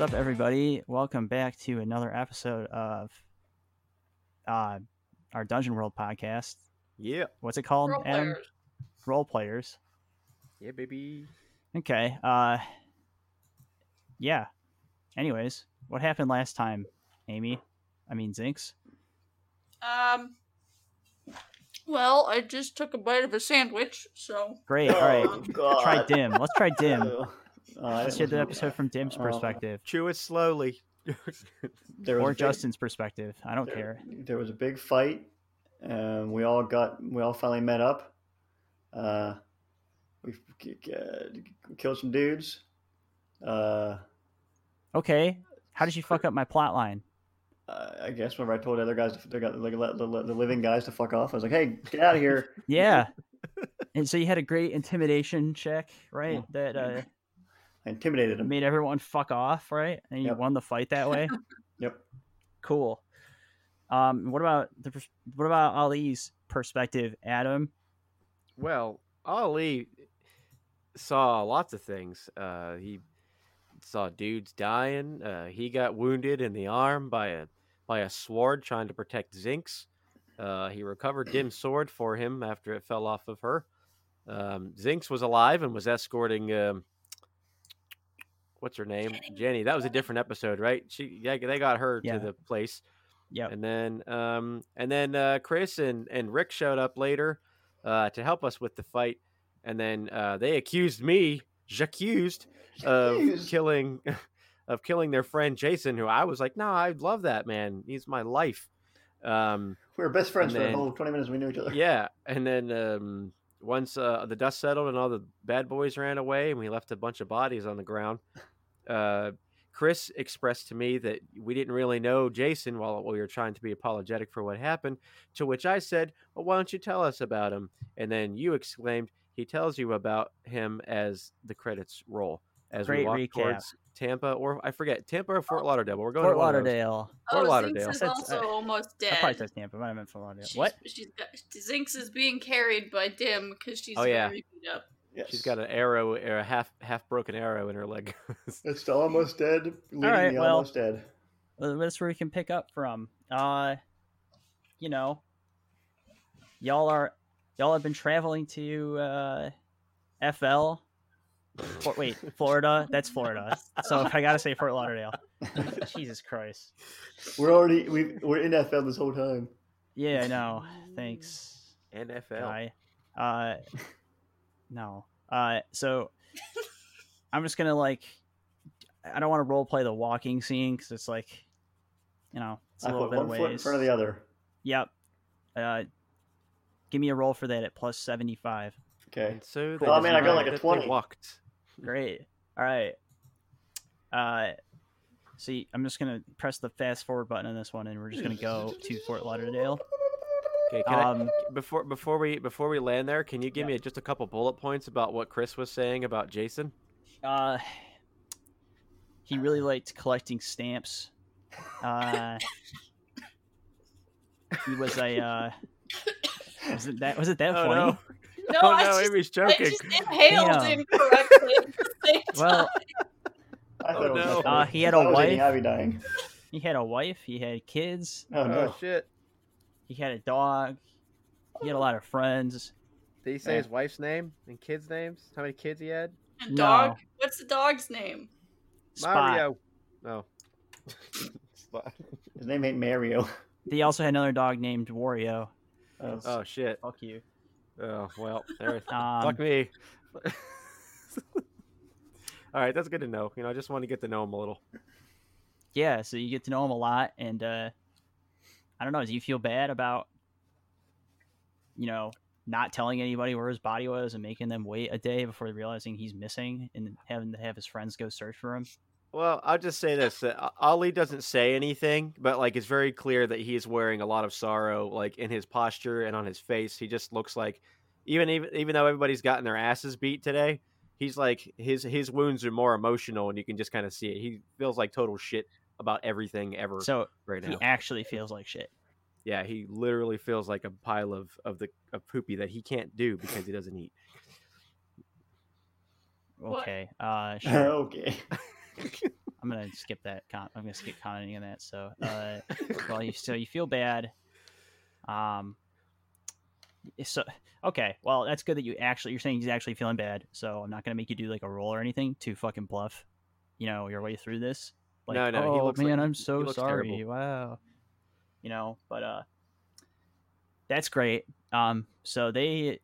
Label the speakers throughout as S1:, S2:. S1: up, everybody? Welcome back to another episode of uh, our Dungeon World podcast.
S2: Yeah.
S1: What's it called?
S3: Role
S1: Adam?
S3: players.
S1: Role players.
S2: Yeah, baby.
S1: Okay. Uh, yeah. Anyways, what happened last time, Amy? I mean, Zinx.
S3: Um. Well, I just took a bite of a sandwich, so
S1: Great. All right. Try Dim. Let's try Dim.
S4: Oh,
S1: Let's hear the episode from Dim's
S4: Uh,
S1: perspective
S2: Chew it slowly.
S4: There was a
S1: or
S4: big-
S1: Justin's perspective. I don't
S4: there,
S1: care.
S4: There was a big fight. Um, we all got. We all finally met up. Uh, we k- uh, killed some dudes. Uh,
S1: Okay. How did you fuck up my plot line?
S4: I I guess whenever I told the other guys, to, they got like let the, the living guys to fuck off. I was like, "Hey, get out of here!"
S1: Yeah. and so you had a great intimidation check, right?
S4: Yeah.
S1: That uh,
S4: I intimidated them.
S1: made everyone fuck off, right? And you
S4: Yep.
S1: won the fight that way.
S4: Yep.
S1: cool. Um, what about the pers- what about Ali's perspective, Adam?
S2: Well, Ali saw lots of things. Uh, he saw dudes dying. Uh, he got wounded in the arm by a by a sword trying to protect Zinx. Uh, he recovered Dim's sword for him after it fell off of her. Um, Zinx was alive and was escorting. Um, what's her name? Jenny. That was a different episode, right? She yeah, they got her
S1: Yeah.
S2: to the place.
S1: Yep.
S2: And then um and then uh Chris and and Rick showed up later uh to help us with the fight and then uh they accused me, accused
S1: Uh,
S2: of
S4: Jeez.
S2: killing of killing their friend Jason who I was like, "No, I love that man. He's my life." Um
S4: we were best friends
S2: And
S4: for
S2: then-
S4: the whole twenty minutes we knew each other.
S2: yeah, and then um once uh, the dust settled and all the bad boys ran away and we left a bunch of bodies on the ground, uh Chris expressed to me that we didn't really know Jason while we were trying to be apologetic for what happened. To which I said, Well, why don't you tell us about him? And then you exclaimed, He tells you about him as the credits roll. As
S1: Great
S2: we walk
S1: recap.
S2: towards Tampa, or I forget, Tampa or Fort Lauderdale. but We're going
S1: Fort
S2: to one of those.
S1: Lauderdale.
S2: Or
S3: oh,
S2: Lauderdale.
S3: Zinx is
S1: That's-
S3: also
S1: uh,
S3: almost
S1: I
S3: dead.
S1: probably said Tampa, but I meant Fort Lauderdale.
S3: She's-
S1: What?
S3: She's got, Zinx is being carried by Dim because she's
S2: Oh, yeah.
S3: very beat up.
S4: Yes.
S2: She's got an arrow, or a half half broken arrow in her leg.
S4: It's the almost dead. Leading
S1: right,
S4: the
S1: well-
S4: almost dead.
S1: Uh, That's where we can pick up from. Uh, you know, y'all are y'all have been traveling to uh, FL. Fort, wait, Florida. That's Florida. So I gotta say Fort Lauderdale. Jesus Christ.
S4: We're already we we're in that field this whole time.
S1: Yeah, I know. Thanks.
S2: NFL.
S1: guy. Uh, no. Uh, so I'm just gonna like, I don't want to role play the walking scene because it's like, you know, it's a
S4: I
S1: little
S4: put
S1: bit
S4: Uh, one foot in
S1: ways.
S4: front of the other.
S1: Yep. Uh, give me a roll for that at plus seventy five.
S4: Okay.
S2: And so
S1: Cool. Oh,
S2: they
S1: man, I got
S2: decided
S1: like a
S2: that they
S4: 20.
S2: Walked.
S1: Great. All right. Uh, see, I'm just gonna press the fast forward button on this one, and we're just gonna go to Fort Lauderdale.
S2: Okay, can I,
S1: Um,
S2: before before we before we land there, can you give me just a couple bullet points about what Chris was saying about Jason?
S1: uh, he really liked collecting stamps. Uh, he was a uh, was it that was it that
S2: Oh,
S1: funny?
S2: no.
S3: No,
S2: oh
S3: I,
S2: no,
S3: just,
S2: Amy's
S3: I
S2: joking.
S3: just inhaled
S1: Damn.
S3: incorrectly at the same time.
S1: Well,
S4: I thought
S2: Oh,
S4: it was
S2: no.
S4: my fault.
S1: Uh, he had
S4: I
S1: a
S4: was eating
S1: wife.
S4: Abby dying.
S1: he had a wife. He had kids.
S4: Oh no.
S2: shit!
S1: He had a dog. He had a lot of friends.
S2: Did he
S4: say his
S2: wife's name and kids' names? How many kids he had?
S3: A
S1: no.
S3: dog. What's the dog's name?
S1: Spot.
S2: Oh.
S4: His name ain't Mario.
S1: They also had another dog named Wario.
S4: Oh.
S2: oh shit!
S1: Fuck you.
S2: Oh well, there.
S1: Um,
S2: Fuck me. All right, that's good to know. You know, I just want to get to know him a little.
S1: yeah, so you get to know him a lot, and uh, I don't know. Do you feel bad about, you know, not telling anybody where his body was and making them wait a day before realizing he's missing and having to have his friends go search for him?
S2: Well, I'll just say this: that A- Ali doesn't say anything, but like it's very clear that he is wearing a lot of sorrow, like in his posture and on his face. He just looks like, even even even though everybody's gotten their asses beat today, he's like his his wounds are more emotional, and you can just kind of see it. He feels like total shit about everything ever
S1: So
S2: right
S1: he
S2: now.
S1: actually feels like shit.
S2: Yeah, he literally feels like a pile of of the of poopy that he can't do because he doesn't eat.
S3: What?
S1: Okay, uh, sure.
S4: okay.
S1: I'm I'm gonna skip that. Com- I'm gonna skip commenting on that. So, uh, well, you so you feel bad. Um. So okay, well that's good that you actually you're saying he's actually feeling bad. So I'm not gonna make you do like a roll or anything to fucking bluff, you know, your way through this. Like,
S2: No, no,
S1: oh
S2: he looks like-
S1: man, I'm
S2: he
S1: so
S2: looks
S1: sorry.
S2: terrible.
S1: Wow, you know, but uh, that's great. Um, so they,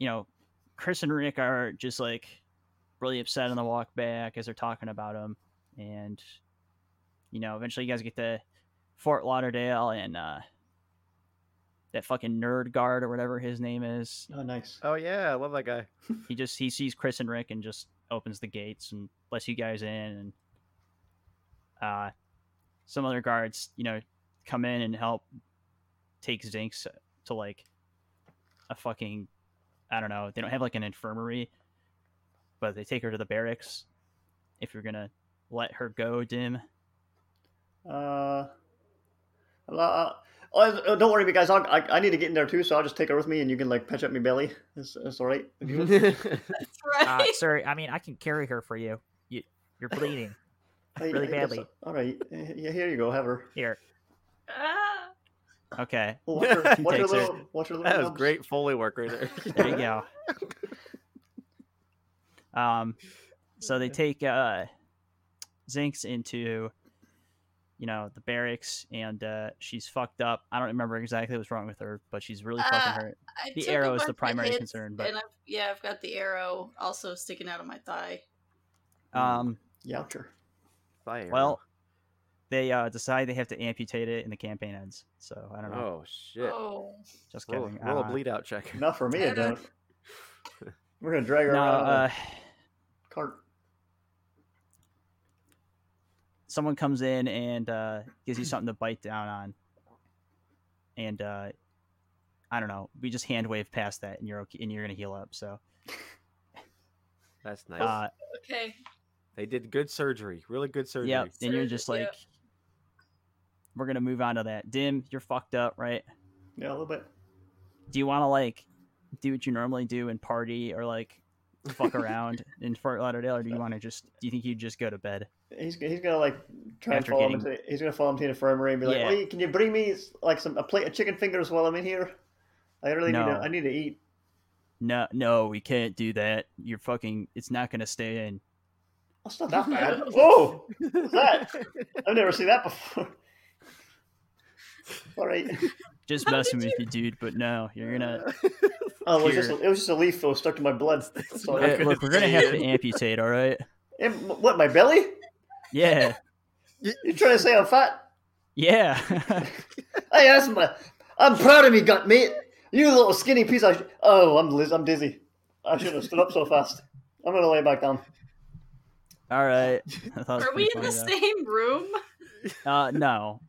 S1: you know, Chris and Rick are just like really upset on the walk back as they're talking about him, and you know, eventually you guys get to Fort Lauderdale and uh, that fucking nerd guard or whatever his name is.
S4: Oh, nice.
S2: Oh yeah, I love that guy.
S1: He just he sees Chris and Rick and just opens the gates and lets you guys in, and uh, some other guards, you know, come in and help take Zinks to like a fucking I don't know. They don't have like an infirmary, but they take her to the barracks. If you're gonna let her go, Dim.
S4: Uh, well, uh, oh, uh, don't worry, you guys. I'll, I I need to get in there too, so I'll just take her with me, and you can like pinch up my belly. That's, that's all right. with you?
S3: That's right.
S5: Uh, sir, I mean, I can carry her for you. you you're bleeding.
S4: Hey,
S5: Really
S4: hey, that's-
S5: badly.
S4: All right. Uh, Yeah, here you go. Have her.
S5: Here.
S3: Ah.
S1: Okay,
S4: Watch her, watch her
S1: Takes her.
S4: little. Watch her little.
S2: that was
S4: nubs.
S2: great Foley work right there.
S1: There you go. Um, so they take uh, Zinks into, you know, the barracks, and uh, she's fucked up. I don't remember exactly what's wrong with her, but she's really fucking
S3: Uh,
S1: hurt.
S3: I
S1: The
S3: took a
S1: arrow is
S3: bunch
S1: the
S3: of
S1: primary
S3: hits,
S1: concern, but-
S3: and I've, yeah, I've got the arrow also sticking out of my thigh.
S1: Um,
S4: Youch her.
S2: Fire.
S1: well, they uh, decide they have to amputate it, and the campaign ends. So I don't know.
S2: Oh shit.
S3: Oh,
S1: Just
S2: roll,
S1: kidding.
S2: roll a
S1: Uh,
S2: bleed out check.
S4: Not for me. I
S3: Better.
S4: don't. We're gonna drag her
S1: No,
S4: around on
S1: uh,
S4: a cart.
S1: someone comes in and uh, gives you something to bite down on, and uh, I don't know. We just hand wave past that, and you're okay, and you're gonna heal up. So.
S2: That's nice.
S1: Uh,
S3: okay.
S2: they did good surgery. Really good surgery.
S1: Yep. And you're
S3: Surgery,
S1: just
S3: yeah.
S1: like, we're gonna move on to that. Dim, you're fucked up, right?
S4: Yeah, a little bit.
S1: Do you want to like do what you normally do and party or like fuck around in Fort Lauderdale, or do you want to just? Do you think you would just go to bed?
S4: He's, he's gonna like try
S1: After
S4: and follow him
S1: getting-
S4: into he's gonna follow him to the infirmary and be like,
S1: Yeah.
S4: "Wait, can you bring me like some a plate of chicken fingers while I'm in here? I really need
S1: No.
S4: to, I need to eat."
S1: No, no, we can't do that. You're fucking. It's not gonna stay in.
S4: That's not that bad. Whoa, what's that? I've never seen that before. All right.
S1: Just
S3: How
S1: messing
S3: did
S1: with you, dude. But no, you're gonna.
S4: Oh, it was just a,
S1: Here.
S4: it was just a leaf that was stuck to my blood. That's all
S1: Hey,
S4: I-
S2: not
S1: look, we're gonna
S2: stay
S1: have to
S2: in.
S1: amputate. All right.
S4: Em- what my belly?
S1: Yeah.
S4: You trying to say I'm fat?
S1: Yeah.
S4: Hey, that's my. I'm proud of me, gut mate. You little skinny piece of. sh- Oh, I'm Liz. I'm dizzy. I should have stood up so fast. I'm gonna lay back down.
S1: all right. I thought it was
S3: Are we
S1: pretty
S3: in the
S1: funny,
S3: same room?
S1: though. Uh, no.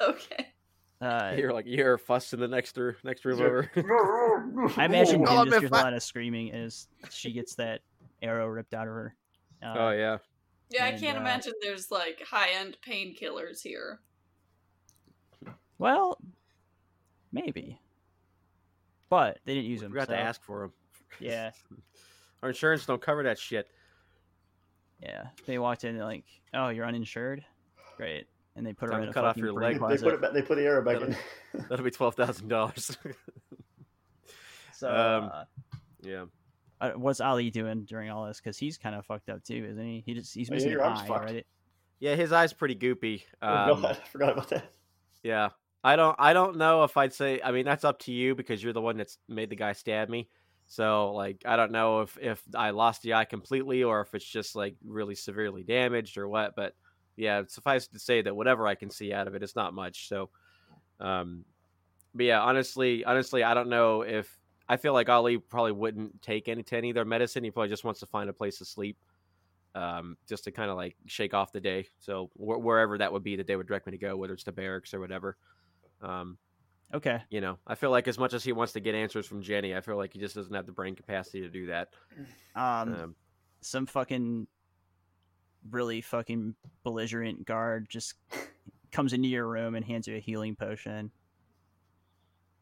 S3: Okay.
S1: Uh,
S2: You're like you're fussing the next r- next room
S4: Sure.
S2: over.
S1: I imagine
S2: Oh,
S1: him
S2: I'm
S1: just hears a
S2: fat.
S1: lot of screaming as she gets that arrow ripped out of her. Uh,
S2: oh yeah.
S3: Yeah, I
S1: And,
S3: can't
S1: uh,
S3: imagine there's like high end painkillers here.
S1: Well, maybe, but they didn't use
S2: We
S1: them.
S2: forgot
S1: so-
S2: to ask for him.
S1: Yeah,
S2: Our insurance don't cover that shit.
S1: yeah. They walked in and like, "Oh, you're uninsured. Great." And they put her
S2: Time
S1: in
S2: to
S1: a
S2: cut off
S1: fucking
S2: your
S1: broom
S2: leg.
S4: They put,
S1: closet.
S4: it back, they put the arrow back in.
S2: That'll be twelve thousand dollars.
S1: So,
S2: Um,
S1: uh,
S2: yeah.
S1: uh, what's Ali doing during all this? Because he's kind of fucked up too, isn't he? He just he's
S4: Oh, yeah,
S1: missing
S4: your
S1: an
S4: arm's
S1: eye,
S4: fucked.
S1: right?
S2: Yeah, his eye's pretty goopy.
S4: Oh,
S2: Um,
S4: God, I forgot about that.
S2: yeah. I don't I don't know if I'd say I mean that's up to you because you're the one that's made the guy stab me. So like I don't know if if I lost the eye completely or if it's just like really severely damaged or what, but yeah, suffice to say that whatever I can see out of it, it's not much. So um but yeah, honestly, honestly, I don't know if I feel like Ali probably wouldn't take any to any of their medicine. He probably just wants to find a place to sleep, um, just to kind of like shake off the day. So wh- wherever that would be that they would direct me to go, whether it's the barracks or whatever. Um,
S1: Okay.
S2: you know, I feel like as much as he wants to get answers from Jenny, I feel like he just doesn't have the brain capacity to do that.
S1: Um,
S2: Um,
S1: some fucking really fucking belligerent guard just comes into your room and hands you a healing potion.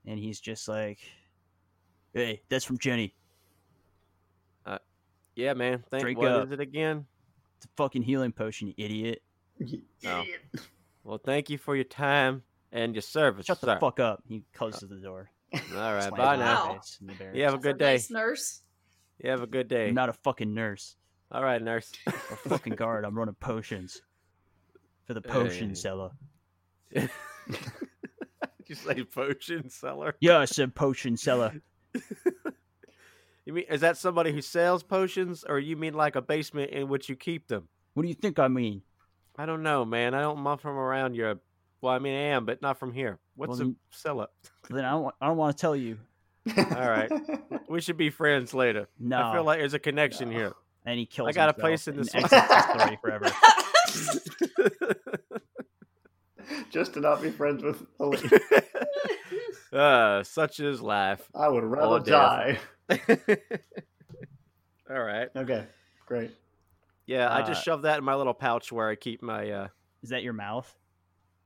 S1: And he's just like, "Hey, that's from Jenny.
S2: yeah, man. Thank
S1: Drink
S2: what
S1: up.
S2: is it again?
S1: It's a fucking healing potion, you idiot.
S4: You
S2: No.
S4: Idiot.
S2: Well, thank you for your time and your service.
S1: Shut the
S2: sir.
S1: fuck up. He closes the door.
S2: All right,
S1: Slaps
S2: bye
S1: him in
S2: now.
S1: the
S3: Wow.
S1: face in the bear.
S2: You have a
S3: That's our
S2: good day.
S3: Nice nurse.
S2: You have a good day.
S1: I'm not a fucking nurse
S2: All right, nurse.
S1: or fucking guard. I'm running potions for the potion
S2: Hey.
S1: seller.
S2: Did you say potion seller?
S1: Yeah, I said potion seller.
S2: You mean is that somebody who sells potions, or you mean like a basement in which you keep them?
S1: What do you think I mean?
S2: I don't know, man. I don't. I'm from around your. Well, I mean, I am, but not from here. What's
S1: Well,
S2: a seller?
S1: Then I don't, wa- I don't want to tell you.
S2: All right. We should be friends later.
S1: No.
S2: I feel like there's a connection
S4: No.
S2: here.
S1: and he kills.
S2: I got a
S1: himself
S2: place in
S1: and
S2: this one.
S1: exits the story forever.
S4: Just to not be friends with Ali.
S2: uh, such is life.
S4: I would rather
S2: death.
S4: die.
S2: All right.
S4: Okay, great.
S2: Yeah, I just
S1: Uh,
S2: shoved that in my little pouch where I keep my. uh
S1: Is that your mouth?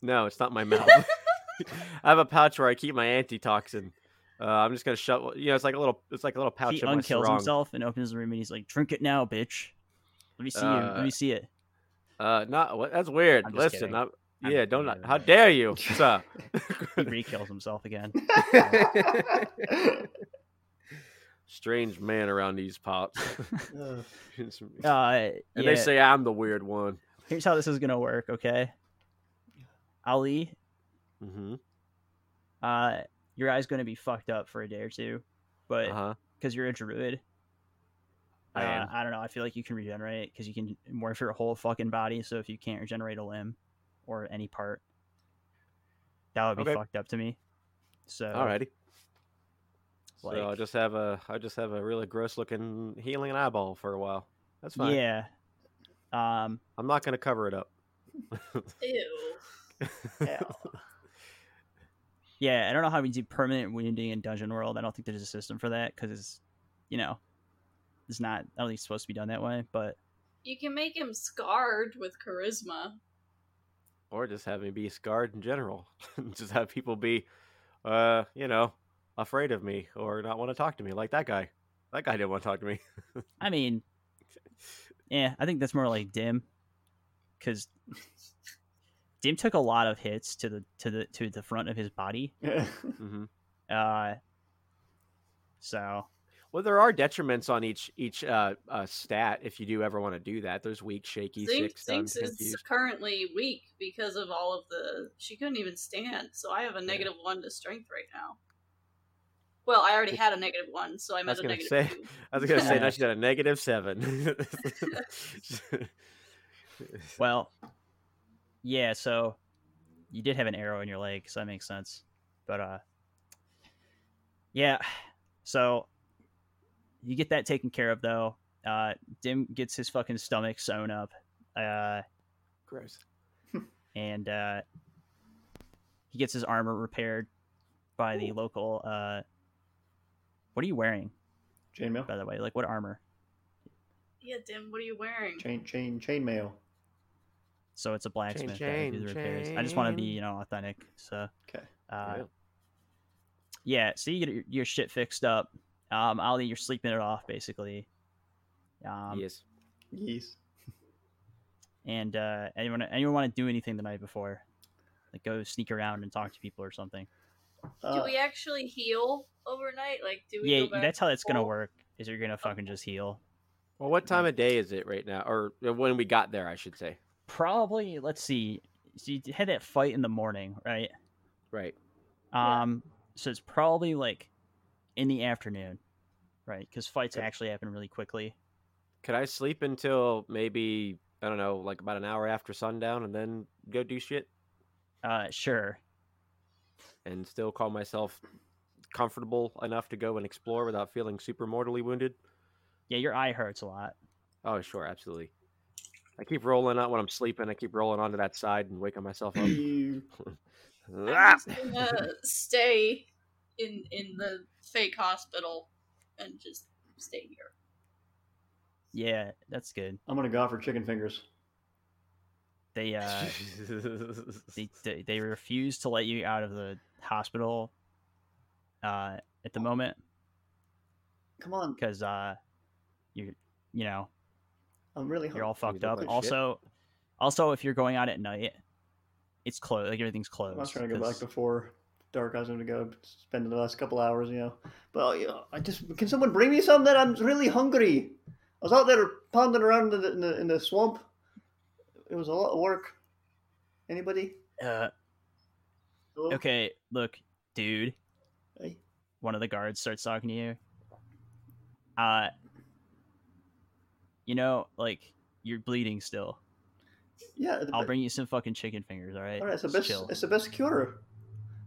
S2: No, it's not my mouth. I have a pouch where I keep my antitoxin. Uh, I'm just gonna shove. You know, it's like a little. It's like a little pouch.
S1: he
S2: of my
S1: unkills
S2: sarong.
S1: himself and opens the room and he's like, "Drink it now, bitch. Let me see you.
S2: Uh,
S1: Let me see it."
S2: Uh, not what? That's weird.
S1: I'm just
S2: Listen,
S1: kidding.
S2: I'm,
S1: I'm
S2: yeah,
S1: just
S2: don't.
S1: kidding.
S2: How dare you, sir?
S1: He re-kills himself again.
S2: Strange man around these parts.
S4: Uh,
S2: and
S1: Uh, yeah.
S2: they say I'm the weird one.
S1: Here's how this is gonna work, okay? Ali,
S2: Mm-hmm.
S1: uh, your eye's gonna be fucked up for a day or two, but
S2: Uh huh.
S1: because you're a druid.
S2: I
S1: uh,
S2: am.
S1: I don't know. I feel like you can regenerate because you can morph your whole fucking body. So if you can't regenerate a limb or any part, that would be
S2: Okay.
S1: fucked up to me. So
S2: Alrighty. so I'll
S1: like-
S2: just have a I just have a really gross looking healing eyeball for a while. That's fine.
S1: yeah, um,
S2: I'm not gonna cover it up.
S3: Ew.
S1: yeah. I don't know how we do permanent wounding in Dungeon World. I don't think there's a system for that because it's, you know, it's not. I don't think it's supposed to be done that way. But
S3: You can make him scarred with charisma.
S2: or just have me be scarred in general. just have people be uh, you know, afraid of me or not want to talk to me like that guy. That guy didn't want to talk to me.
S1: I mean, yeah, I think that's more like Dim, because Dim took a lot of hits to the to the to the front of his body.
S2: hmm
S1: Uh, so
S2: Well, there are detriments on each each uh, uh, stat if you do ever want to do that. There's weak, shaky,
S3: Zinx,
S2: sick, stunned,
S3: Zinx is
S2: confused.
S3: currently weak because of all of the. She couldn't even stand, so I have a negative one to strength right now. Well, I already had a negative one, so I'm
S2: I was
S3: at a
S2: gonna
S3: negative
S2: say-
S3: two.
S2: I was gonna say now
S1: Yeah.
S2: she's at a negative seven.
S1: well, yeah. So you did have an arrow in your leg, so that makes sense. But uh, yeah. So you get that taken care of, though. Uh, Dim gets his fucking stomach sewn up. Uh,
S2: Gross.
S1: and uh, he gets his armor repaired by the local. Uh, what are you wearing, by
S4: chainmail,
S1: the way? Like, what armor?
S3: Yeah, Dim, what are you wearing?
S4: chain, chain, chainmail.
S1: So it's a blacksmith. that would do
S2: chain,
S1: the repairs. I just want to be,
S2: chain.
S1: you know, authentic. So,
S4: Okay.
S1: uh,
S2: Yeah.
S1: yeah. So you get your, your shit fixed up. Um, Ali, you're sleeping it off basically. Um,
S2: yes.
S4: Yes.
S1: and uh, anyone anyone want to do anything the night before? Like go sneak around and talk to people or something.
S3: do
S4: Uh,
S3: we actually heal overnight? Like, do we?
S1: Yeah,
S3: go back
S1: that's how that's gonna
S3: full?
S1: work. Is you're gonna fucking just heal.
S2: Well, what time of day is it right now, or uh, when we got there, I should say.
S1: Probably. Let's see. So you had that fight in the morning, right?
S2: Right.
S3: Yeah.
S1: Um, so it's probably like in the afternoon, right? Because fights
S2: Okay.
S1: actually happen really quickly.
S2: Could I sleep until maybe I don't know, like about an hour after sundown, and then go do shit,
S1: Uh, sure.
S2: and still call myself comfortable enough to go and explore without feeling super mortally wounded?
S1: Yeah, your eye hurts a lot.
S2: Oh, sure, absolutely. I keep rolling out when I'm sleeping. I keep rolling onto that side and waking myself up.
S4: you-
S2: Ah!
S3: I'm just gonna stay in in the fake hospital and just stay here.
S1: Yeah, that's good.
S4: I'm gonna go out for chicken fingers.
S1: They uh, they, they they refuse to let you out of the hospital. Uh, at the moment,
S4: Come on.
S1: because uh, you you know,
S4: I'm really hungry.
S1: You're all fucked
S2: look
S1: up.
S2: like shit.
S1: Also, also if you're going out at night, it's closed. Like everything's
S4: I
S1: closed.
S4: was trying to go
S1: 'cause-
S4: back before dark. I was going to go spend the last couple hours, you know. But you know, I just can someone bring me something? I'm really hungry. I was out there pounding around in the, in the, in the swamp. It was a lot of work. Anybody?
S1: Uh,
S4: Hello?
S1: okay, look, dude.
S4: Hey.
S1: One of the guards starts talking to you. Uh, you know, like you're bleeding still.
S4: Yeah. the-
S1: I'll bring you some fucking chicken fingers. All right.
S4: All right, it's the
S1: Just
S4: best.
S1: chill.
S4: It's the best cure.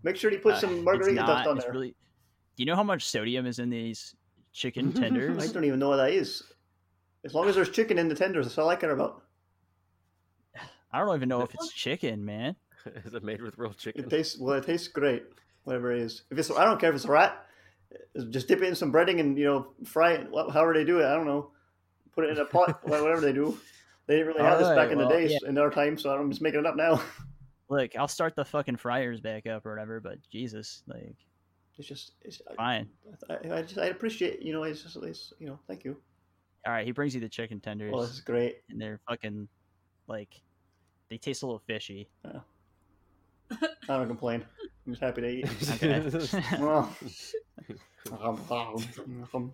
S4: Make sure you put
S1: Uh,
S4: some
S1: it's
S4: margarita
S1: not-
S4: dust on
S1: it's
S4: there.
S1: Really, do you know how much sodium is in these chicken tenders?
S4: I don't even know what that is. As long as there's chicken in the tenders, that's all I care about.
S1: I don't even know if it's chicken, man.
S2: Is it made with real
S4: It
S2: chicken?
S4: tastes well. It tastes great, whatever it is. If it's, I don't care if it's a rat. Just dip it in some breading and you know fry it. wha- However they do it, I don't know. Put it in a pot, wha- whatever they do. They didn't really have this back
S1: Alright,
S4: in the
S1: well,
S4: days in our time, so I'm just making it up now.
S1: Look, I'll start the fucking fryers back up or whatever, but Jesus, like,
S4: It's just, it's, I,
S1: fine.
S4: I, I just, I appreciate, you know, it's just, it's, you know, thank you.
S1: All right, he brings you the chicken tenders,
S4: Well, this is great.
S1: and they're fucking, like, they taste a little fishy.
S4: I don't complain. I'm just happy to eat.
S1: Okay.
S4: Well.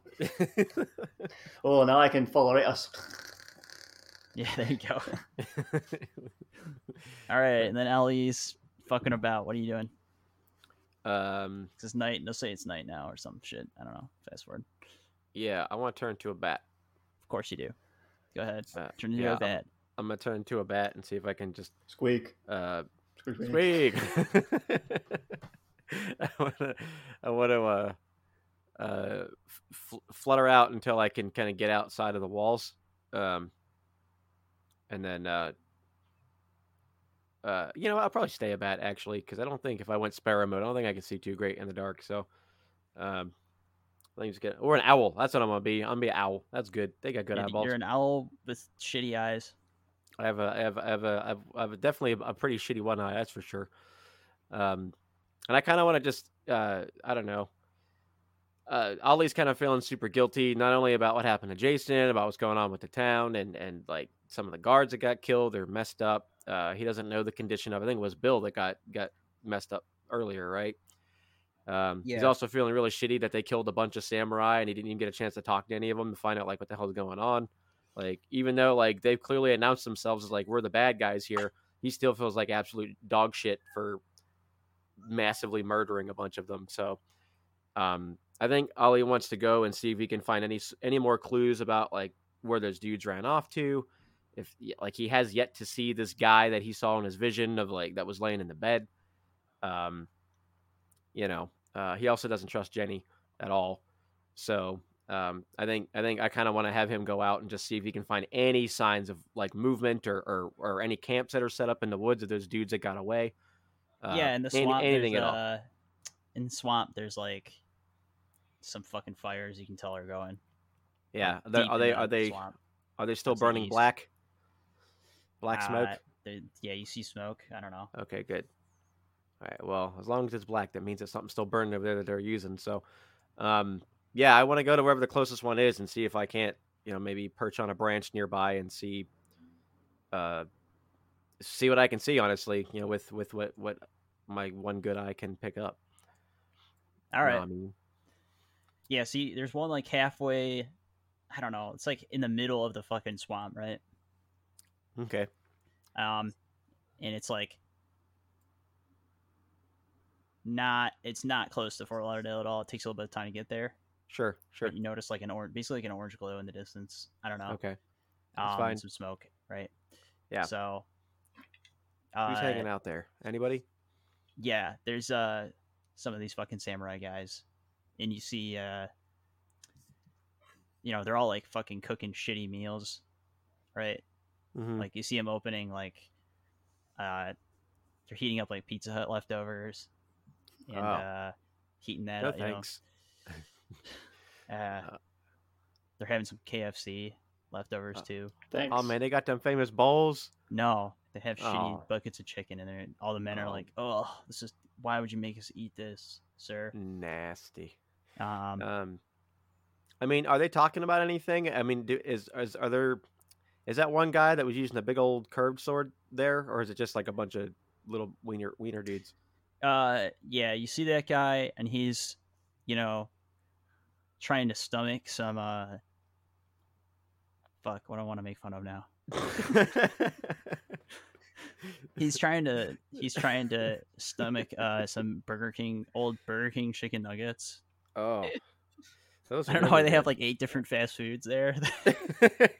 S4: oh, now I can follow it. Us.
S1: yeah, there you go. All right, and then Ellie's fucking about. What are you doing?
S2: um,
S1: It's night. They'll say it's night now or some shit. I don't know. Fast forward.
S2: yeah, I want to turn to a bat.
S1: Of course you do. Go ahead.
S2: Uh,
S1: Turn into
S2: yeah,
S1: a bat.
S2: I'm gonna turn to a bat and see if I can just
S4: Squeak.
S2: uh,
S4: Squeak. squeak.
S2: squeak. I wanna, I wanna uh, uh, f- fl- flutter out until I can kind of get outside of the walls, um, and then uh, uh, you know, I'll probably stay a bat actually because I don't think if I went sparrow mode, I don't think I can see too great in the dark. So, um. Let me just get, or an owl. That's what I'm gonna be. I'm gonna be an owl. That's good. They got good
S1: You're-
S2: eyeballs.
S1: You're an owl with shitty eyes.
S2: I have a, I have, I have a, I've, I've definitely a pretty shitty one eye, that's for sure. Um, and I kind of want to just, uh, I don't know. Uh, Ollie's kind of feeling super guilty, not only about what happened to Jason, about what's going on with the town, and and like some of the guards that got killed or messed up. Uh, he doesn't know the condition of. I think it was Bill that got got messed up earlier, right? Um, He's
S1: Yeah.
S2: also feeling really shitty that they killed a bunch of samurai and he didn't even get a chance to talk to any of them to find out like what the hell's going on. Like even though like they've clearly announced themselves as like we're the bad guys here, he still feels like absolute dog shit for massively murdering a bunch of them. So um I think Ollie wants to go and see if he can find any s- any more clues about like where those dudes ran off to. If like he has yet to see this guy that he saw in his vision of like that was laying in the bed. Um you know, uh he also doesn't trust Jenny at all. So um, I think I think I kind of want to have him go out and just see if he can find any signs of like movement or or, or any camps that are set up in the woods of those dudes that got away. Uh,
S1: yeah, in the
S2: any-
S1: swamp.
S2: anything
S1: there's,
S2: at all.
S1: uh, in the swamp, there's like some fucking fires you can tell are going.
S2: Yeah,
S1: like, deep in
S2: are they are they
S1: the
S2: are they,
S1: swamp.
S2: are they still
S1: That's the
S2: burning
S1: east.
S2: black? Black smoke.
S1: Uh, there- yeah, you see smoke. I don't know.
S2: Okay, good. All right. Well, as long as it's black, that means that something's still burning over there that they're using. So, um, yeah, I want to go to wherever the closest one is and see if I can't, you know, maybe perch on a branch nearby and see, uh, see what I can see. Honestly, you know, with with what what my one good eye can pick up.
S1: All
S2: You
S1: right.
S2: know what I mean,
S1: yeah, see, there's one like halfway. I don't know. It's like in the middle of the fucking swamp, right?
S2: okay.
S1: um, and it's like not it's not close to Fort Lauderdale at all. It takes a little bit of time to get there.
S2: Sure. Sure.
S1: But you notice like an orange, basically like an orange glow in the distance. I don't know.
S2: Okay.
S1: um,
S2: That's fine.
S1: Some smoke, right?
S2: Yeah.
S1: So,
S2: Who's
S1: uh,
S2: hanging out there? Anybody?
S1: yeah, there's uh some of these fucking samurai guys, and you see uh, you know, they're all like fucking cooking shitty meals, right?
S2: Mhm.
S1: Like you see them opening like uh they're heating up like Pizza Hut leftovers and
S2: Oh.
S1: uh heating that
S2: no
S1: up, you know.
S2: thanks.
S1: Uh,
S2: Uh,
S1: they're having some KFC leftovers
S2: uh,
S1: too.
S4: Thanks.
S2: Oh man, they got them famous bowls.
S1: No, they have shitty
S2: Oh.
S1: buckets of chicken in there and all the men are
S2: Oh.
S1: like, "Oh, this is why would you make us eat this, sir?"
S2: Nasty.
S1: Um
S2: Um, I mean, are they talking about anything? I mean, do, is, is are there? Is that one guy that was using the big old curved sword there, or is it just like a bunch of little wiener wiener dudes?
S1: uh yeah you see that guy and he's you know trying to stomach some uh fuck what do i want to make fun of now he's trying to he's trying to stomach uh some burger king old burger king chicken nuggets
S2: Oh, those
S1: i don't know why they have like eight different fast foods there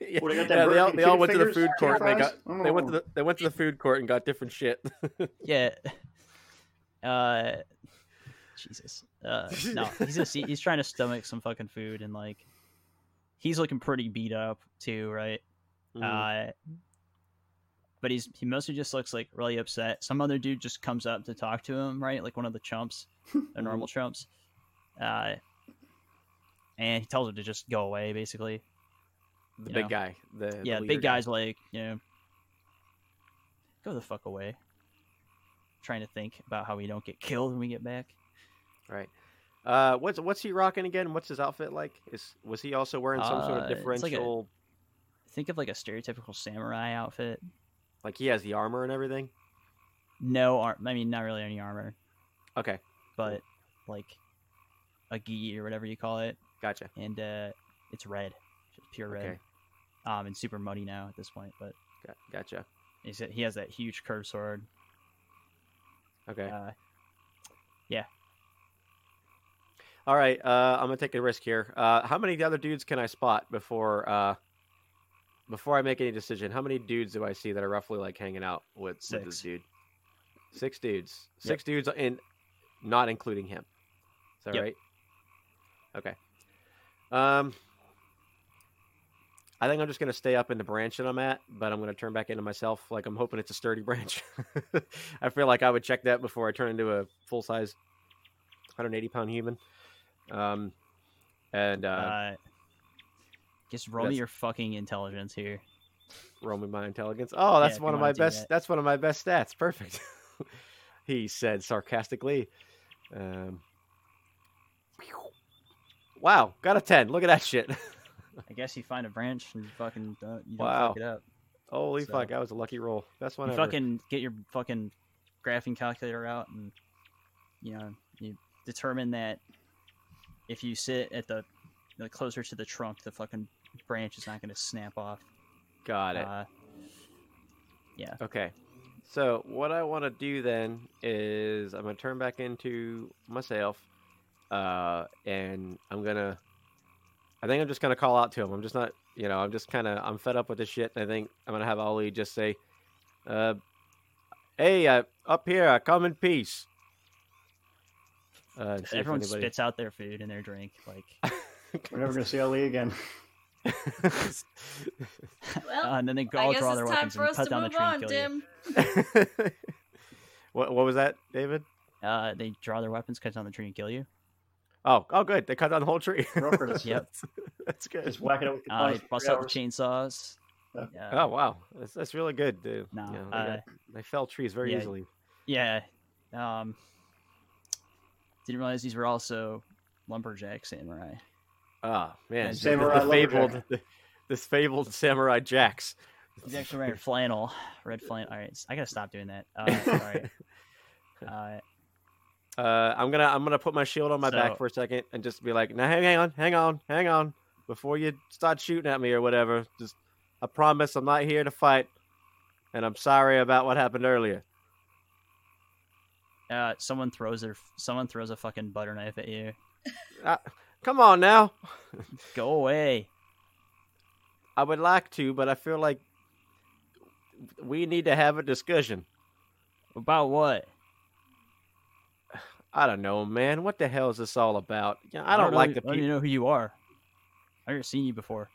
S2: yeah,
S4: What,
S2: yeah, they
S4: Burger
S2: all,
S4: King
S2: they all
S4: chicken
S2: went to the
S4: fingers?
S2: food court. And they got
S4: Fries?
S2: they went to
S4: Mm.
S2: the they went to the food court and got different shit.
S1: yeah uh jesus uh no he's just he- he's trying to stomach some fucking food and like he's looking pretty beat up too right
S2: Mm,
S1: Uh,
S2: Mm-hmm.
S1: but he's he mostly just looks like really upset. Some other dude just comes up to talk to him, right? Like one of the chumps, the normal chumps. Uh, and he tells him to just go away, basically.
S2: the
S1: you
S2: big
S1: know.
S2: guy. The
S1: yeah,
S2: the
S1: the
S2: leader
S1: big
S2: guy.
S1: guy's like, you know, go the fuck away. trying to think about how we don't get killed when we get back.
S2: Right. Uh, what's what's he rocking again? What's his outfit like? Is was he also wearing some sort
S1: Uh,
S2: of
S1: it's like a-
S2: differential?
S1: Think of like a stereotypical samurai outfit.
S2: Like, he has the armor and everything.
S1: No arm. I mean, not really any armor,
S2: Okay,
S1: but like a gi or whatever you call it.
S2: gotcha.
S1: and uh, it's red, just pure red.
S2: Okay,
S1: Um, and super muddy now at this point, but
S2: got, gotcha.
S1: he's, he has that huge curved sword.
S2: Okay,
S1: Uh,
S2: all right. Uh, I'm gonna take a risk here. Uh, how many of the other dudes can I spot before uh, before I make any decision? How many dudes do I see that are roughly like hanging out with, with this
S1: Six.
S2: dude? Six dudes.
S1: Yep.
S2: Six dudes, and not including him. Is that
S1: Yep.
S2: right? Okay. Um, I think I'm just gonna stay up in the branch that I'm at, but I'm gonna turn back into myself. Like I'm hoping it's a sturdy branch. I feel like I would check that before I turn into a full size, 180 pound human. Um, and
S1: uh,
S2: uh,
S1: just roll me
S2: that's-
S1: your fucking intelligence here.
S2: roll me my intelligence. Oh, that's
S1: if
S2: one
S1: you
S2: of
S1: wanna
S2: my
S1: do
S2: best.
S1: that.
S2: That's one of my best stats. Perfect. he said sarcastically. Um, wow, got a ten. Look at that shit.
S1: I guess you find a branch and you fucking don't, you don't
S2: Wow.
S1: fuck it up.
S2: Holy
S1: So-
S2: fuck, that was a lucky roll. Best one
S1: You
S2: ever.
S1: fucking get your fucking graphing calculator out and you know you determine that if you sit at the the closer to the trunk, the fucking branch is not going to snap off.
S2: Got it.
S1: Uh,
S2: Okay. So what I want to do then is I'm gonna turn back into myself, uh, and I'm gonna. I think I'm just gonna call out to him. I'm just not, you know, I'm just kind of, I'm fed up with this shit. And I think I'm gonna have Ali just say, uh, "Hey, uh, up here, I come in peace." Uh, and see if
S1: everyone
S2: anybody-
S1: spits out their food and their drink. Like
S4: Oh. We're never gonna see Ali again.
S1: Uh,
S3: Well,
S1: and then they
S3: I
S1: all
S3: guess
S1: draw
S3: it's
S1: their
S3: time
S1: weapons
S3: for
S1: and
S3: us
S1: cut
S3: to
S1: down the
S3: move
S1: tree
S3: on,
S1: and kill you.
S3: Dim.
S2: what, what was that, David?
S1: Uh, they draw their weapons, cut down the tree and kill you.
S2: Oh, oh, good. They cut down the whole tree.
S4: Rougher is
S1: Yep.
S2: That's good.
S4: just whacking it with the
S1: Uh,
S4: uh,
S1: they bust out the chainsaws.
S4: Yeah.
S1: Yeah.
S2: Oh wow, that's, that's really good. Dude.
S1: No,
S2: You know, they,
S1: Um, uh,
S2: got- they fell trees very
S1: yeah,
S2: easily.
S1: yeah. Um, didn't realize these were also lumberjack samurai.
S2: Ah man,
S1: and
S2: the-
S4: Samurai
S2: the, fabled,
S4: lumberjack.
S2: the, this fabled samurai jacks.
S1: He's actually wearing flannel, red flannel. All right, I gotta stop doing that. Uh, sorry. Uh,
S2: Uh, I'm gonna I'm gonna put my shield on my
S1: So-
S2: back for a second and just be like, now hang, hang on, hang on, hang on, before you start shooting at me or whatever. Just I promise I'm not here to fight, and I'm sorry about what happened earlier.
S1: uh, someone throws their someone throws a fucking butter knife at you.
S2: Come on now,
S1: Go away.
S2: I would like to, but I feel like we need to have a discussion.
S1: About what?
S2: I don't know, man. What the hell is this all about? Yeah, I don't, like the
S1: people. I don't
S2: people.
S1: even know who you are. I've never seen you before.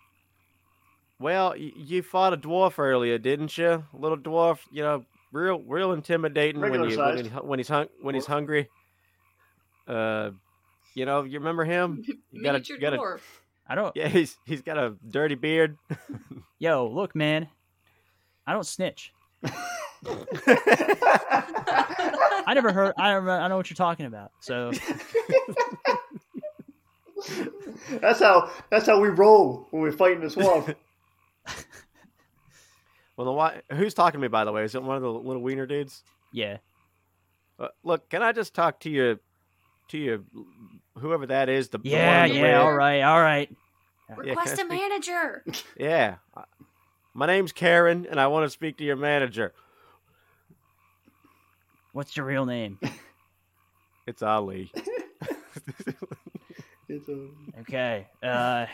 S2: Well, y- you fought a dwarf earlier, didn't you? Little dwarf, you know, real, real intimidating when,
S4: Regular
S2: you, when,
S4: sized.
S2: he, when he's hung, when he's hungry. Uh, you know, you remember him? You gotta-
S3: Miniature
S2: you gotta-
S3: dwarf.
S1: I don't.
S2: Yeah, he's he's got a dirty beard.
S1: Yo, look, man. I don't snitch. I never heard. I don't. I don't know what you're talking about. So
S4: That's how that's how we roll when we fight in the swamp.
S2: Well, the why? Who's talking to me? By the way, is it one of the little wiener dudes?
S1: Yeah.
S2: Uh, look, can I just talk to you, to you, whoever that is? The the
S1: Yeah,
S2: one in the
S1: yeah,
S2: red?
S1: all right, all right.
S2: Yeah,
S3: Request a
S2: can I speak-
S3: manager.
S2: Yeah. I- My name's Karen, and I want to speak to your manager.
S1: What's your real name?
S2: It's Ali.
S4: It's a
S1: Okay. Uh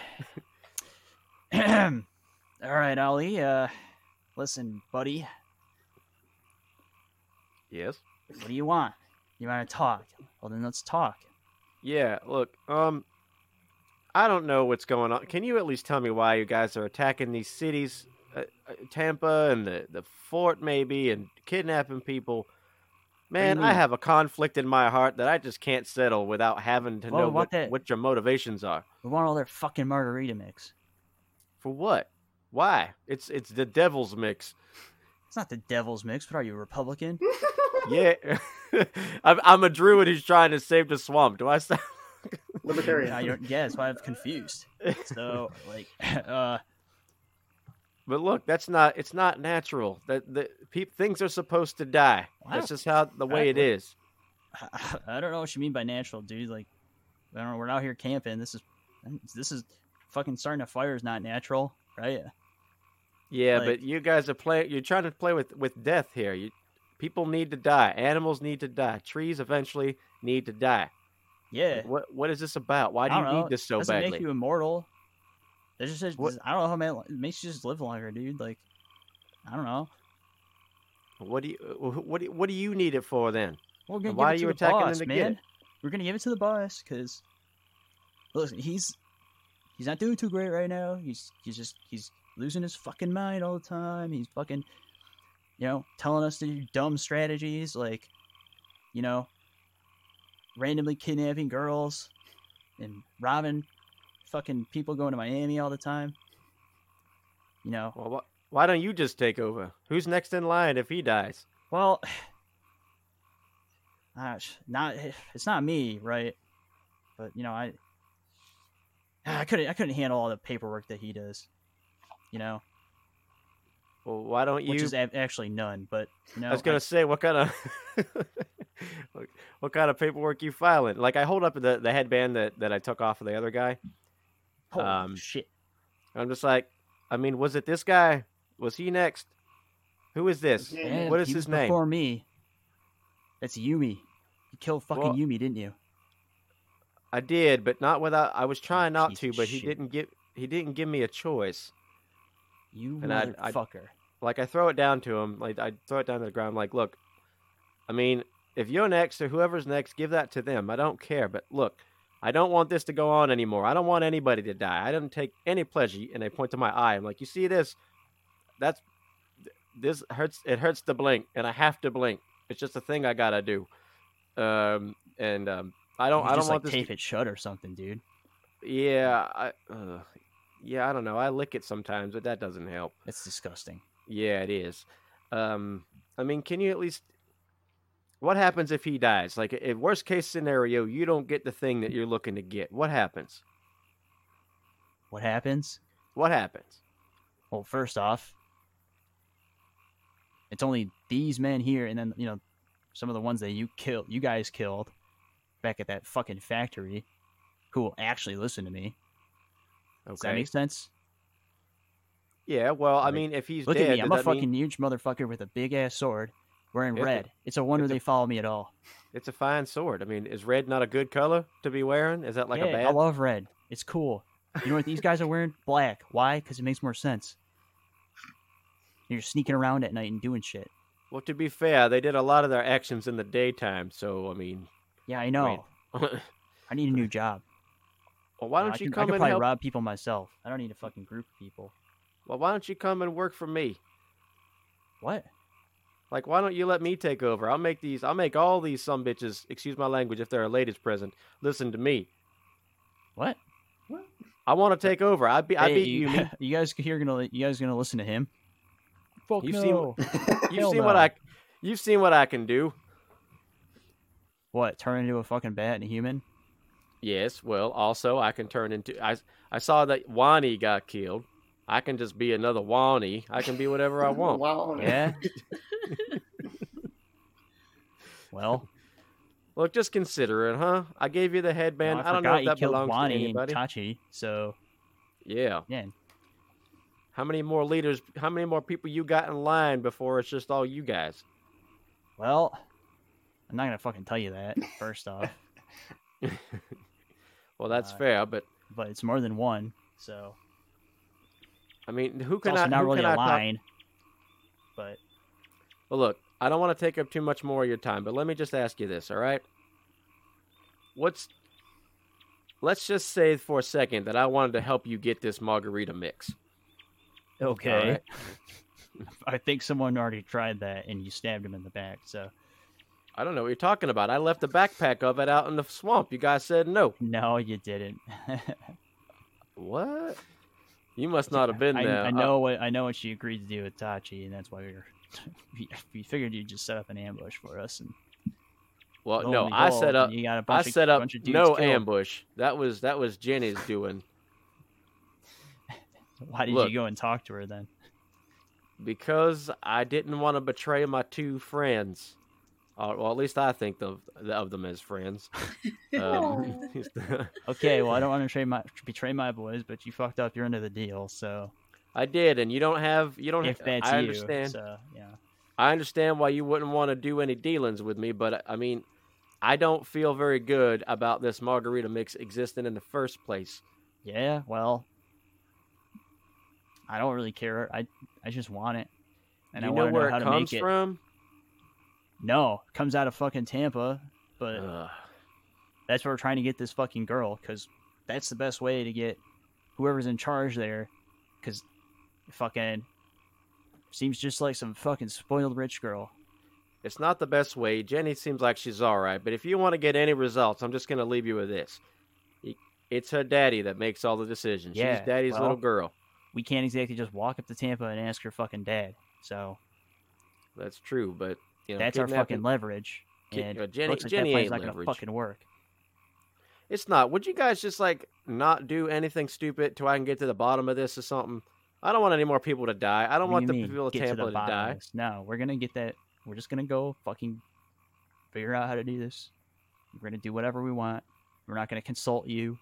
S1: All right, Ali. Uh listen, buddy,
S2: yes.
S1: what do you want? You want to talk? Well, then let's talk.
S2: Yeah. Look. Um. I don't know what's going on. Can you at least tell me why you guys are attacking these cities, uh, uh, Tampa and the the fort, maybe, and kidnapping people?
S1: do you
S2: Man, I
S1: mean?
S2: have a conflict in my heart that I just can't settle without having to
S1: Well,
S2: know
S1: what
S2: what,
S1: the-
S2: what your motivations are.
S1: We want all their fucking margarita mix.
S2: For what? Why? It's it's the devil's mix.
S1: It's not the devil's mix, but are you a Republican?
S2: Yeah, I'm, I'm a druid who's trying to save the swamp. Do I sound?
S4: libertarian.
S1: Yeah, you're, yeah, that's why I'm confused. So, like, uh,
S2: But look, that's not. It's not natural. That the peop, things are supposed to die.
S1: Wow.
S2: That's just how the way it
S1: Exactly.
S2: is.
S1: I don't know what you mean by natural, dude. Like, I don't know. We're out here camping. This is, this is fucking starting a fire is not natural, right?
S2: Yeah,
S1: Like-
S2: but you guys are playing. You're trying to play with with death here. You, people need to die. Animals need to die. Trees eventually need to die.
S1: Yeah.
S2: What what is this about? Why do
S1: I
S2: you
S1: don't know.
S2: need this so
S1: doesn't
S2: badly?
S1: make you immortal. It just, it
S2: What-
S1: just- I don't know how man it makes you just live longer, dude. Like, I don't know.
S2: What do you wh- what do, you- what do you need it for then?
S1: We're gonna
S2: And why are
S1: give
S2: you
S1: it to the
S2: attacking them
S1: boss,
S2: to get
S1: man.
S2: it?
S1: We're gonna give it to the boss because listen, he's he's not doing too great right now. He's he's just he's losing his fucking mind all the time. He's fucking you know telling us to do dumb strategies like you know randomly kidnapping girls and robbing fucking people going to Miami all the time. You know,
S2: Well, wh- why don't you just take over? Who's next in line if he dies?
S1: Well, gosh, not it's not me, right? But you know, I I couldn't I couldn't handle all the paperwork that he does, you know,
S2: Well, why don't you?
S1: which is a- actually none. But you know,
S2: I was gonna say what kind of what, what kind of paperwork you filing? Like I hold up the, the headband that, that I took off of the other guy.
S1: holy
S2: um,
S1: shit,
S2: I'm just like, I mean, was it this guy? Was he next? Who is this?
S4: Yeah.
S1: man,
S2: um, what is
S1: he
S2: his
S1: was
S2: name?
S1: Before me, that's Yumi. You killed fucking
S2: Well-
S1: Yumi, didn't you?
S2: I did, but not without. I was trying not
S1: piece
S2: to,
S1: of
S2: but he
S1: shit.
S2: didn't give he didn't give me a choice.
S1: You
S2: And I- I-
S1: motherfucker.
S2: Like I throw it down to him. Like I throw it down to the ground. Like, look, I mean, if you're next or whoever's next, give that to them. I don't care. But look, I don't want this to go on anymore. I don't want anybody to die. I don't take any pleasure. And they point to my eye. I'm like, you see this? That's this hurts. It hurts to blink, and I have to blink. It's just a thing I gotta do. Um, and um, I
S1: You
S2: don't.
S1: could
S2: I don't
S1: just,
S2: want
S1: like
S2: this.
S1: tape it shut or something, dude.
S2: to- yeah. I, uh, yeah. I don't know. I lick it sometimes, but that doesn't help.
S1: That's disgusting.
S2: Yeah, it is. Um, I mean, can you at least? What happens if he dies? Like, in worst case scenario, you don't get the thing that you're looking to get. What happens?
S1: What happens?
S2: What happens?
S1: Well, first off, it's only these men here, and then you know some of the ones that you killed, you guys killed back at that fucking factory, who will actually listen to me.
S2: Okay.
S1: Does that make sense?
S2: yeah. Well, I
S1: Like,
S2: mean, if he's
S1: Look
S2: dead,
S1: at me, I'm
S2: does
S1: a
S2: that mean-
S1: fucking huge motherfucker with a big ass sword, wearing
S2: It's a-
S1: red. It's a wonder
S2: it's a-
S1: they follow me at all.
S2: It's a fine sword. I mean, is red not a good color to be wearing? Is that like a
S1: Yeah,
S2: bad?
S1: I love red. It's cool. You know what these guys are wearing? Black. Why? Because it makes more sense. You're sneaking around at night and doing shit.
S2: Well, to be fair, they did a lot of their actions in the daytime. So, I mean,
S1: Yeah, I know.
S2: well,
S1: I need a new job.
S2: why
S1: No,
S2: don't
S1: I
S2: you
S1: can, I
S2: come
S1: can
S2: and
S1: probably
S2: help?
S1: rob people myself. I don't need a fucking group of people.
S2: Well, why don't you come and work for me?
S1: What?
S2: Like, why don't you let me take over? I'll make these. I'll make all these some bitches. Excuse my language. If there are ladies present, listen to me.
S1: What?
S2: I want to take over. I be. I
S1: Hey,
S2: beat
S1: you,
S2: you. me.
S1: you guys here gonna you guys gonna listen to him? Fuck
S2: You
S1: no.
S2: see what- You've
S1: hell
S2: seen what
S1: no.
S2: I. You've seen what I can do.
S1: What? Turn into a fucking bat and a human?
S2: Yes. Well, also I can turn into. I. I saw that Wani got killed. I can just be another Wani. I can be whatever I want.
S4: Wow.
S1: Yeah. well,
S2: Look, just consider it, huh? I gave you the
S1: man,
S2: headband.
S1: I,
S2: I, don't know
S1: forgot
S2: if
S1: you
S2: that
S1: killed
S2: belongs to
S1: Wani and
S2: anybody.
S1: Tachi. So
S2: Yeah.
S1: yeah,
S2: How many more leaders? How many more people you got in line before it's just all you guys?
S1: well, I'm not gonna fucking tell you that first off,
S2: Well, that's
S1: Uh,
S2: fair, but
S1: but it's more than one. So
S2: I mean, who
S1: it's
S2: can
S1: also
S2: I?
S1: not
S2: who
S1: really
S2: can
S1: a
S2: I talk-
S1: line. But
S2: Well, look, I don't want to take up too much more of your time, but let me just ask you this, all right? What's Let's just say for a second that I wanted to help you get this margarita mix.
S1: okay, I think someone already tried that and you stabbed him in the back. So
S2: I don't know what you're talking about. I left a backpack of it out in the swamp. You guys said no.
S1: no, you didn't.
S2: What? You must not have been
S1: I,
S2: there.
S1: I know what I know what she agreed to do with Tachi, and that's why we were. We figured you'd just set up an ambush for us, and
S2: Uh, well,
S1: lo
S2: Oh, no,
S1: and
S2: I
S1: behold,
S2: set up.
S1: You got a bunch
S2: I
S1: of-
S2: set up
S1: bunch of dudes
S2: no
S1: killed.
S2: ambush. That was that was Jenny's doing
S1: Why did
S2: Look.
S1: you go and talk to her then?
S2: because I didn't want to betray my two friends. Or, well, at least I think of of them as friends. Um,
S1: Okay, well I don't want to betray my betray my boys, but you fucked up. You're into the deal, so
S2: I did, and you don't have you don't.
S1: if
S2: ha-
S1: that's
S2: Oh, I
S1: you,
S2: understand.
S1: so yeah,
S2: I understand why you wouldn't want to do any dealings with me, but I mean, I don't feel very good about this margarita mix existing in the first place.
S1: yeah. Well, I don't really care. I I just want it, and
S2: you
S1: I
S2: know
S1: want to know
S2: where
S1: how
S2: it
S1: to
S2: comes
S1: make it.
S2: from?
S1: No, it comes out of fucking Tampa, but
S2: Ugh.
S1: that's where we're trying to get this fucking girl because that's the best way to get whoever's in charge there because fucking seems just like some fucking spoiled rich girl
S2: It's not the best way. Jenny seems like she's all right, but if you want to get any results, I'm just going to leave you with this. Y- It's her daddy that makes all the decisions.
S1: Yeah,
S2: she's daddy's
S1: well-
S2: little girl.
S1: we can't exactly just walk up to tampa and ask her fucking dad so
S2: That's true, but you know,
S1: that's our
S2: kidnapping-
S1: fucking leverage
S2: Ki-
S1: and
S2: uh, Jenny,
S1: looks like
S2: Jenny
S1: that plan's
S2: ain't
S1: not
S2: leverage.
S1: gonna fucking work
S2: It's not. Would you guys just like not do anything stupid till I can get to the bottom of this or something? I don't want any more people to die. I don't
S1: What do
S2: want the
S1: you mean,
S2: people of
S1: get
S2: Tampa to,
S1: the bottom of
S2: die.
S1: this? no we're gonna get that we're just gonna go fucking figure out how to do this we're gonna do whatever we want we're not gonna consult you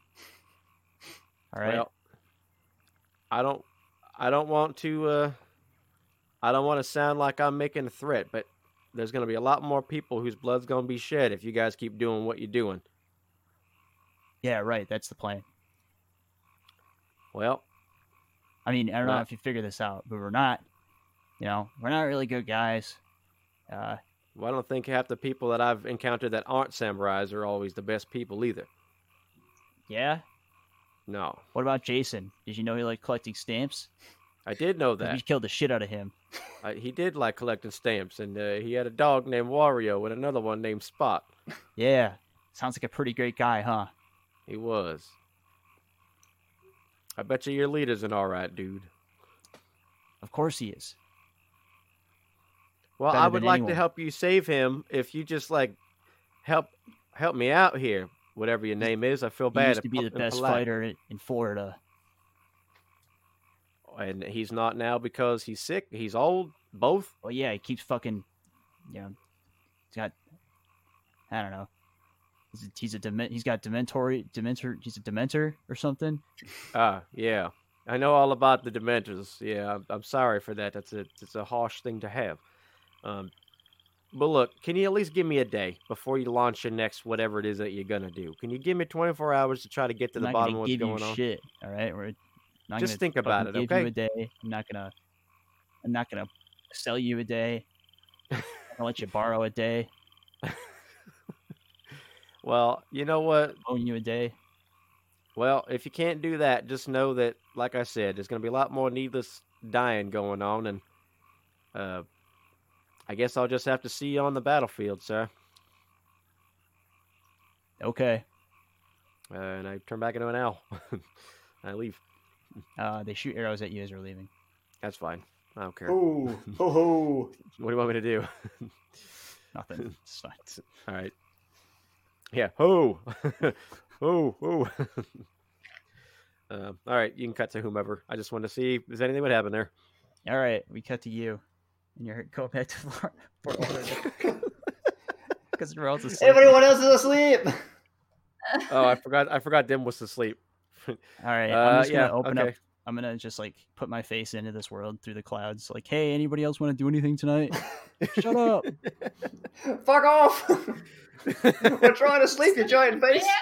S1: all right
S2: Well, I don't. I don't want to. Uh, I don't want to sound like I'm making a threat, but there's going to be a lot more people whose blood's going to be shed if you guys keep doing what you're doing.
S1: yeah right that's the plan
S2: Well,
S1: I mean, I don't know
S2: Right.
S1: if you figure this out, but we're not, you know, we're not really good guys. Uh,
S2: well, I don't think half the people that I've encountered that aren't samurais are always the best people either.
S1: yeah.
S2: No,
S1: What about Jason? Did you know he liked collecting stamps?
S2: I did know that.
S1: We killed the shit out of him.
S2: I, he did like collecting stamps, and uh, he had a dog named Wario and another one named Spot.
S1: Yeah. Sounds like a pretty great guy, huh?
S2: He was. I bet you your leader's an all right dude.
S1: Of course he is.
S2: Well,
S1: Better
S2: I would
S1: than
S2: like to
S1: anyone.
S2: help you save him if you just like help help me out here. Whatever your name is, I feel
S1: He
S2: bad.
S1: used to
S2: and
S1: be
S2: po-
S1: the
S2: and
S1: best
S2: polite.
S1: fighter in Florida.
S2: and he's not now because he's sick. He's old. Both.
S1: Well, yeah, he keeps fucking, you know, he's got, I don't know. He's a, he's a dement, he's got dementor, dementor, he's a dementor or something.
S2: Ah, yeah. I know all about the Dementors. Yeah, I'm, I'm sorry for that. That's a it's a harsh thing to have. Um, but look, can you at least give me a day before you launch your next whatever it is that you're gonna do? Can you give me 24 hours to try to get to
S1: I'm
S2: the
S1: not
S2: bottom
S1: gonna
S2: of what's
S1: give
S2: going
S1: you
S2: on?
S1: shit. All right, we're not
S2: Just
S1: gonna
S2: think about
S1: fucking
S2: it,
S1: give you
S2: okay?
S1: a day. I'm not gonna. I'm not gonna sell you a day. I'll let you borrow a day,
S2: Well, you know what?
S1: loan you a day.
S2: Well, if you can't do that, just know that, like I said, there's going to be a lot more needless dying going on, and uh, I guess I'll just have to see you on the battlefield, sir.
S1: Okay.
S2: Uh, and I turn back into an owl. I leave.
S1: Uh, they shoot arrows at you as you're leaving.
S2: That's fine. I don't care.
S4: Oh, ho ho.
S2: What do you want me to do?
S1: Nothing. It's fine.
S2: All right. Yeah. Ho. ho. Ho. Um, all right, you can cut to whomever. I just want to see is anything would happen there.
S1: All right, we cut to you, and you're going back to Flor- Fort Lauderdale because everyone else is sleeping.
S4: Everyone else is asleep.
S2: Oh, I forgot. I forgot. Dim was asleep.
S1: All right,
S2: Uh,
S1: I'm just
S2: yeah.
S1: gonna open
S2: okay.
S1: up. I'm gonna just like put my face into this world through the clouds. Like, hey, anybody else want to do anything tonight? Shut up.
S4: Fuck off. We're trying to sleep, you giant face.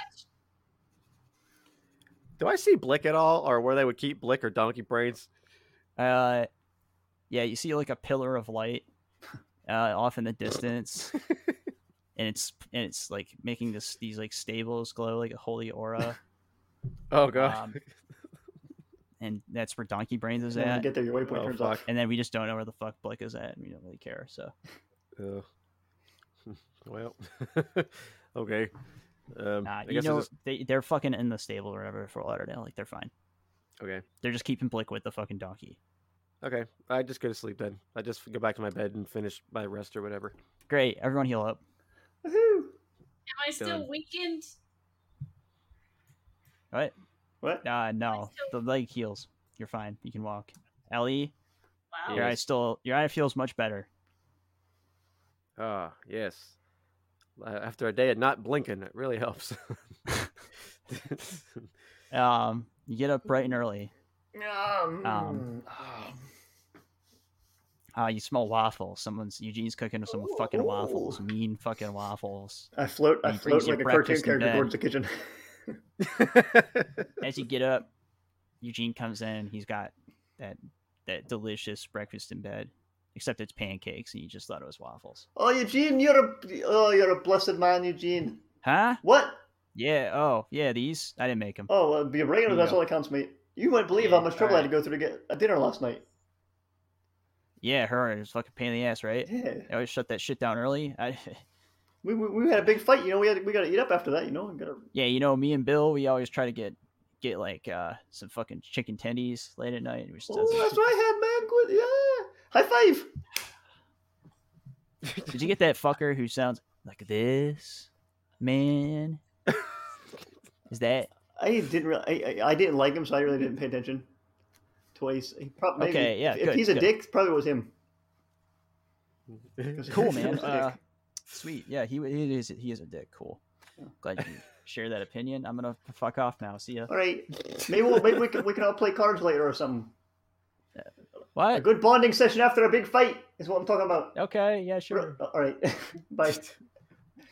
S2: Do I see Blick at all, or where they would keep Blick or Donkey Brains?
S1: Uh, yeah, you see like a pillar of light uh, off in the distance, and it's and it's like making this these like stables glow like a holy aura.
S2: Oh god.
S1: Um, and that's where Donkey Brains is
S4: When you
S1: at.
S4: get there, your waypoint
S2: Oh,
S4: turns
S2: fuck.
S4: off.
S1: And then we just don't know where the fuck Blick is at, and we don't really care. So
S2: Oh. Well. okay. Um,
S1: Nah,
S2: I
S1: uh, you
S2: guess I
S1: know
S2: just-
S1: they they're fucking in the stable or whatever for Lauderdale. Like they're fine.
S2: okay.
S1: They're just keeping Blick with the fucking donkey.
S2: Okay. I just go to sleep then. I just go back to my bed and finish my rest or whatever.
S1: Great, everyone heal up.
S4: Woohoo.
S3: Am I still
S2: Done.
S3: weakened?
S1: What?
S4: What?
S1: Uh no, the leg heals. You're fine. You can walk. Ellie,
S3: Wow.
S1: your
S2: Yeah.
S1: eye
S2: Yes.
S1: still your eye feels much better.
S2: Ah, yes. Uh, After a day of not blinking, it really helps.
S1: Um, you get up bright
S4: Mm-hmm.
S1: and early.
S4: Um,
S1: Um,
S4: oh,
S1: Uh, you smell waffles. Someone's Eugene's cooking some fucking waffles.
S4: Ooh.
S1: Mean fucking waffles.
S4: I float. I
S1: He brings you
S4: float like a cartoon
S1: breakfast in
S4: character
S1: bed.
S4: towards the kitchen.
S1: As you get up, Eugene comes in. He's got that that delicious breakfast in bed, except it's pancakes, and you just thought it was waffles.
S4: Oh, Eugene, you're a oh, you're a blessed man, Eugene.
S1: Huh?
S4: What?
S1: Yeah. Oh, yeah. These I didn't make them.
S4: Oh, well, be regular.
S1: Here you
S4: That's
S1: go.
S4: all that counts, mate. You wouldn't believe
S1: Yeah,
S4: how much trouble I had
S1: alright.
S4: to go through to get a dinner last night.
S1: Yeah, her is fucking pain in the ass, right?
S4: Yeah,
S1: I always shut that shit down early. I,
S4: we, we, we had a big fight. You know, we had we got to eat up after that. You know, we got to.
S1: yeah, you know, me and Bill, we always try to get get like uh some fucking chicken tendies late at night. We just
S4: Oh, that's what I had, man. Good, yeah. High five.
S1: Did you get that fucker who sounds like this man? Is that
S4: I didn't really. I, I, I didn't like him, so I really didn't pay attention. Twice. He prob- maybe,
S1: Okay, yeah,
S4: If
S1: good,
S4: he's a
S1: good.
S4: dick, it probably was him. 'Cause
S1: cool,
S4: he's a
S1: man?
S4: dick.
S1: Uh, sweet. Yeah, he, he is he is a dick. Cool.
S4: Yeah.
S1: Glad you share that opinion. I'm gonna fuck off now. See ya.
S4: all right. Maybe we'll maybe we can we can all play cards later or something. A
S1: What?
S4: good bonding session after a big fight is what I'm talking about.
S1: Okay. Yeah. Sure.
S4: All right. Bye.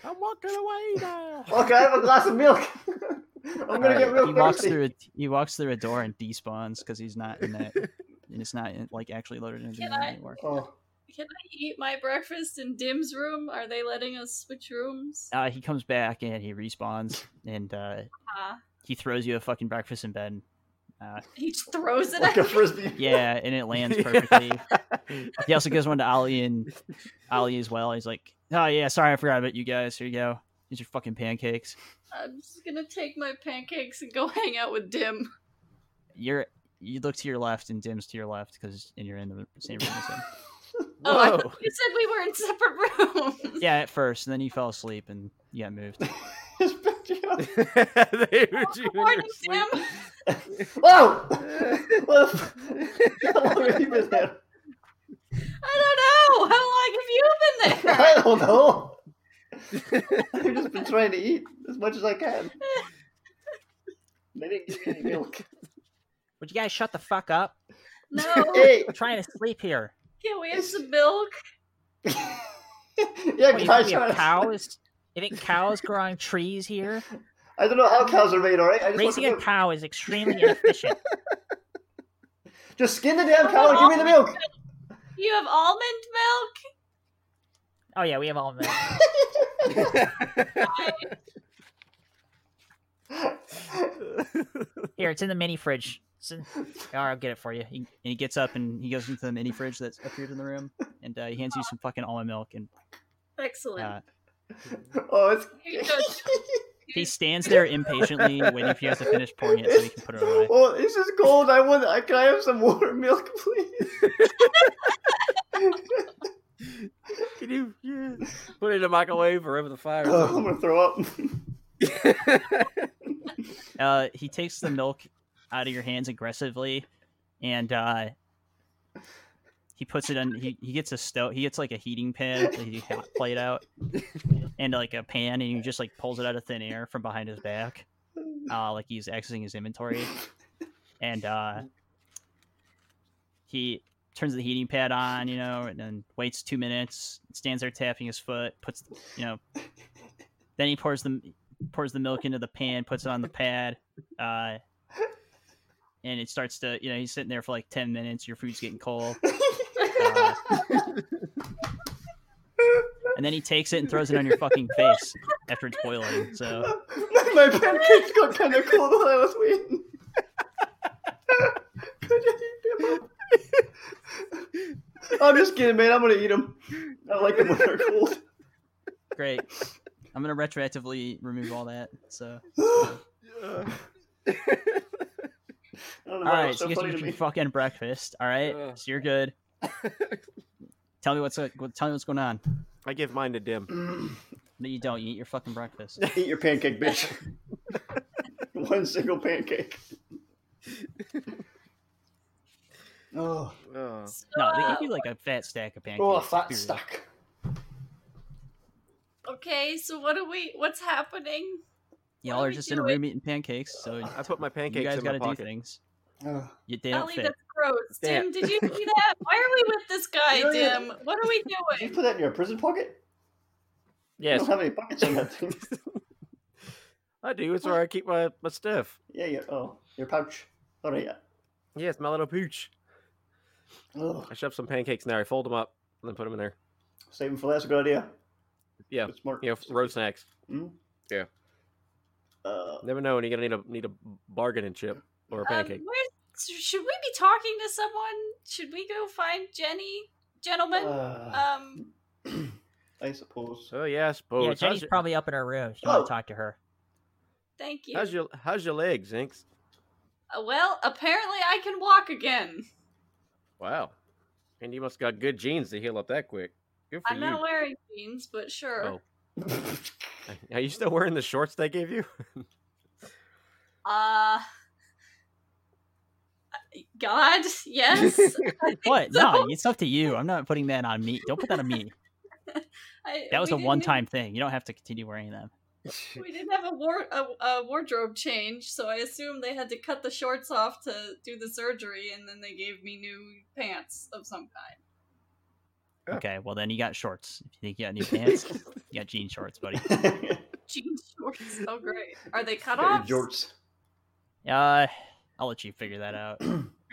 S2: I'm walking away now.
S4: Okay, I have a glass of milk. I'm gonna
S1: All
S4: get
S1: right,
S4: real
S1: he walks
S4: thirsty.
S1: through a he walks through a door and despawns because he's not in that and it's not in, like actually loaded into the
S3: Can
S1: game
S3: I-
S1: anymore.
S4: Oh,
S3: Can I eat my breakfast in Dim's room? Are they letting us switch rooms?
S1: Uh, he comes back and he respawns and uh,
S3: Ah.
S1: he throws you a fucking breakfast in bed. Uh,
S3: He just throws it
S4: like
S3: at
S4: a
S3: me.
S4: frisbee.
S1: yeah, and it lands perfectly. he also gives one to Ali and Ali as well. He's like, "Oh yeah, sorry, I forgot about you guys. Here you go. These are fucking pancakes."
S3: I'm just gonna take my pancakes and go hang out with Dim.
S1: You're you look to your left and Dim's to your left because and you're in the same room as him.
S3: Oh, I
S2: Whoa.
S3: thought you said we were in separate rooms.
S1: Yeah, at first, and then you fell asleep and you got moved.
S4: Just picked you up.
S2: They were
S3: Good
S2: junior
S3: morning,
S2: sleep.
S3: Dim.
S4: Whoa! What the f- How long have you been there?
S3: I don't know. How long have you been there?
S4: I don't know. I've just been trying to eat as much as I can. They didn't give me any milk.
S1: Would you guys shut the fuck up?
S3: No.
S4: Hey,
S1: We're trying to sleep here.
S3: Can we have some milk?
S4: yeah,
S1: What, you think
S4: guys.
S1: we have
S4: honest-
S1: cows? You think cows growing trees here?
S4: I don't know how cows are made. All right, I just, want
S1: Raising
S4: the
S1: a
S4: milk.
S1: cow is extremely inefficient.
S4: just skin the damn cow and give me the milk.
S3: You have almond milk?
S1: Oh yeah, we have all milk. Here, it's in the mini fridge. It's in- All right, I'll get it for you. He, and he gets up and he goes into the mini fridge that's appeared in the room, and uh, he hands you some fucking almond milk. And
S3: Excellent.
S1: uh,
S4: Oh, it's
S3: Here you go.
S1: he stands there impatiently, waiting for you guys to finish pouring it so he can put it away.
S4: Oh, this is cold. I want. I can I have some water milk, please?
S2: Can you yeah, put it in the microwave or over the fire?
S1: Oh,
S2: or
S4: I'm gonna throw up.
S1: Uh, he takes the milk out of your hands aggressively, and uh, he puts it on. He, he gets a stove. He gets like a heating pad that he hot plate out, and like a pan, and he just like pulls it out of thin air from behind his back, uh, like he's accessing his inventory, and uh, he turns the heating pad on, you know, and then waits two minutes, stands there tapping his foot, puts, you know, then he pours the pours the milk into the pan, puts it on the pad, uh, and it starts to, you know, he's sitting there for like ten minutes. Your food's getting cold, Uh, and then he takes it and throws it on your fucking face after it's boiling. So
S4: My pancakes got kind of cold while I was waiting. Could you eat them? I'm just kidding, man. I'm gonna eat them. I like them when they're cold.
S1: great. I'm gonna retroactively remove all that. So
S2: Uh,
S4: I don't know
S1: all
S4: why
S1: right,
S4: it's
S1: so
S4: so
S1: you guys
S4: funny
S1: are
S4: to
S1: eating
S4: me.
S1: fucking breakfast. All right,
S2: Ugh.
S1: so you're good. tell me what's uh, what- tell me what's going on.
S2: I give mine to Dim.
S4: Mm.
S1: No, you don't. You eat your fucking breakfast.
S4: Eat your pancake, bitch. One single pancake. Oh,
S2: Oh.
S1: No, they
S3: Stop.
S1: give you like a fat stack of pancakes.
S4: oh, a fat
S1: period.
S4: stack.
S3: okay, so what are we? What's happening?
S1: Y'all
S3: What
S1: are
S3: are we
S1: just in a
S3: doing?
S1: room eating pancakes, so
S2: I put my
S1: you
S2: pancakes
S1: guys
S2: in my
S1: gotta do
S2: pocket.
S1: things.
S4: Oh.
S1: You they don't
S3: Ellie,
S1: fit.
S3: that's gross.
S2: Damn.
S3: Dim, did you see that? Why are we with this guy,
S4: Yeah, yeah.
S3: Dim? What are we
S4: Did you
S3: doing?
S4: put that in your prison pocket? You
S2: Yes,
S4: don't have any pockets on that thing.
S2: I do. It's where I keep my, my stuff.
S4: yeah, your oh, your pouch. All right. Yeah.
S2: Yes, my little pooch.
S4: Oh,
S2: I shove some pancakes in there. I fold them up and then put them in there.
S4: save 'em for that's a good idea.
S2: Yeah,
S4: Good smart.
S2: You know, road snacks.
S4: Uh,
S2: Never know when you're gonna need a need a bargaining chip or a
S3: Um,
S2: pancake.
S3: where, should we be talking to someone? Should we go find Jenny, gentlemen?
S4: uh,
S3: Um,
S4: I suppose.
S2: Oh, so yeah, I suppose.
S6: Yeah,
S2: how's,
S6: Jenny's
S2: your,
S6: probably up in her room. You want
S4: Oh.
S6: to talk to her.
S3: thank you.
S2: how's your how's your legs, Zinks?
S3: Uh, well, apparently I can walk again.
S2: Wow, and you must got good genes to heal up that quick. Good for
S3: I'm not
S2: you.
S3: wearing jeans, but sure.
S2: Oh. Are you still wearing the shorts they gave you?
S3: Uh God, yes.
S1: What?
S3: so.
S1: No, it's up to you. I'm not putting that on me. Don't put that on me.
S3: I,
S1: That was
S3: we
S1: a
S3: didn't
S1: one-time thing. You don't have to continue wearing them.
S3: even- we didn't have a, war, a, a wardrobe change, so I assume they had to cut the shorts off to do the surgery, and then they gave me new pants of some kind.
S2: Yeah.
S1: Okay, well then you got shorts. If you think you got new pants, you got jean shorts, buddy.
S3: Jean shorts. Oh, great. Are they cut
S4: Got
S3: off?
S4: your
S3: Are
S4: jorts.
S1: Uh, I'll let you figure that out. If,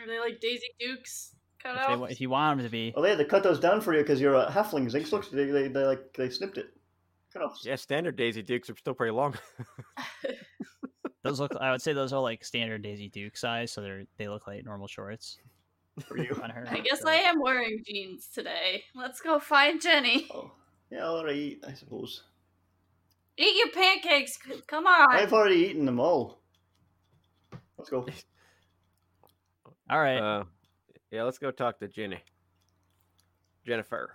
S3: they like Daisy Dukes cut
S1: they,
S3: off?
S1: wa- if you want them to be,
S4: Well, Oh, they had to cut those down for you because you're a halfling. Zinks looks. They, they, they like they snipped it. Cut off.
S2: yeah, standard Daisy Dukes are still pretty long.
S1: those look. I would say those are like standard Daisy Duke size, so they're they look like normal shorts
S4: for you.
S1: on her.
S3: I guess
S1: so-
S3: I am wearing jeans today. Let's go find Jenny.
S4: Oh, yeah. I'll already eat. I suppose.
S3: Eat your pancakes. c- Come on.
S4: I've already eaten them all. Let's go.
S1: All right.
S2: Uh, yeah, let's go talk to Jenny. Jennifer.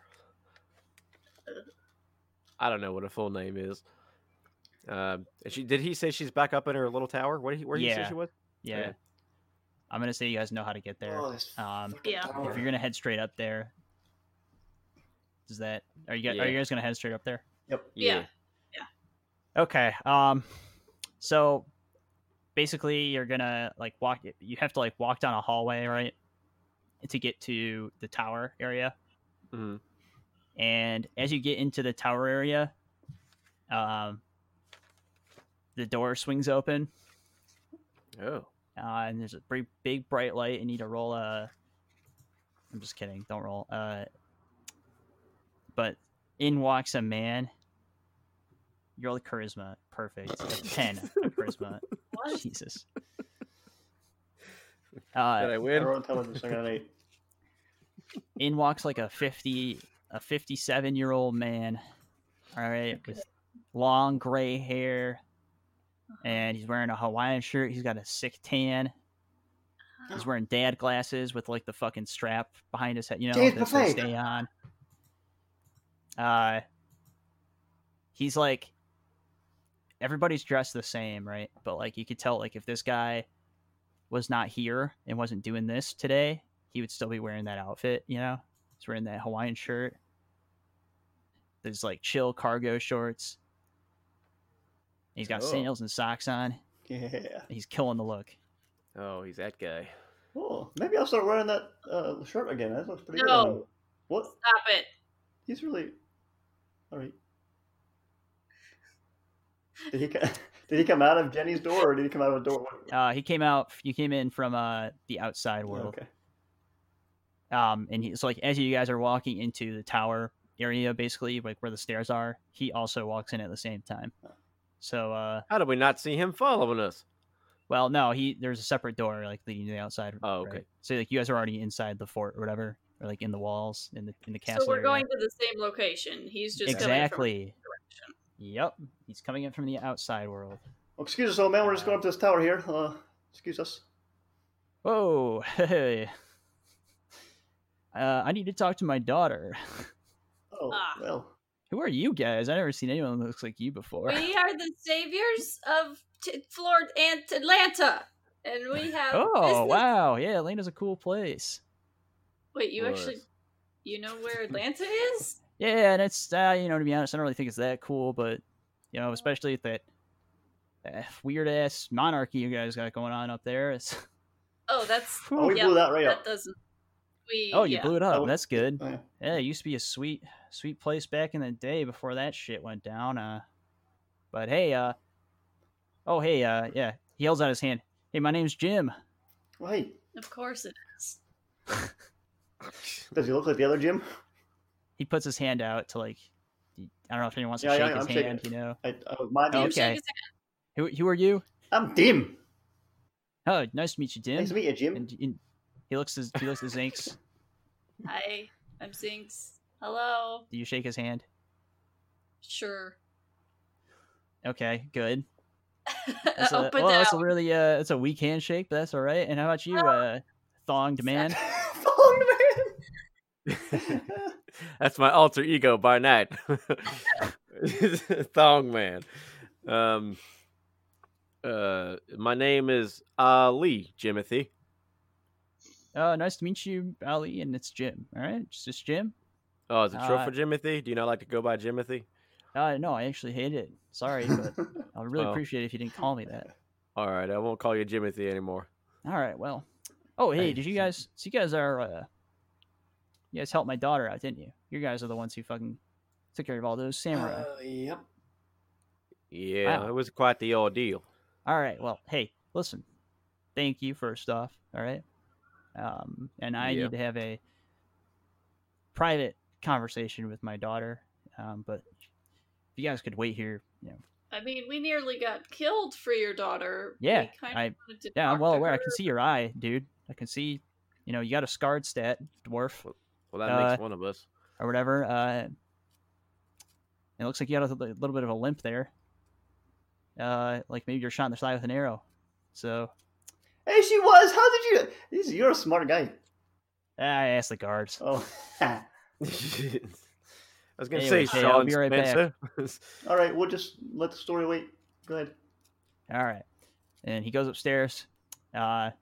S2: I don't know what her full name is. Um, is she did he say she's back up in her little tower? Where he where he
S1: Yeah.
S2: said she was?
S1: yeah.
S2: yeah.
S1: I'm gonna say you guys know how to get there.
S4: Oh, this
S1: Um,
S4: fucking
S3: Yeah.
S4: tower.
S1: if you're gonna head straight up there, does that are you guys, are you
S2: Yeah.
S1: guys gonna head straight up there?
S3: Yeah.
S1: Okay. Um, so basically, you're gonna like walk. You have to like walk down a hallway, right, to get to the tower area.
S2: Mhm.
S1: And as you get into the tower area, um, the door swings open,
S2: Oh.
S1: uh, and there's a big, big bright light. You need to roll a. I'm just kidding. Don't roll. Uh, but in walks a man. You roll the charisma. Perfect. A Ten on charisma.
S3: What?
S1: Jesus.
S2: Did
S1: Uh,
S2: I
S4: I
S2: win?
S4: wrote intelligence. I got an eight.
S1: in walks like a fifty, a fifty-seven-year-old man. All right, with long gray hair, and he's wearing a Hawaiian shirt. He's got a sick tan. He's wearing dad glasses with like the fucking strap behind his head, you know,
S4: Dad
S1: that they
S4: buffet.
S1: stay on. Uh, he's like, everybody's dressed the same, right? But like you could tell, like if this guy was not here and wasn't doing this today, he would still be wearing that outfit, you know? He's wearing that Hawaiian shirt. There's like chill cargo shorts. He's got
S4: Oh.
S1: sandals and socks on. and
S4: Yeah.
S1: He's killing the look.
S2: Oh, he's that guy.
S4: Oh, maybe I'll start wearing that uh, shirt again. That looks pretty good.
S3: No.
S4: on him. What?
S3: Stop it.
S4: He's really. All right. Did he, co- did he come out of Jenny's door or did he come out of a door?
S1: Uh, he came out. You came in from uh, the outside world.
S4: Okay.
S1: Um, and he's like, as you guys are walking into the tower area, basically like where the stairs are, he also walks in at the same time. So, uh,
S2: How did we not see him following us?
S1: well, no, he there's a separate door like leading to the outside.
S2: Oh, okay.
S1: So like you guys are already inside the fort or whatever, or like in the walls in the in the castle.
S3: So we're
S1: area.
S3: going to the same location. He's just Coming
S1: exactly. Yep, he's coming in from the outside world.
S4: Well, Oh, excuse us, old man. We're just going up to this tower here. Uh, excuse us.
S1: Whoa, hey. Uh, I need to talk to my daughter.
S4: Oh,
S3: Ah.
S4: well.
S1: Who are you guys? I never seen anyone that looks like you before.
S3: from- we are the saviors of t- Florida and Atlanta, and we have.
S1: Oh
S3: business-
S1: wow, yeah, Atlanta's a cool place.
S3: Wait, you
S2: Was.
S3: actually, you know where Atlanta is?
S1: Yeah, and it's uh, you know to be honest, I don't really think it's that cool, but you know, especially with that weird ass monarchy you guys got going on up there. It's
S3: Oh, that's
S4: Oh, we
S3: yeah,
S4: blew that right
S3: that
S4: up.
S3: doesn't. We
S1: oh, you
S3: yeah.
S1: blew it up.
S4: Oh.
S1: That's good.
S4: Oh, yeah.
S1: Yeah, it used to be a sweet, sweet place back in the day before that shit went down. Uh, but hey, uh, oh hey, uh, yeah, he holds out his hand. Hey, my name's Jim.
S4: Well, hey,
S3: Of course it is.
S4: does he look like the other Jim?
S1: He puts his hand out to like, I don't know if anyone wants to
S4: Yeah,
S1: shake
S4: yeah,
S1: his
S4: I'm shaking
S1: hand.
S4: it.
S1: You know,
S4: I, I was my
S1: Oh,
S3: Jim
S1: okay.
S3: shake his
S1: who who are you?
S4: I'm Dim.
S1: Oh, nice to meet you, Jim.
S4: Nice to meet you, Jim.
S1: and, and he looks his he looks his Zinx.
S3: hand. Hi, I'm Zinx. Hello.
S1: Do you shake his hand?
S3: Sure.
S1: Okay, good. That's a,
S3: Up and
S1: well,
S3: down.
S1: that's a really uh, it's a weak handshake, but that's all right. And how about you, uh, thonged man?
S4: Phone man.
S2: That's my alter ego by night. Thong man. Um uh my name is Ali Jimothy.
S1: Oh, nice to meet you, Ali, and it's Jim. All right, it's just Jim.
S2: Oh, is it short
S1: Uh,
S2: for Jimothy? Do you not like to go by Jimothy?
S1: Uh, no, I actually hate it. Sorry, but I would really
S2: Oh.
S1: appreciate it if you didn't call me that.
S2: All right, I won't call you Jimothy anymore.
S1: All right, well. Oh, hey,
S2: Hey,
S1: did you
S2: so-
S1: guys? So you guys are, uh, you guys helped my daughter out, didn't you? You guys are the ones who fucking took care of all those samurai.
S4: Uh, yep.
S2: Yeah,
S1: Wow.
S2: it was quite the ordeal.
S1: All right. Well, hey, listen. Thank you first off. All right. Um, and I
S2: Yeah.
S1: need to have a private conversation with my daughter. Um, but if you guys could wait here, you know.
S3: I mean, we nearly got killed for your daughter.
S1: Yeah,
S3: we kind
S1: I-
S3: of wanted to
S1: Yeah, I'm
S3: talk
S1: well
S3: to
S1: aware. I
S3: her.
S1: can see your eye, dude. I can see. You know, you got a scarred stat dwarf
S2: Well, that
S1: Uh,
S2: makes one of us.
S1: or whatever. Uh, it looks like you got a li- little bit of a limp there. Uh, like maybe you're shot in the side with an arrow. So
S4: Hey, she was. How did you? He's- You're a smart guy.
S1: ah, I asked the guards.
S4: Oh,
S2: I was gonna
S1: Anyway,
S2: say
S1: Jay, I'll
S2: Sean
S1: be right back.
S2: Spencer.
S4: all right. We'll just let the story wait. Go ahead.
S1: All right. And he goes upstairs, uh,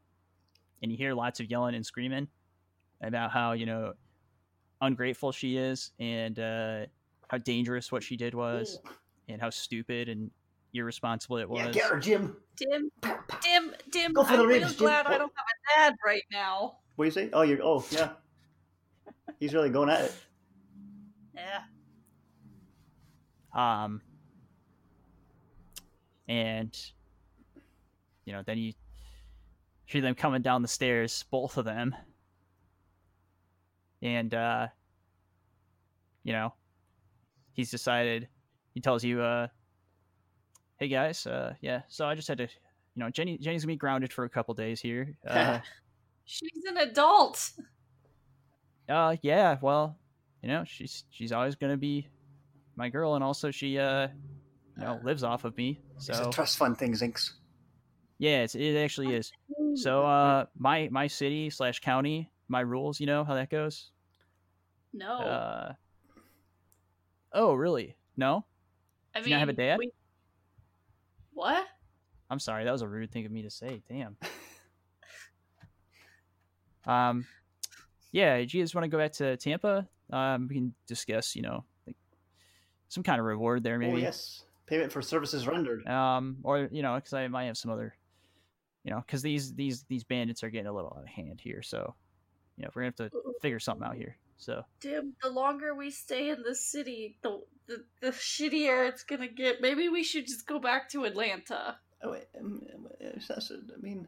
S1: and you hear lots of yelling and screaming about how, you know, ungrateful she is and uh, how dangerous what she did was and how stupid and irresponsible it
S4: Mm. Yeah,
S1: was.
S4: get her, Jim.
S3: Dim, dim, dim.
S4: Go for
S3: I'm
S4: the
S3: real
S4: ribs, Jim.
S3: glad I
S4: Go-
S3: don't have a dad right now.
S4: What do you say? Oh, you're. Oh, yeah. He's really going at it.
S3: Yeah.
S1: Um, and you know, then you see them coming down the stairs, both of them, and uh, you know, he's decided. He tells you, uh, "Hey guys, uh, yeah, so I just had to, you know, Jenny, Jenny's gonna be grounded for a couple days here. Uh,
S3: She's an adult.
S1: uh, yeah, well, you know, she's she's always gonna be my girl, and also she, uh, you know, lives off of me. So
S4: It's a trust fund thing, Zinx.
S1: Yeah, it's, it actually is. So, uh, my my city slash county, my rules. You know how that goes.
S3: no,
S1: Uh, oh, really? No,
S3: I
S1: do you not have a
S3: mean,
S1: dad?
S3: we- what?
S1: I'm sorry. That was a rude thing of me to say. Damn. Um, yeah, if you just want to go back to Tampa, um, we can discuss, you know, like some kind of reward there, maybe.
S4: Oh yes, payment for services rendered.
S1: Um, or you know, because I might have some other, you know, because these these these bandits are getting a little out of hand here. So, you know, we're gonna have to figure something out here. So
S3: Dim, the longer we stay in this city, the, the the shittier it's gonna get. Maybe we should just go back to Atlanta.
S4: Oh, wait, um, um, it's- that's- I mean,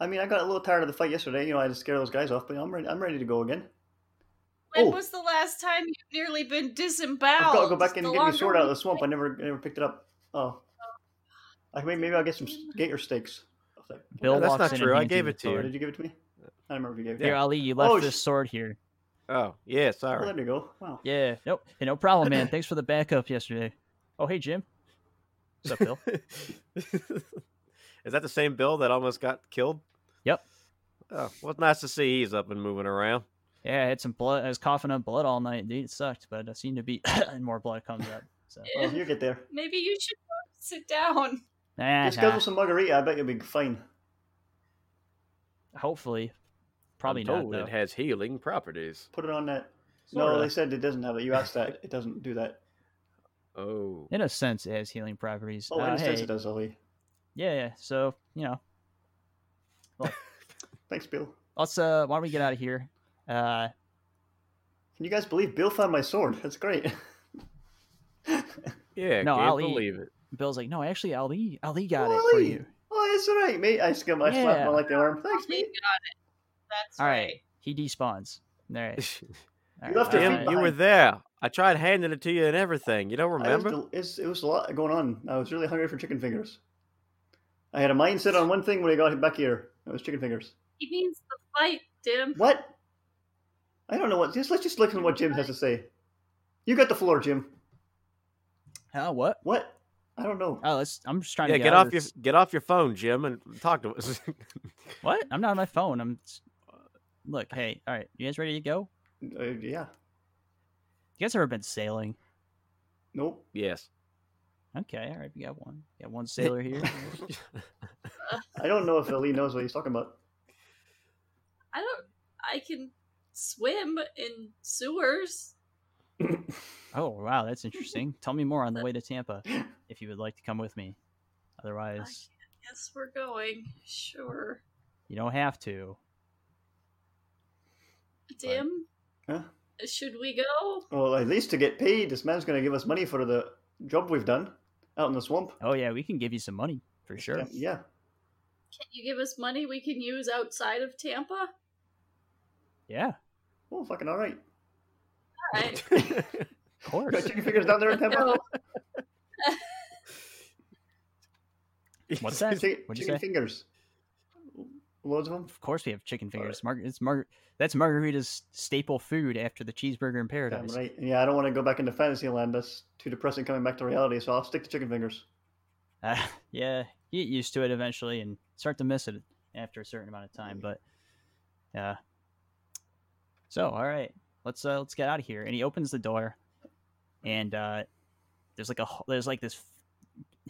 S4: I mean, I got a little tired of the fight yesterday. You know, I had to scare those guys off, but I'm ready. I'm ready to go again.
S3: When
S4: Oh.
S3: was the last time you've nearly been disemboweled?
S4: I've got to go back
S3: The
S4: and get my
S3: longer
S4: sword out of
S3: we
S4: the swamp. I never, I never picked it up. Oh, I maybe, maybe I'll get some s- gator steaks. I was like,
S1: Bill
S2: that's
S1: walks
S2: not
S1: in and
S2: true. I
S1: hands you
S2: gave
S1: the
S2: it to you.
S4: "Oh,
S1: sword.
S4: Did you give it to me? I don't remember if you gave it.
S1: Here,
S4: to me.
S1: Ali, you left
S4: Oh,
S1: this
S4: sh-
S1: sword here.
S2: Oh, yeah,
S4: Oh,
S2: sorry.
S4: there you go. Wow.
S1: Yeah, nope, hey, no problem, man. Thanks for the backup yesterday. Oh, hey, Jim. What's up, Bill?
S2: Is that the same Bill that almost got killed?
S1: Yep.
S2: Oh, well, it's nice to see he's up and moving around.
S1: yeah, I had some blood. I was coughing up blood all night. Dude, it sucked, but I seem to be, and more blood comes up. So,
S3: Yeah.
S4: Oh, you get there.
S3: Maybe you should sit down.
S1: nah,
S4: Just schedule
S1: nah,
S4: some margarita. I bet you'll be fine.
S1: hopefully, probably
S2: I'm
S1: not.
S2: told
S1: Though.
S2: it has healing properties.
S4: Put it on that. No,
S1: Sorta.
S4: they said it doesn't have it. You asked that. It doesn't do that.
S2: Oh,
S1: in a sense, it has healing properties.
S4: Oh, in
S1: Uh,
S4: a sense
S1: hey,
S4: it does, Ollie.
S1: yeah, yeah. So, you know,
S4: Thanks, Bill.
S1: let's uh why don't we get out of here uh
S4: Can you guys believe Bill found my sword? That's great.
S2: yeah.
S1: No,
S2: can't
S1: I'll eat.
S2: believe it.
S1: bill's like no actually ali ali got
S4: Oh,
S1: it for
S4: Ali.
S1: you
S4: Oh, that's all right, mate. I skim, I slapped
S1: Yeah.
S4: him like the arm. Thanks,
S3: We got
S4: mate.
S3: it. That's
S1: all
S3: right.
S1: right he despawns all right, all
S4: You
S1: right.
S4: left your
S1: all
S4: feet
S1: right.
S2: Damn, you were
S4: behind.
S2: there. I tried handing it to you and everything. You don't
S4: I was
S2: remember?
S4: del- it's, it was a lot going on. I was really hungry for chicken fingers. I had a mindset on one thing when I got back here. It was chicken fingers.
S3: He means the fight, Dim.
S4: What? I don't know what. Just let's just listen to what Jim has to say. You got the floor, Jim.
S1: Huh, what
S4: What? I don't know.
S1: oh let's i'm just trying
S2: yeah,
S1: to get,
S2: get
S1: out
S2: off
S1: of
S2: your
S1: this.
S2: get off your phone, Jim, and talk to us.
S1: what i'm not on my phone i'm look hey all right you guys ready to go
S4: Uh, yeah.
S1: you guys ever been sailing
S4: Nope.
S2: yes.
S1: okay all right we got one got one sailor here
S4: I don't know if Ali knows what he's talking about.
S3: I don't. I can swim in sewers.
S1: oh wow that's interesting tell me more on the way to tampa if you would like to come with me
S3: I
S1: otherwise
S3: guess we're going. Sure.
S1: you don't have to
S3: Dim.
S4: Huh?
S3: Uh, Should we go?
S4: Well, at least to get paid, this man's going to give us money for the job we've done out in the swamp.
S1: oh yeah we can give you some money for sure
S4: Yeah. yeah.
S3: Can you give us money we can use outside of Tampa?
S1: yeah
S4: Oh, fucking all right.
S3: I
S1: of course
S4: Got chicken fingers down there in Tampa.
S3: no.
S1: What's that?
S4: Chicken,
S1: What'd you
S4: chicken
S1: say?
S4: fingers. Loads of them.
S1: Of course, we have chicken
S4: All right.
S1: fingers. Mar- it's mar- that's Margarita's staple food after the cheeseburger in
S4: Damn
S1: paradise.
S4: right. Yeah, I don't want to go back into fantasy land. That's too depressing coming back to reality. So I'll stick to chicken fingers.
S1: Uh, yeah, you get used to it eventually and start to miss it after a certain amount of time. But yeah. So all right, let's uh, let's get out of here. And he opens the door, and uh, there's like a h- there's like this.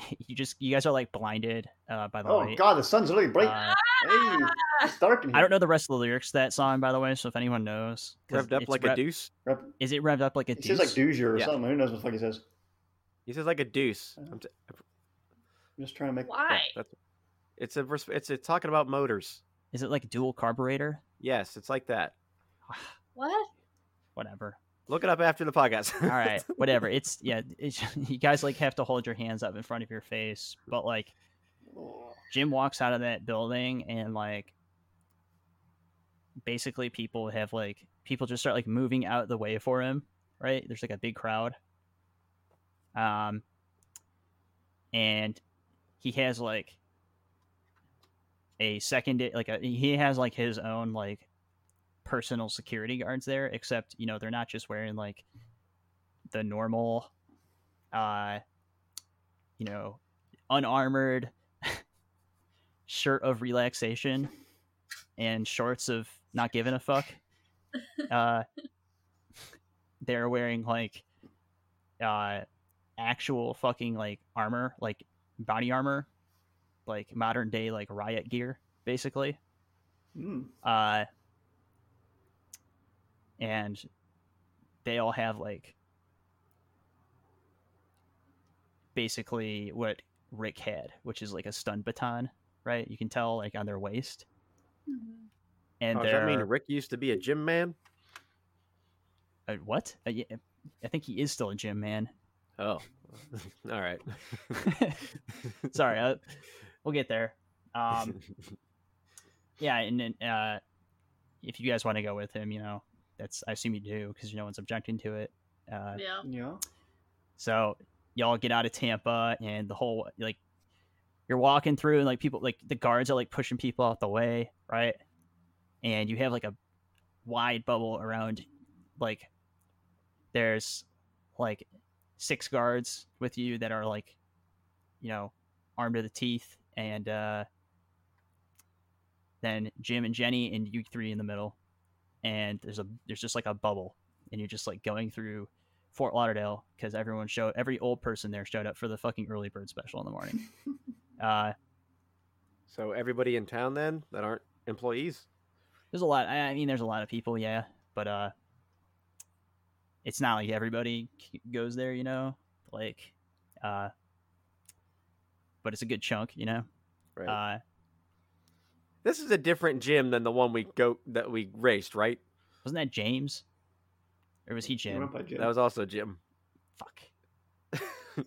S1: You just you guys are like blinded uh, by the
S4: Oh
S1: light.
S4: God, the sun's really bright.
S1: Uh,
S4: hey, it's dark in here.
S1: I don't know the rest of the lyrics to that song, by the way. So if anyone knows, 'cause
S2: Revved up
S1: it's
S2: like a
S1: rev-
S2: deuce.
S4: Rep-
S1: Is it revved up like a
S4: It says like
S1: deuce?
S4: Dozier or
S2: Yeah.
S4: something. Who knows what the fuck he says?
S2: He says like a deuce.
S4: Oh.
S2: I'm t-
S4: I'm just trying to make.
S2: yeah,
S3: Why?
S2: that's- it's a res- it's a, talking about motors.
S1: Is it like dual carburetor?
S2: Yes, it's like that.
S3: What?
S1: Whatever.
S2: Look it up after the podcast.
S1: All right, whatever. It's yeah. It's, you guys like have to hold your hands up in front of your face, but like
S4: Oh,
S1: Jim walks out of that building and like basically people have like people just start like moving out of the way for him, right? There's like a big crowd. Um and he has like a second like a, he has like his own like personal security guards there except you know they're not just wearing like the normal uh you know unarmored shirt of relaxation and shorts of not giving a fuck. Uh, they're wearing like uh, actual fucking like armor, like body armor, like modern day like riot gear, basically.
S4: Mm.
S1: Uh, and they all have like basically what Rick had, which is like a stun baton, right? You can tell like on their waist, and
S3: Mm-hmm.
S2: oh, does
S1: they're
S2: that mean Rick used to be a gym man?
S1: uh, what? Uh, yeah, I think he is still a gym man.
S2: Oh, all right.
S1: Sorry, uh, we'll get there. Um, yeah and then uh if you guys want to go with him you know that's i assume you do because no one's objecting to it uh
S3: Yeah.
S4: Yeah.
S1: so y'all get out of tampa and the whole like you're walking through and like people like the guards are like pushing people out the way right and you have like a wide bubble around like there's like six guards with you that are like you know armed to the teeth and uh then Jim and Jenny and you three in the middle. And there's a there's just like a bubble, and you're just like going through Fort Lauderdale because everyone showed every old person there showed up for the fucking early bird special in the morning. uh,
S2: so everybody in town then that aren't employees.
S1: there's a lot. I I mean, there's a lot of people, yeah, but uh, it's not like everybody c- goes there, you know, like, uh, but it's a good chunk, you know.
S2: Right.
S1: Uh,
S2: this is a different gym than the one we go that we raced, right?
S1: wasn't that James, or was he
S4: You
S1: Jim?
S4: went by Jim.
S2: That was also Jim.
S1: Fuck.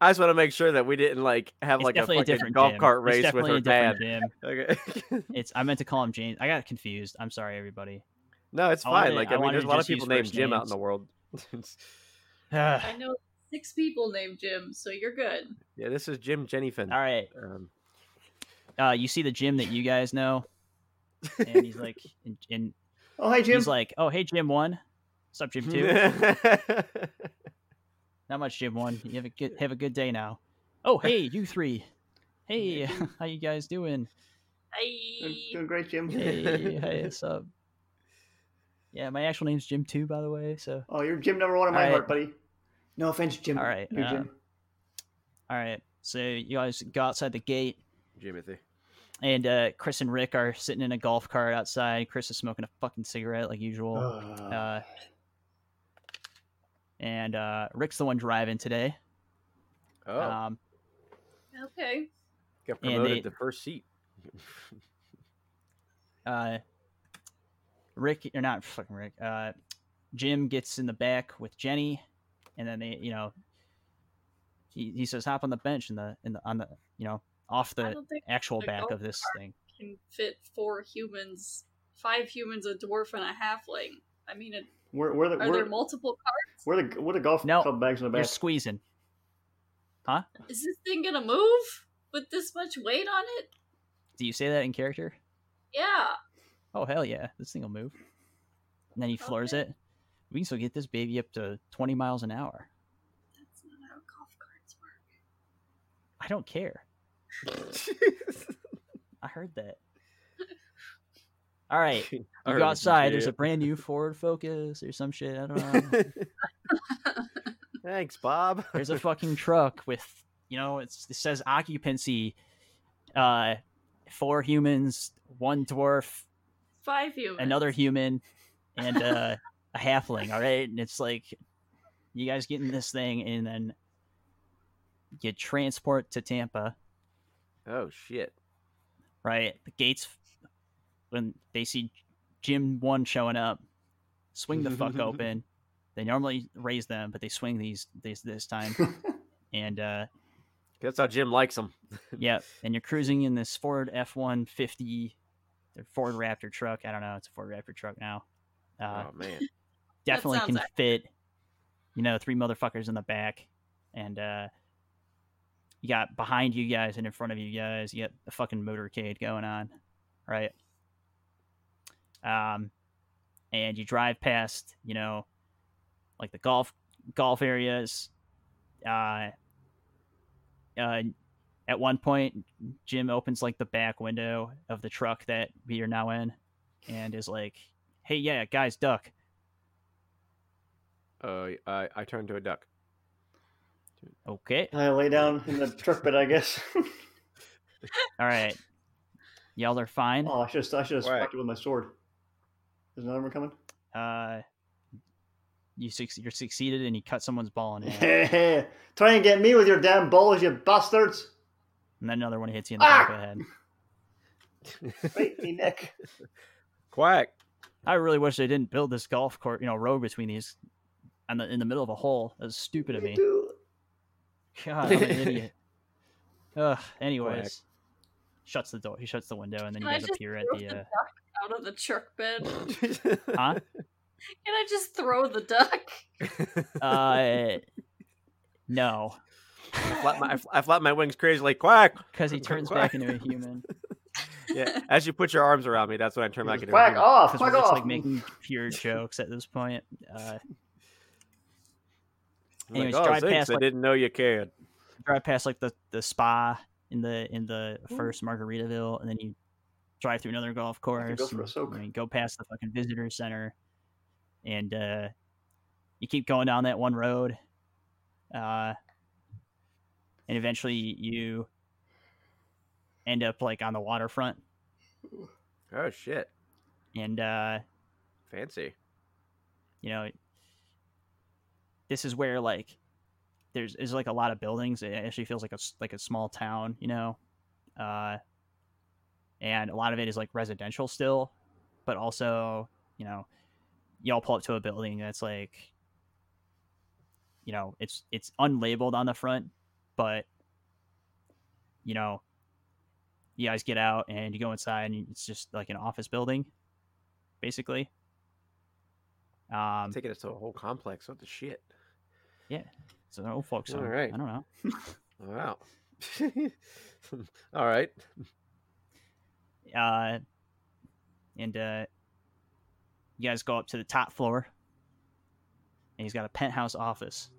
S2: I just want to make sure that we didn't like have
S1: It's
S2: like a
S1: definitely a,
S2: fucking
S1: different
S2: golf
S1: Jim.
S2: cart
S1: It's
S2: race with
S1: definitely
S2: her
S1: a different
S2: dad.
S1: Jim.
S2: Okay.
S1: It's I meant to call him James. I got confused. I'm sorry, everybody.
S2: no, it's
S1: I
S2: fine.
S1: wanted-
S2: like
S1: I
S2: I mean,
S1: wanted
S2: there's a
S1: to
S2: lot of
S1: just use
S2: people named
S1: first
S2: Jim out in
S1: names.
S2: the world.
S1: All
S3: I know six people named Jim, so you're good.
S2: yeah, this is Jim Jennyfin.
S1: right.
S2: Um,
S1: Uh, you see the Jim that you guys know, and he's like, and, and
S4: Oh, hey, Jim.
S1: he's like, oh hey Jim one, sup Jim two. Not much Jim one. You have a good have a good day now. Oh hey you three, hey how you guys doing?
S4: Doing-
S3: I
S4: doing great, Jim.
S1: Hey hey what's up? Yeah, my actual name's Jim two by the way. So
S4: Oh, you're Jim number one in my
S1: All
S4: heart, buddy. No offense, Jim.
S1: All right,
S4: You're
S1: uh,
S4: Jim.
S1: all right, so you guys go outside the gate.
S2: Jimothy.
S1: and uh, Chris and Rick are sitting in a golf cart outside. Chris is smoking a fucking cigarette like usual,
S4: Uh,
S1: uh,
S4: Oh.
S1: and uh, Rick's the one driving today.
S2: Oh,
S1: Um,
S3: okay.
S2: got
S1: and
S2: promoted
S1: they-
S2: to first seat.
S1: uh, Rick or not fucking Rick. Uh, Jim gets in the back with Jenny, and then they, you know, he, he says, "Hop on the bench in the in the on the you know off
S3: I
S1: the
S3: don't think
S1: actual
S3: the
S1: back
S3: golf
S1: of this thing."
S3: I can fit four humans, five humans, a dwarf, and a halfling. I mean, it-
S4: we're, we're the
S3: are there
S4: we're,
S3: multiple
S4: we're the we're the golf
S1: No,
S4: club bags in the
S1: You're
S4: back.
S1: squeezing.
S3: cars? Is this thing gonna move with this much weight on it?
S1: Do you say that in character?
S3: Yeah.
S1: Oh hell yeah, this thing will move. And then he floors
S3: Okay.
S1: it. We can still get this baby up to twenty miles an hour.
S3: That's not how golf carts work.
S1: I don't care. I heard that. All right,
S2: I
S1: you
S2: heard
S1: go
S2: you,
S1: outside. There's a
S2: idiot.
S1: brand new Ford Focus or some shit. I don't know.
S2: Thanks, Bob.
S1: There's a fucking truck with you know it's, it says occupancy, uh, four humans, one dwarf,
S3: Five humans.
S1: another human and uh, a halfling. All right, and it's like you guys get in this thing, and then you transport to Tampa.
S2: oh shit.
S1: Right, the gates when they see Jim one showing up, swing the fuck open. They normally raise them, but they swing these these this time, and uh,
S2: That's how Jim likes them.
S1: yeah, and you're cruising in this Ford F one fifty. Ford Raptor truck. I don't know. It's a Ford Raptor truck now. Uh,
S2: oh man.
S3: That
S1: definitely
S3: sounds
S1: can
S3: accurate.
S1: fit, you know, three motherfuckers in the back, and uh, you got behind you guys and in front of you guys. You got the fucking motorcade going on, right? Um, and you drive past, you know, like the golf golf areas. Uh, uh, at one point, Jim opens like the back window of the truck that we are now in, and is like, "Hey, yeah, guys, duck."
S2: Uh, I I turned to a duck.
S1: Okay.
S4: I lay down in the truck bed, I guess.
S1: All right. Y'all are fine.
S4: oh, I should I should have
S2: Right.
S4: it with my sword. Is another one coming?
S1: uh, you suc you're succeeded and you cut someone's ball in half.
S4: Try and get me with your damn balls, you bastards.
S1: and then another one hits you in the back of the head.
S4: Bite me, Nick.
S2: Quack.
S1: I really wish they didn't build this golf court, you know, road between these, and the, in the middle of a hole. That was stupid of
S4: Me
S1: me.
S4: too.
S1: God, I'm an idiot. Ugh. Anyways, shuts the door. He shuts the window, and then you
S3: Can I
S1: guys
S3: just
S1: appear at
S3: throw
S1: the.
S3: the
S1: Uh,
S3: Out of the chirk bed. Can
S1: huh?
S3: I just throw the duck?
S1: Uh, no,
S2: I, flap my, I fl- I flap my wings crazily. Quack.
S1: because he turns back into a human.
S2: Yeah. As you put your arms around me, that's when I turn back into a
S4: Quack
S2: human.
S4: off!
S1: Because we're
S4: Quack
S1: just
S4: off!
S1: like making pure jokes at this point. Uh,
S2: I'm
S1: Anyways,
S2: like, oh,
S1: drive
S2: Ziggs,
S1: past,
S2: I
S1: like-
S2: didn't know you cared.
S1: drive past like the the spa in the in the
S4: Mm-hmm.
S1: first Margaritaville, and then you drive through another golf course.
S4: for a
S1: and,
S4: soak.
S1: I mean, go past the fucking visitor center, and uh, you keep going down that one road, uh, and eventually you end up like on the waterfront,
S2: Oh shit,
S1: and uh,
S2: fancy.
S1: you know this is where like there's is like a lot of buildings it actually feels like a s- like a small town you know uh and a lot of it is like residential still but also you know y'all pull up to a building that's like you know it's it's unlabeled on the front but you know you guys get out and you go inside and it's just like an office building basically um
S2: Taking us to a whole complex. What the shit?
S1: So they're old folks.
S2: All
S1: All right.
S2: right.
S1: I don't know.
S2: Wow. All right.
S1: Uh, and uh, you guys go up to the top floor, and he's got a penthouse office,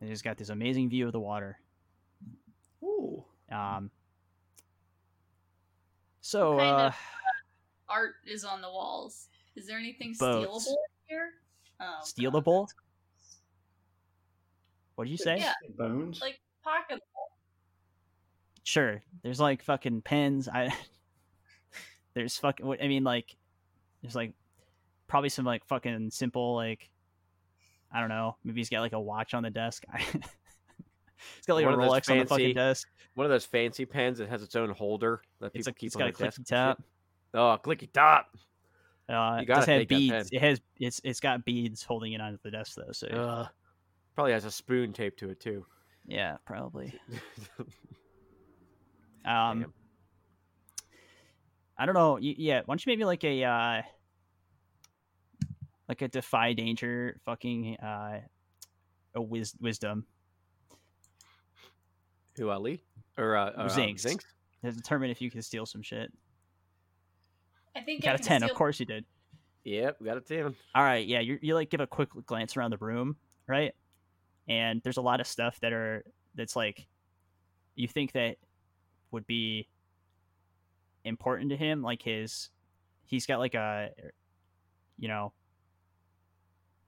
S1: and he's got this amazing view of the water.
S4: Ooh.
S1: Um, so
S3: Kind
S1: uh,
S3: of Art is on the walls. Is there anything
S1: Boats.
S3: stealable here? Oh, God.
S1: stealable. What did you say?
S3: Yeah.
S4: Bones.
S3: Like pocket.
S1: Sure. There's like fucking pens. I there's fucking. what- I mean, like there's like probably some like fucking simple like I don't know. Maybe he's got like a watch on the desk. I, he's got like
S2: One
S1: a
S2: of those
S1: Rolex on the
S2: fancy-
S1: fucking desk.
S2: One of those fancy pens that has its own holder that
S1: It's
S2: people
S1: a,
S2: keep
S1: it's
S2: on
S1: got a
S2: their desk
S1: clicky
S2: and shit.
S1: tap.
S2: Oh, clicky top.
S1: Uh,
S2: You
S1: it
S2: gotta
S1: does have
S2: take that pen.
S1: beads. It has it's it's got beads holding it onto the desk though. So
S2: Ugh. Probably has a spoon taped to it too.
S1: yeah, probably. Um,
S2: Damn.
S1: I don't know. y- Yeah, why don't you maybe like a uh, like a defy danger fucking uh, a wis- wisdom
S2: Who Ali or uh, uh
S1: Zinx.
S2: Zinx?
S1: to determine if you can steal some shit.
S3: I think
S1: Got
S3: I
S1: a
S3: can
S1: ten, of
S3: steal-
S1: course you did.
S2: Yep, got it down.
S1: All right, yeah, you you like give a quick glance around the room, right? And there's a lot of stuff that are that's like you think that would be important to him, like his he's got like a you know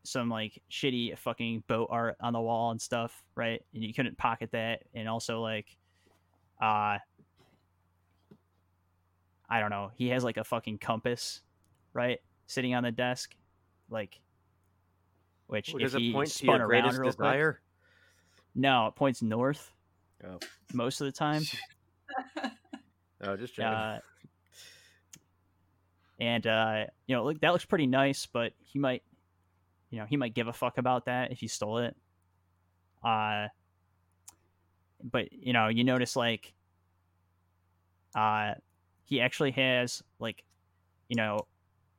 S1: some like shitty fucking boat art on the wall and stuff, right? And you couldn't pocket that and also like uh I don't know. He has like a fucking compass, right? Sitting on the desk like which
S2: Ooh,
S1: if
S2: Does it
S1: he
S2: point to
S1: spun
S2: your
S1: around
S2: greatest
S1: real quick,
S2: desire?
S1: no, it points north
S2: Oh.
S1: most of the time.
S2: Oh, just checking.
S1: Uh, and uh, you know, look, that looks pretty nice, but he might, you know, he might give a fuck about that if he stole it. Uh, but you know, you notice like, uh, he actually has like, you know,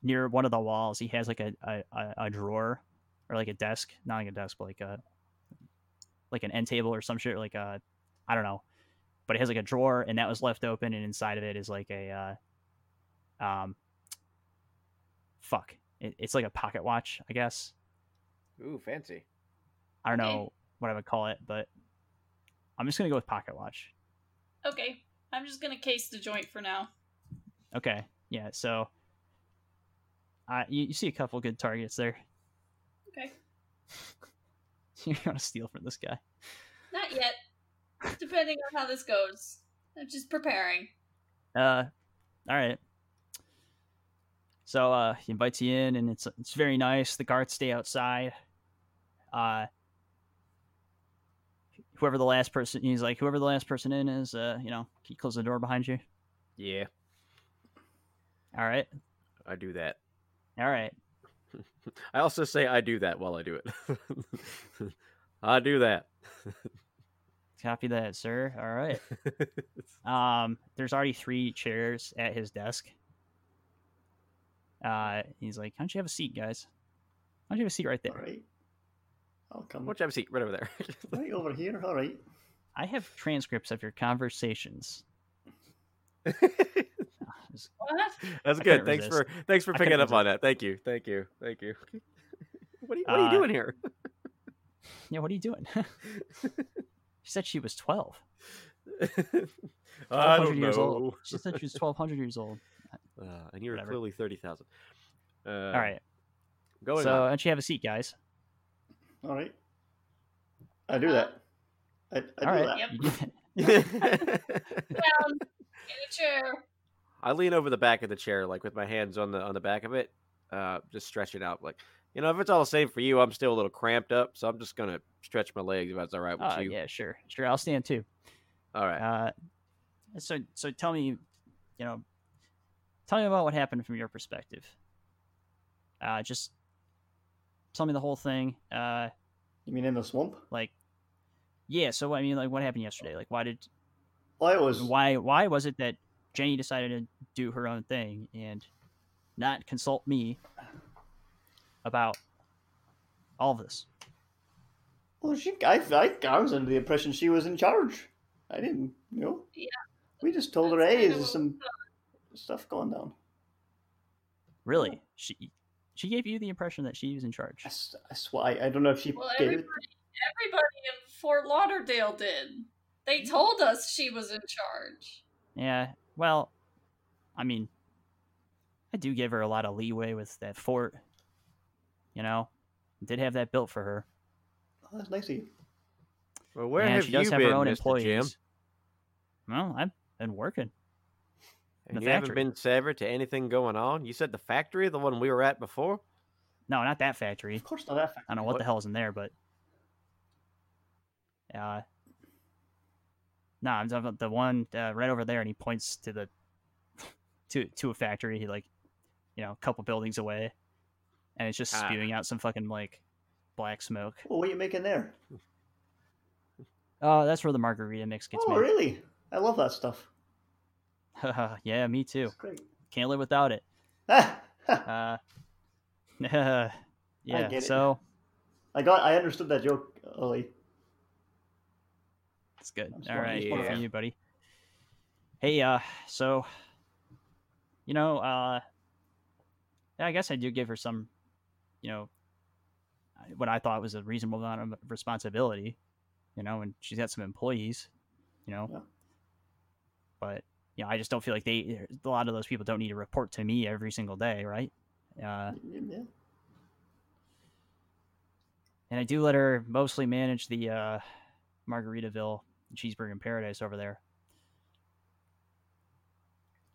S1: near one of the walls, he has like a a, a- a drawer or like a desk, not like a desk, but like a like an end table or some shit, like a, I don't know, but it has like a drawer and that was left open and inside of it is like a uh, um fuck it, it's like a pocket watch i guess
S2: Ooh, fancy.
S1: i don't
S3: Okay.
S1: know what i would call it but i'm just gonna go with pocket watch
S3: Okay, I'm just gonna case the joint for now.
S1: okay yeah so uh, you, you see a couple good targets there
S3: Okay,
S1: you're gonna steal from this guy
S3: not yet. Depending on how this goes, I'm just preparing.
S1: uh all right So uh, he invites you in, and it's it's very nice. The guards stay outside. Uh, whoever the last person, he's like, whoever the last person in is, uh, you know, can you close the door behind you?
S2: Yeah,
S1: All right,
S2: I do that.
S1: all right.
S2: I also say I do that while I do it. I do that.
S1: Copy that, sir. All right. Um, there's already three chairs at his desk. Uh, he's like, "Why don't you have a seat, guys? Why don't you have a seat right there?
S4: All right. I'll come
S2: Which I have a seat right over there.
S4: right over here. All right.
S1: I have transcripts of your conversations."
S3: What?
S2: That's
S1: I
S2: good.
S1: couldn't
S2: Thanks
S1: resist.
S2: for thanks for
S1: I
S2: picking
S1: couldn't
S2: up on that. Thank you. Thank you. Thank you. What are you, what are you
S1: Uh,
S2: doing here?
S1: Yeah, what are you doing? she said she was twelve.
S2: I
S1: 1200
S2: don't
S1: years
S2: know.
S1: old. She said she was twelve hundred years old.
S2: Uh, and you're
S1: Whatever.
S2: clearly thirty thousand. Uh,
S1: All right.
S2: going
S1: so,
S2: on.
S1: why don't you have a seat, guys?
S4: All right. I do that. I, I
S1: All
S4: do
S1: right.
S4: that.
S3: Uh, Yep.
S1: You do that.
S3: Down in a chair.
S2: I lean over the back of the chair, like with my hands on the on the back of it, uh, just stretching out. Like you know, if it's all the same for you, I'm still a little cramped up, so I'm just gonna stretch my legs if that's all right with
S1: Oh,
S2: you.
S1: yeah, sure, sure. I'll stand too.
S2: All right.
S1: Uh, so, so tell me, you know, tell me about what happened from your perspective. Uh, just tell me the whole thing. Uh,
S4: You mean in the swamp?
S1: like, yeah. So, I mean, like, what happened yesterday? Like, why did,
S4: Well, it was.
S1: why, why was it that Jenny decided to do her own thing and not consult me about all of this?
S4: Well, she. I, I, I was under the impression she was in charge. I didn't. You know.
S3: Yeah.
S4: We just told her,
S3: That's
S4: hey,
S3: kinda
S4: there's
S3: what uh,
S4: some stuff going down.
S1: Really, she, she gave you the impression that she was in charge.
S4: I, s- I swear, I, I don't know if she
S3: Well,
S4: gave
S3: everybody,
S4: it.
S3: everybody in Fort Lauderdale did. They told us she was in charge.
S1: Yeah. Well, I mean, I do give her a lot of leeway with that fort. You know, did have that built for her.
S4: Oh, that's nice of you.
S2: well, where
S1: and
S2: have
S1: she
S2: you
S1: does have
S2: been,
S1: her own
S2: Mr.
S1: employees.
S2: Jim?
S1: Well, I've been working.
S2: And
S1: the
S2: you haven't
S1: factory.
S2: been severed to anything going on. You said the factory, the one we were at before.
S1: No, not that factory.
S4: Of course not that
S1: I
S4: fact.
S1: don't know what,
S2: What?
S1: the hell's in there, but uh, no, I'm talking about the one uh, right over there, and he points to the to to a factory. He like, you know, a couple buildings away, and it's just
S2: Ah.
S1: spewing out some fucking like black smoke.
S4: Well, what are you making there?
S1: Oh, that's where the margarita mix gets
S4: oh,
S1: made.
S4: really? I love that stuff.
S1: yeah, me too.
S4: It's great.
S1: Can't live without it.
S4: Ah,
S1: Uh, yeah.
S4: get it.
S1: So
S4: I got. I understood that joke, Ollie.
S1: it's good.
S4: I'm
S1: All
S4: sorry,
S1: right,
S2: it's
S1: good
S2: fine.
S1: for you, buddy. Hey, uh, so you know, uh, yeah, I guess I do give her some, you know, I- what I thought was a reasonable amount of responsibility. You know, and she's got some employees. You know,
S4: Yeah.
S1: but you know, I just don't feel like they. A lot of those people don't need to report to me every single day, right? Uh,
S4: Yeah.
S1: and I do let her mostly manage the uh, Margaritaville Cheeseburger in Paradise over there.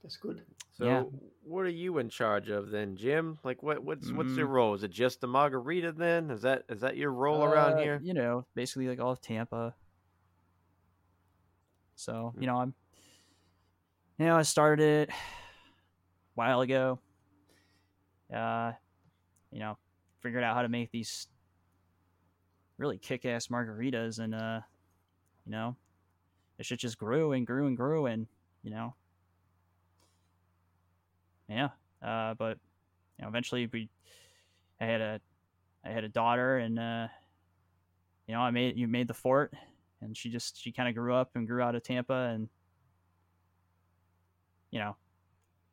S4: That's good.
S2: So
S1: Yeah.
S2: what are you in charge of then, Jim? Like what what's what's
S1: Mm.
S2: your role? Is it just the margarita then? Is that is that your role around
S1: Uh,
S2: here?
S1: You know, basically like all of Tampa. So
S2: Mm.
S1: you know, I'm. You know, I started it a while ago. Uh, you know, figured out how to make these really kick-ass margaritas, and uh, you know, the shit just grew and grew and grew, and you know, yeah. Uh, but you know, eventually we, I had a, I had a daughter, and uh, you know, I made you made the fort, and she just she kind of grew up and grew out of Tampa, and you know,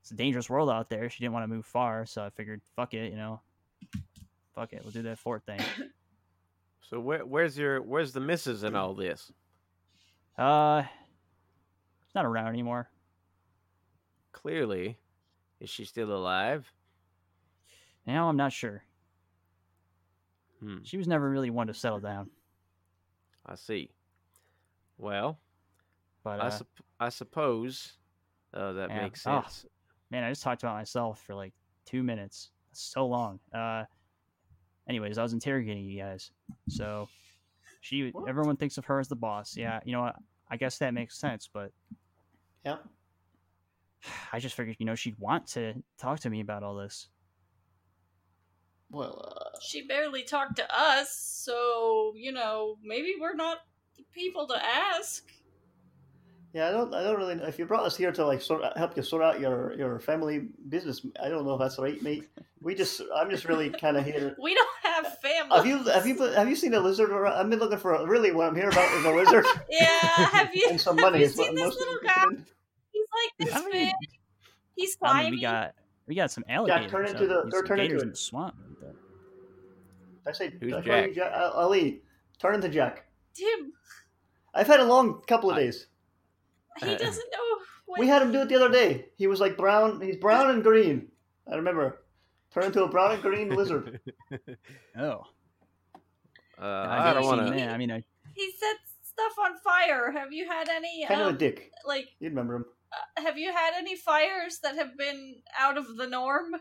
S1: it's a dangerous world out there. She didn't want to move far, so I figured, fuck it, you know, fuck it, we'll do that fort thing.
S2: So where where's your where's the missus in all this?
S1: Uh, it's not around anymore.
S2: Clearly. Is she still alive?
S1: Now I'm not sure.
S2: Hmm,
S1: She was never really one to settle down,
S2: I see. Well,
S1: but
S2: I
S1: uh,
S2: sup- I suppose uh, that
S1: yeah.
S2: makes
S1: Ah.
S2: sense.
S1: man, I just talked about myself for like two minutes. That's so long. Uh, anyways, I was interrogating you guys. So she,
S4: What?
S1: everyone thinks of her as the boss. Yeah, you know what? I guess that makes sense, but
S4: Yeah.
S1: I just figured, you know, she'd want to talk to me about all this.
S4: Well, uh,
S3: She barely talked to us, so, you know, maybe we're not the people to ask.
S4: yeah, I don't, I don't really know. If you brought us here to like sort help you sort out your your family business, I don't know if that's right, mate. We just, I'm just really kind of here.
S3: We don't have family.
S4: Have you have you have you seen a lizard? Around? I've been looking for really what I'm here about is a lizard
S3: Yeah, have you,
S4: and some
S3: have
S4: money.
S3: you
S4: is what
S3: seen
S4: I'm
S3: this
S4: mostly
S3: little guy?
S4: interested in.
S3: He's like this
S1: I mean-
S3: big. He's
S1: I
S3: climbing.
S1: mean, we got we got some
S4: turn
S1: alligators.
S4: into the-
S1: up- and
S4: or
S1: some
S4: turn into
S1: gators
S4: it.
S1: in the swamp.
S4: I say,
S2: Who's
S4: I call you
S2: Jack?
S4: Jack? Uh, Ali, turn into Jack.
S3: Tim,
S4: I've had a long couple of
S2: I-
S4: days.
S3: he doesn't know what
S4: We had him do it the other day. He was like brown. He's brown and green. I remember. Turn into a brown and green lizard.
S1: Oh, I've
S2: Uh, I don't
S1: never
S2: want
S1: seen
S2: to.
S1: that. I mean, I,
S3: He set stuff on fire. Have you had any
S4: Kind of
S3: um,
S4: a dick.
S3: like
S4: You'd remember him.
S3: uh, have you had any fires that have been out of the norm?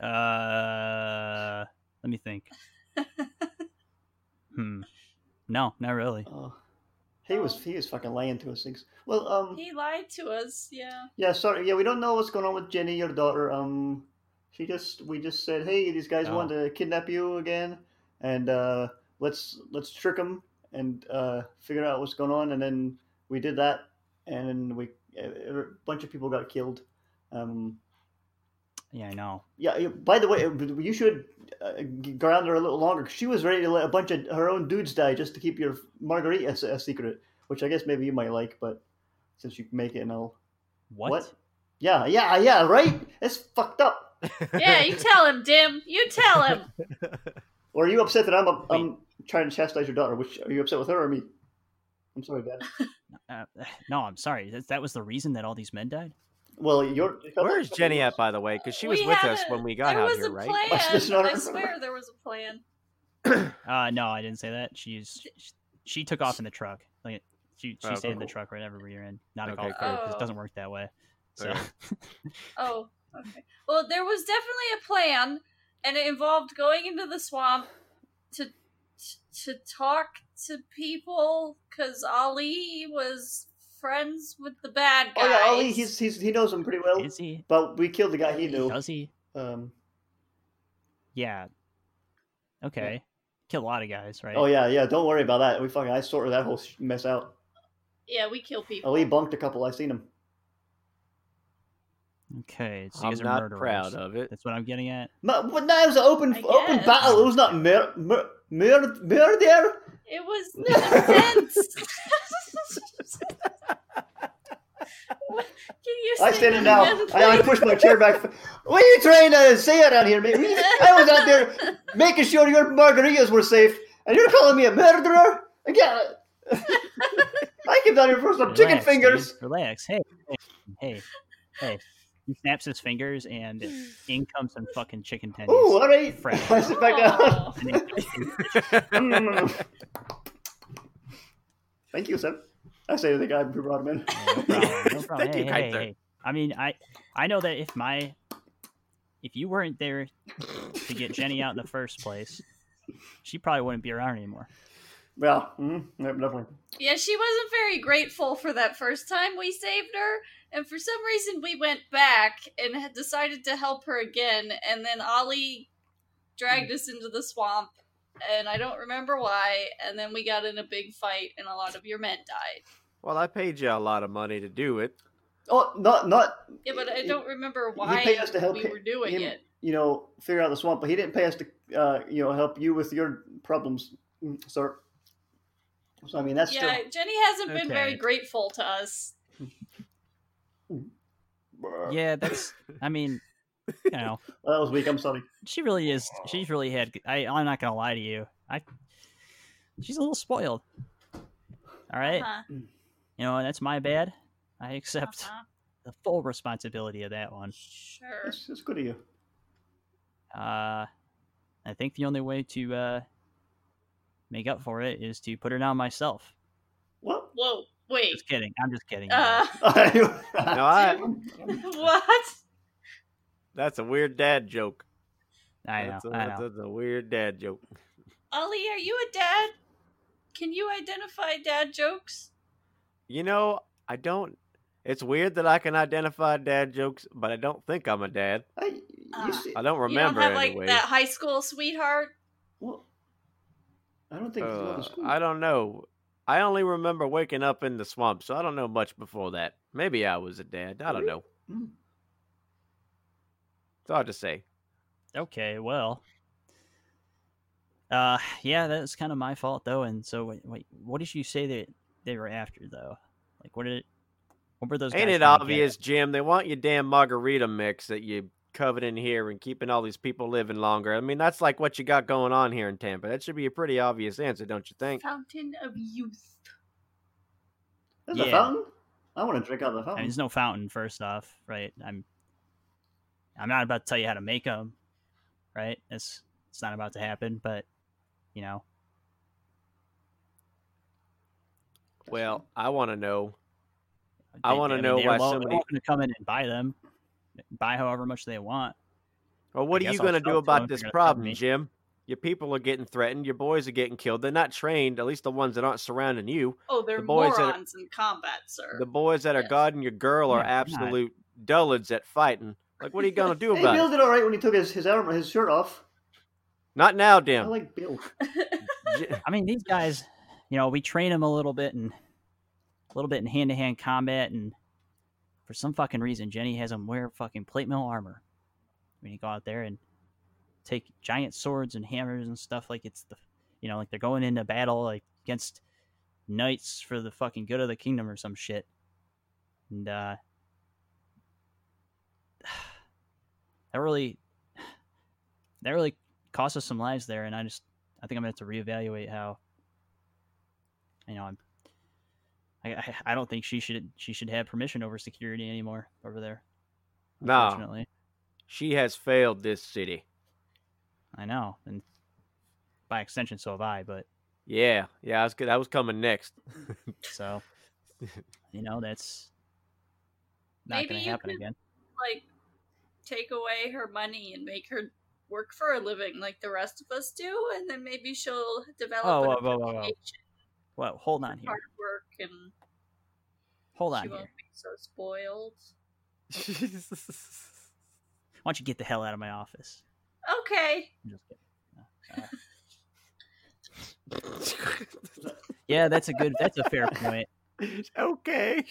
S1: Uh, let me think. hmm. No, not really.
S4: Oh, he was he was fucking lying to us. Things. Well, um,
S3: He lied to us. Yeah.
S4: yeah, sorry, yeah, we don't know what's going on with Jenny, your daughter. Um, she just we just said, hey, these guys
S1: Oh.
S4: want to kidnap you again, and uh, let's let's trick them and uh, figure out what's going on. And then we did that, and then we a a bunch of people got killed. Um,
S1: Yeah, I know.
S4: Yeah. you- By the way, you should uh, ground her a little longer. 'cause She was ready to let a bunch of her own dudes die just to keep your margarita a, a secret, which I guess maybe you might like, but since you make it and all.
S1: What?
S4: Yeah, yeah, yeah. Right? It's fucked up.
S3: Yeah. You tell him, Dim. You tell him.
S4: Or are you upset that I'm a, I'm trying to chastise your daughter? Which are you upset with her or me? I'm sorry, Dad.
S1: Uh, no, I'm sorry. That, that was the reason that all these men died.
S4: Well, you're.
S2: Where's Jenny at, by the way? Because she was
S3: We
S2: with
S3: had
S2: us
S3: a-
S2: when we got
S3: there
S2: out
S3: was
S2: here,
S3: a
S2: right?
S3: plan.
S4: Watch this, not
S3: I
S4: her.
S3: swear there was a plan.
S1: Uh, no, I didn't say that. She's she, she took off in the truck. Like she she
S2: Oh,
S1: stayed in the
S4: cool.
S1: truck whenever we were in, not a
S2: Okay,
S1: golf
S2: cool.
S1: cart because
S3: Oh.
S1: it doesn't work that way. So
S2: Okay.
S3: Oh, okay. Well, there was definitely a plan, and it involved going into the swamp to to talk to people because Ali was friends with the bad guys.
S4: Oh yeah, Ali. He's, he's he knows him pretty well.
S1: is he?
S4: But we killed the guy he knew.
S1: Does he?
S4: Um,
S1: Yeah. Okay. Kill a lot of guys, right?
S4: oh yeah, yeah. Don't worry about that. We fucking I sorted that whole sh- mess out.
S3: yeah, we kill people.
S4: Ali bunked a couple. I seen him.
S1: Okay. So you
S2: I'm
S1: guys are
S2: not
S1: murderers.
S2: proud of it.
S1: That's what I'm getting at.
S4: Ma- But that was an open
S3: I
S4: open
S3: guess.
S4: battle. It was not mur- mur- mur- murder.
S3: It was intense. Can you
S4: I
S3: say
S4: stand
S3: that
S4: it now.
S3: again,
S4: I, I
S3: please?
S4: pushed my chair back. What are you trying to say around here, man? Me- I was out there making sure your margaritas were safe, and you're calling me a murderer? Again, I came down here for
S2: Oh,
S4: some chicken
S1: Relax,
S4: fingers.
S1: dude. Relax. Hey, hey, hey. He snaps his fingers, and in comes some fucking chicken tenders.
S4: Ooh, all right.
S1: Fresh.
S4: I sit back down.
S3: Oh.
S1: And then-
S4: Mm. Thank you, Seb. I say to the guy who brought him in.
S1: no problem, no problem.
S2: Thank you,
S1: Hey, hey, hey,
S2: Kaiser.
S1: hey. I mean, I, I know that if my, if you weren't there to get Jenny out in the first place, she probably wouldn't be around anymore.
S4: Well, mm, yeah, definitely.
S3: Yeah, she wasn't very grateful for that first time we saved her, and for some reason we went back and had decided to help her again, and then Ollie dragged us into the swamp, and I don't remember why, and then we got in a big fight, and a lot of your men died.
S2: Well, I paid you a lot of money to do it.
S4: Oh, not not
S3: Yeah, but I don't remember why
S4: paid us to help
S3: we
S4: him-
S3: were doing
S4: him-
S3: it.
S4: you know, figure out the swamp, but he didn't pay us to, uh, you know, help you with your problems, mm, sir. So I mean, that's
S3: Yeah, Jenny hasn't been very
S1: Okay.
S3: grateful to us.
S4: still.
S1: Yeah, that's. I mean, you know,
S4: Well, that was weak. I'm sorry.
S1: she really is. She's really had. I, I'm not gonna lie to you. I. She's a little spoiled. All right?
S3: Uh-huh,
S1: you know, that's my bad. I accept
S3: uh-huh.
S1: the full responsibility of that one.
S3: Sure.
S4: That's, that's good of you.
S1: Uh, I think the only way to uh, make up for it is to put her down myself.
S4: What?
S3: Whoa, wait.
S1: Just kidding. I'm just kidding. you
S3: Uh,
S1: guys.
S4: no,
S2: No, I,
S3: what?
S2: That's a weird dad joke.
S1: I know.
S2: that's, a,
S1: I know.
S2: that's a weird dad joke.
S3: Ollie, are you a dad? Can you identify dad jokes?
S2: You know, I don't. It's weird that I can identify dad jokes, but I don't think I'm a dad.
S4: I, you
S3: Ah.
S4: see,
S2: I don't remember
S3: you don't have
S2: anyway.
S3: like that high school sweetheart.
S4: well, I don't think he's going
S2: Uh,
S4: to school.
S2: I don't know. I only remember waking up in the swamp, so I don't know much before that. Maybe I was a dad. I don't know.
S4: Hmm.
S2: It's hard to say.
S1: Okay, well. Uh, yeah, that's kind of my fault though. And so, wait, wait, what did you say that they were after though? Like, what did it? What were those?
S2: Ain't
S1: guys
S2: it
S1: trying to get
S2: obvious,
S1: at?
S2: Jim? They want your damn margarita mix that you covered in here and keeping all these people living longer. I mean, that's like what you got going on here in Tampa. That should be a pretty obvious answer, don't you think?
S3: Fountain of youth.
S4: There's a
S1: yeah.
S4: fountain. I want to drink out of the
S1: I mean,
S4: fountain.
S1: there's no fountain, first off, right? I'm, I'm not about to tell you how to make them, right? It's it's not about to happen, but you know,
S2: Well, I want to know. I
S1: they-
S2: wanna
S1: mean,
S2: know
S1: they're
S2: why
S1: wel- they're
S2: somebody-
S1: welcome to come in and buy them, buy however much they want.
S2: Well, what
S1: I
S2: are you
S1: guess I'll
S2: going to
S1: sell it to
S2: do about
S1: them if they're
S2: this
S1: gonna threaten
S2: problem,
S1: me.
S2: Jim? Your people are getting threatened. Your boys are getting killed. They're not trained, at least the ones that aren't surrounding you.
S3: Oh, they're
S2: The boys that are-
S3: morons in combat, sir.
S2: The boys that are
S3: Yes.
S2: guarding your girl
S1: Yeah,
S2: are
S1: they're not.
S2: absolute dullards at fighting. Like, what are you going to do
S4: Hey,
S2: about
S4: Bill
S2: it?
S4: did all right when he took his his, arm, his shirt off.
S2: Not now,
S4: I
S2: Jim.
S4: like Bill.
S2: J-
S1: I mean, these guys, you know, we train them a little bit and a little bit in hand to hand combat, and for some fucking reason, Jenny has them wear fucking plate mail armor when you go out there and take giant swords and hammers and stuff like it's the, you know, like they're going into battle like against knights for the fucking good of the kingdom or some shit, and uh, that really, that really cost us some lives there, and I just. I think I'm gonna have to reevaluate how. You know, I'm. I- I, I don't think she should she should have permission over security anymore over there.
S2: no,
S1: Unfortunately,
S2: she has failed this city.
S1: I know, and by extension, so have I. But
S2: Yeah, yeah, I was good. I was coming next.
S1: so, you know, that's not
S3: Maybe
S1: gonna
S3: you
S1: happen
S3: could-
S1: again.
S3: like take away her money and make her work for a living like the rest of us do, and then maybe she'll develop
S1: Oh,
S3: an
S1: whoa, whoa, whoa, whoa.
S3: appreciation
S1: Well, hold
S3: for
S1: on here.
S3: hard work, and
S1: Hold
S3: she
S1: on here.
S3: won't be so spoiled.
S1: Why don't you get the hell out of my office?
S3: Okay,
S1: I'm just kidding. No, uh, yeah, that's a good. That's a fair point.
S2: okay.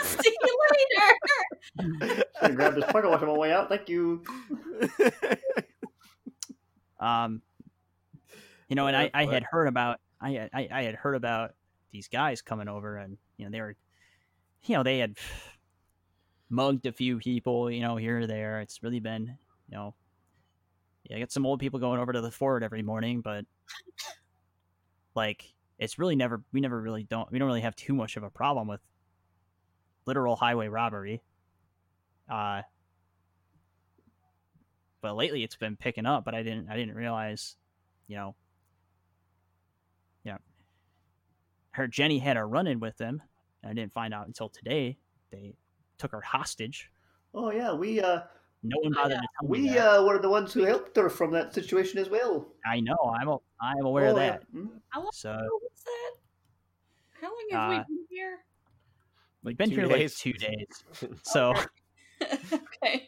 S3: see you later.
S4: I grabbed his pocket watch on my way out. Thank you.
S1: Um, you know, and I,
S2: That's
S1: I
S2: funny.
S1: had heard about I, had- I I had heard about these guys coming over, and you know they were, you know they had mugged a few people, you know here or there. It's really been, you know, yeah, I got some old people going over to the fort every morning, but like it's really never we never really don't we don't really have too much of a problem with literal highway robbery. Uh, but lately it's been picking up but i didn't i didn't realize you know yeah her jenny had a run-in with them and i didn't find out until today they took her hostage
S4: Oh yeah, we uh
S1: no one
S3: Oh,
S1: bothered to tell me
S4: we
S1: that.
S4: uh were the ones who helped her from that situation as well.
S1: i know i'm a, i'm aware of
S4: Oh, yeah.
S1: that
S4: Mm.
S1: so
S3: What was that? How long have
S1: Uh,
S3: we been here?
S1: we've been
S2: two
S1: here
S2: days.
S1: like two days so
S3: okay.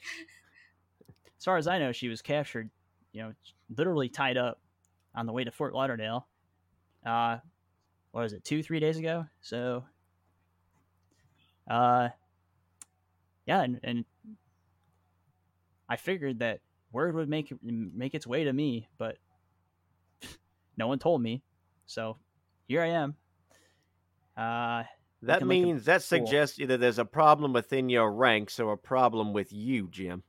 S1: as far as I know, she was captured, you know, literally tied up on the way to Fort Lauderdale. Uh, what was it, two, three days ago? So, uh, yeah, and, and I figured that word would make make its way to me, but no one told me, so here I am. Uh, Looking
S2: That
S1: like a
S2: means that suggests either there's a problem within your ranks or a problem with you, Jim.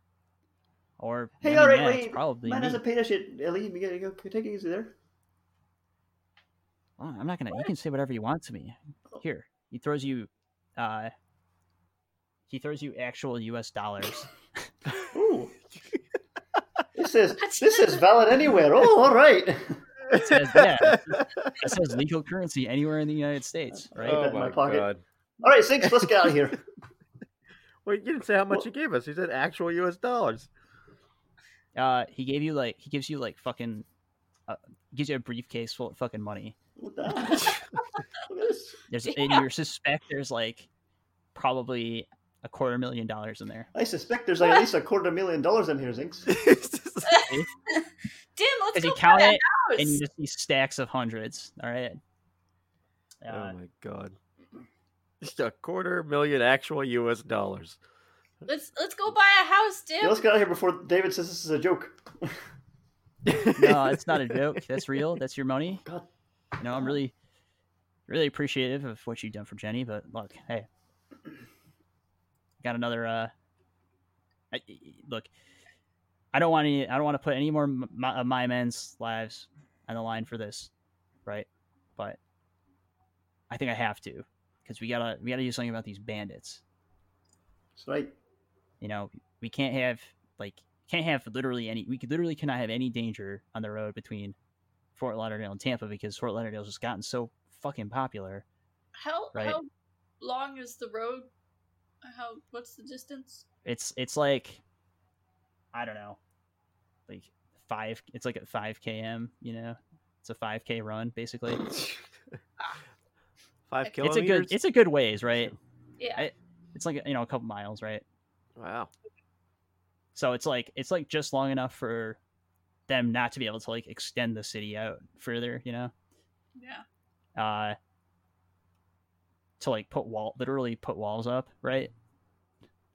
S1: or
S4: Hey,
S1: I mean,
S4: all right,
S1: yeah, it's
S4: wait,
S1: probably
S4: Man
S1: me.
S4: hasn't paid us yet, Ellie. You gotta go take it easy there.
S1: Oh, I'm not gonna. You can say whatever you want to me. Here, he throws you. uh He throws you actual U.S. dollars.
S4: Ooh. this is
S3: That's-
S4: this is valid anywhere. Oh, all right.
S1: It says yeah. It says legal currency
S2: Uh,
S1: anywhere in the United States, right?
S4: Oh, my my pocket.
S2: God.
S4: All right, Six, let's get out of here.
S2: Well, you didn't say how much
S4: Well-
S2: he gave us. He said actual U.S. dollars.
S1: Uh, he gave you like he gives you like fucking uh, gives you a briefcase full of fucking money.
S4: What the hell? Look at this.
S1: There's and
S3: Yeah.
S1: you suspect there's like probably a quarter million dollars in there.
S4: I suspect there's like at least a quarter million dollars in here, Zinks.
S2: It's just-
S3: Damn, let's
S1: As
S3: go
S1: you
S3: buy
S1: count
S3: that
S1: it
S3: house.
S1: and you just see stacks of hundreds. All right.
S2: oh
S1: Uh,
S2: my god! Just a quarter million actual U.S. dollars.
S3: Let's let's go buy a house,
S4: Yeah,
S3: Dim.
S4: let's get out of here before David says this is a joke.
S1: no, it's not a joke. That's real. That's your money.
S4: God.
S1: You know, I'm really, really appreciative of what you've done for Jenny. But look, hey, got another. uh I, Look, I don't want any. I don't want to put any more m- my, of my men's lives on the line for this, right? But I think I have to because we gotta we gotta do something about these bandits.
S4: That's right.
S1: You know, we can't have like can't have literally any. We could literally cannot have any danger on the road between Fort Lauderdale and Tampa because Fort Lauderdale's just gotten so fucking popular.
S3: How
S1: Right.
S3: how long is the road? How what's the distance?
S1: It's it's like I don't know, like five. It's like at five km. You know, it's a five k run basically.
S2: Five
S1: It's
S3: It's
S2: kilometers.
S1: a good it's a good ways, right?
S3: Yeah.
S1: I- It's like you know a couple miles, right?
S2: wow.
S1: So it's like it's like just long enough for them not to be able to like extend the city out further. You know.
S3: yeah.
S1: uh to like put wall literally put walls up right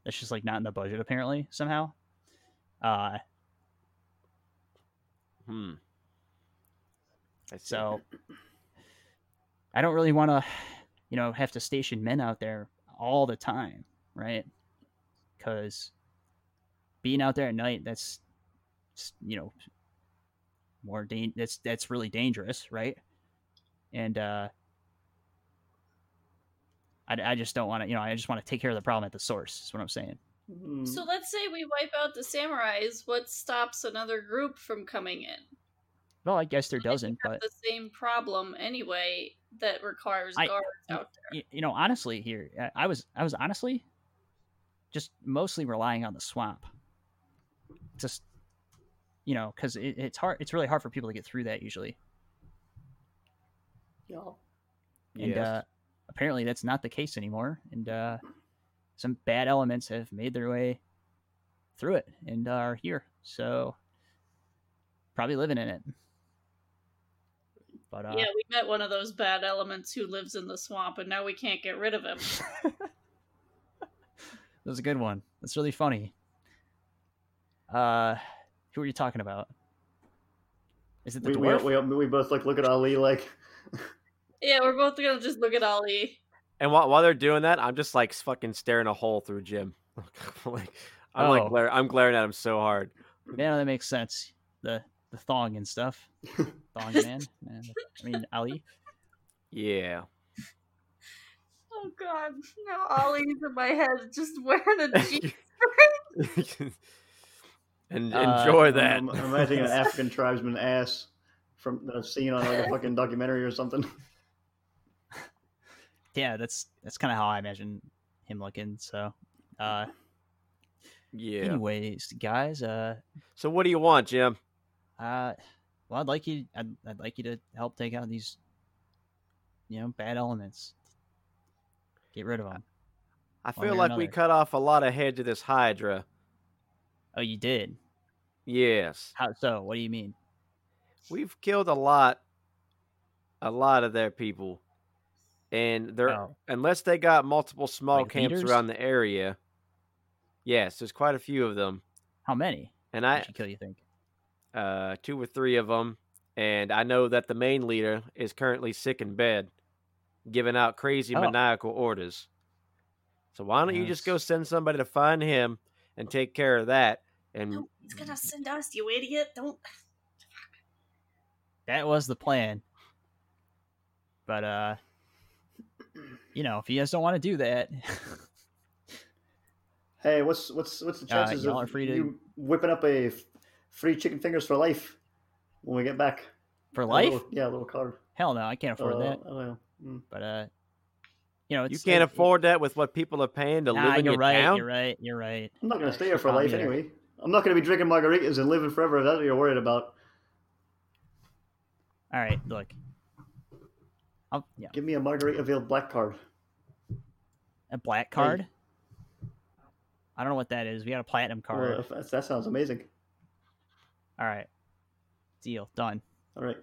S1: that's just like not in the budget apparently somehow uh
S2: Hmm. I see.
S1: so i don't really want to you know have to station men out there all the time right because being out there at night that's s- you know more dan- that's that's really dangerous right and uh I, I just don't want to, you know, I just want to take care of the problem at the source, is what I'm saying. Mm.
S4: Hmm.
S3: So let's say we wipe out the samurais. What stops another group from coming in?
S1: Well, I guess there doesn't,
S3: Have
S1: but
S3: the same problem anyway that requires
S1: I- Oh,
S3: guards out
S1: you, you know, honestly, here I, I was I was honestly just mostly relying on the swamp. Just you know, because it, it's hard. It's really hard for people to get through that usually.
S4: Yeah.
S1: And
S2: Yes.
S1: uh, apparently, that's not the case anymore. And uh, some bad elements have made their way through it and are here. So probably living in it. But uh,
S3: there. Yeah, we met one of those bad elements who lives in the swamp, and now we can't get rid of him.
S1: That was a good one. That's really funny. Uh, who are you talking about? Is it the
S4: We, we,
S1: dwarf?
S4: we, we both like look at Ali like
S3: yeah, we're both gonna just look at Ollie.
S2: And while, while they're doing that, I'm just like fucking staring a hole through Jim. like I'm
S1: Oh.
S2: like glare, I'm glaring at him so hard.
S1: Man, that makes sense. The the thong and stuff. Thong man. man. I mean, Ali.
S2: Yeah.
S3: Oh god, now Ollie's in my head just wearing a jean.
S2: and
S1: Uh,
S2: enjoy
S4: I'm-
S2: that.
S4: I'm, I'm imagining an African tribesman ass from that I've seen on like a fucking documentary or something.
S1: Yeah, that's that's kind of how I imagine him looking. So, uh,
S2: yeah.
S1: anyways, guys, uh,
S2: So what do you want, Jim?
S1: uh, well, I'd like you, I'd, I'd like you to help take out these, you know, bad elements. Get rid of them.
S2: I
S1: One way
S2: feel
S1: or
S2: like we
S1: another.
S2: cut off a lot of heads of this Hydra.
S1: Oh, you did.
S2: Yes.
S1: How so? What do you mean?
S2: We've killed a lot a lot of their people. And they're
S1: Oh.
S2: unless they got multiple small
S1: Like
S2: camps
S1: leaders?
S2: around the area. Yes, there's quite a few of them.
S1: How many?
S2: And I
S1: did she kill? You think?
S2: uh, two or three of them, and I know that the main leader is currently sick in bed, giving out crazy
S1: Oh.
S2: maniacal orders. So why don't you just go
S1: Yes.
S2: send somebody to find him and take care of that? And
S3: No, he's gonna send us, you idiot. Don't
S1: That was the plan. But uh you know, if you guys don't want to do that,
S4: Hey, what's what's what's the
S1: Uh,
S4: chances
S1: y'all are
S4: of
S1: free to-
S4: you whipping up a f- free chicken fingers for life when we get back?
S1: for
S4: A
S1: life,
S2: Oh.
S4: little- yeah, a little card.
S1: hell no, I can't afford
S4: Uh,
S1: that.
S4: I don't know. Mm.
S1: But uh You know, it's,
S2: You can't
S1: it-
S2: afford that with what people are paying to
S1: Nah,
S2: live in
S1: you're
S2: your
S1: right.
S2: town.
S1: You're right. You're right.
S4: I'm not going to stay here
S1: That's
S4: for
S1: not
S4: life
S1: either.
S4: anyway. I'm not going to be drinking margaritas and living forever if that's what you're worried about.
S1: All right. Look. I'll, yeah.
S4: Give me a Margaritaville black card.
S1: A black card. I don't know what that is. We got a platinum card.
S4: Well, if that's, that sounds amazing.
S1: All right. Deal done.
S4: All right.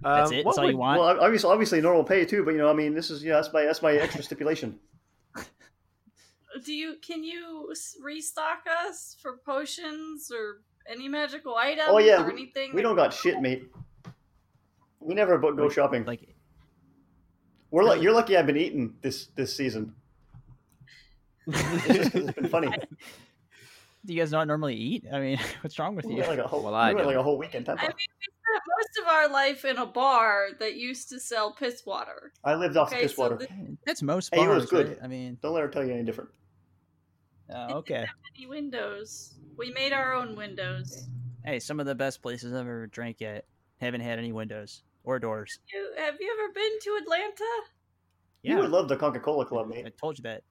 S1: That's
S2: Um,
S1: it.
S2: what
S1: That's all you
S2: would-
S1: want.
S4: Well, obviously, obviously normal pay too, but you know, I mean, this is yeah, that's my that's my extra stipulation.
S3: Do you can you s- restock us for potions or any magical items
S4: Oh, yeah,
S3: or anything?
S4: We don't got shit, mate. We never bu- go shopping.
S1: like
S4: We're like you're lucky I've been eating this this season. It's been funny.
S1: do you guys not normally eat? I mean, what's wrong with
S4: We
S1: you?
S4: went like a whole,
S2: Well, I
S4: we went like
S2: don't.
S4: a whole weekend.
S3: I mean, we spent most of our life in a bar that used to sell piss water.
S4: I lived off
S3: Okay,
S4: piss
S3: so
S4: water.
S3: the-
S1: That's most
S4: Hey,
S1: bars,
S4: it was good.
S1: right? I mean,
S4: Don't let her tell you any different.
S1: uh, okay.
S3: Any windows? We made our own windows.
S1: Hey, some of the best places I've ever drank at haven't had any windows or doors.
S3: You, have you ever been to Atlanta?
S1: Yeah,
S4: You would love the Coca Cola Club,
S1: I
S4: mate.
S1: told you that.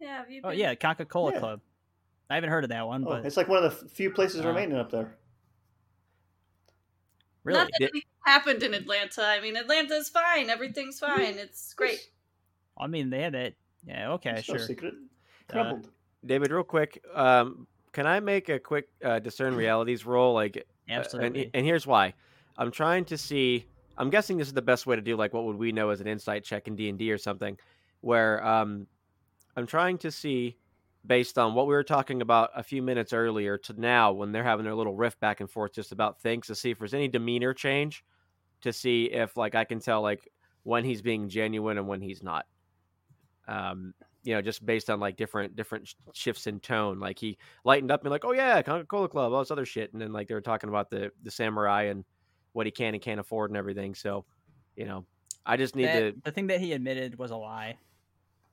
S3: Yeah, have you?
S1: Oh
S3: been-
S1: yeah, Coca Cola
S4: Yeah.
S1: Club. I haven't heard of that one,
S4: Oh,
S1: but
S4: it's like one of the f- few places
S1: Uh,
S4: remaining up there.
S1: really,
S3: Not that anything happened in Atlanta. I mean, Atlanta's fine. Everything's fine. It's great.
S1: I mean, they had that. Yeah, okay,
S4: It's
S1: sure.
S4: no secret.
S1: Uh,
S4: Crumbled.
S2: David, real quick, um, can I make a quick uh, discern realities roll? Like, uh, and-
S1: Mm-hmm. Absolutely.
S2: and, here's why: I'm trying to see. I'm guessing this is the best way to do like what would we know as an insight check in D and D or something, where um, I'm trying to see based on what we were talking about a few minutes earlier to now when they're having their little riff back and forth just about things to see if there's any demeanor change to see if like I can tell like when he's being genuine and when he's not. Um, you know, just based on like different different sh- shifts in tone. Like he lightened up and like, oh yeah, Coca Cola Club, all this other shit, and then like they were talking about the the samurai and what he can and can't afford and everything. So, you know, I just need
S1: That-
S2: to
S1: The thing that he admitted was a lie.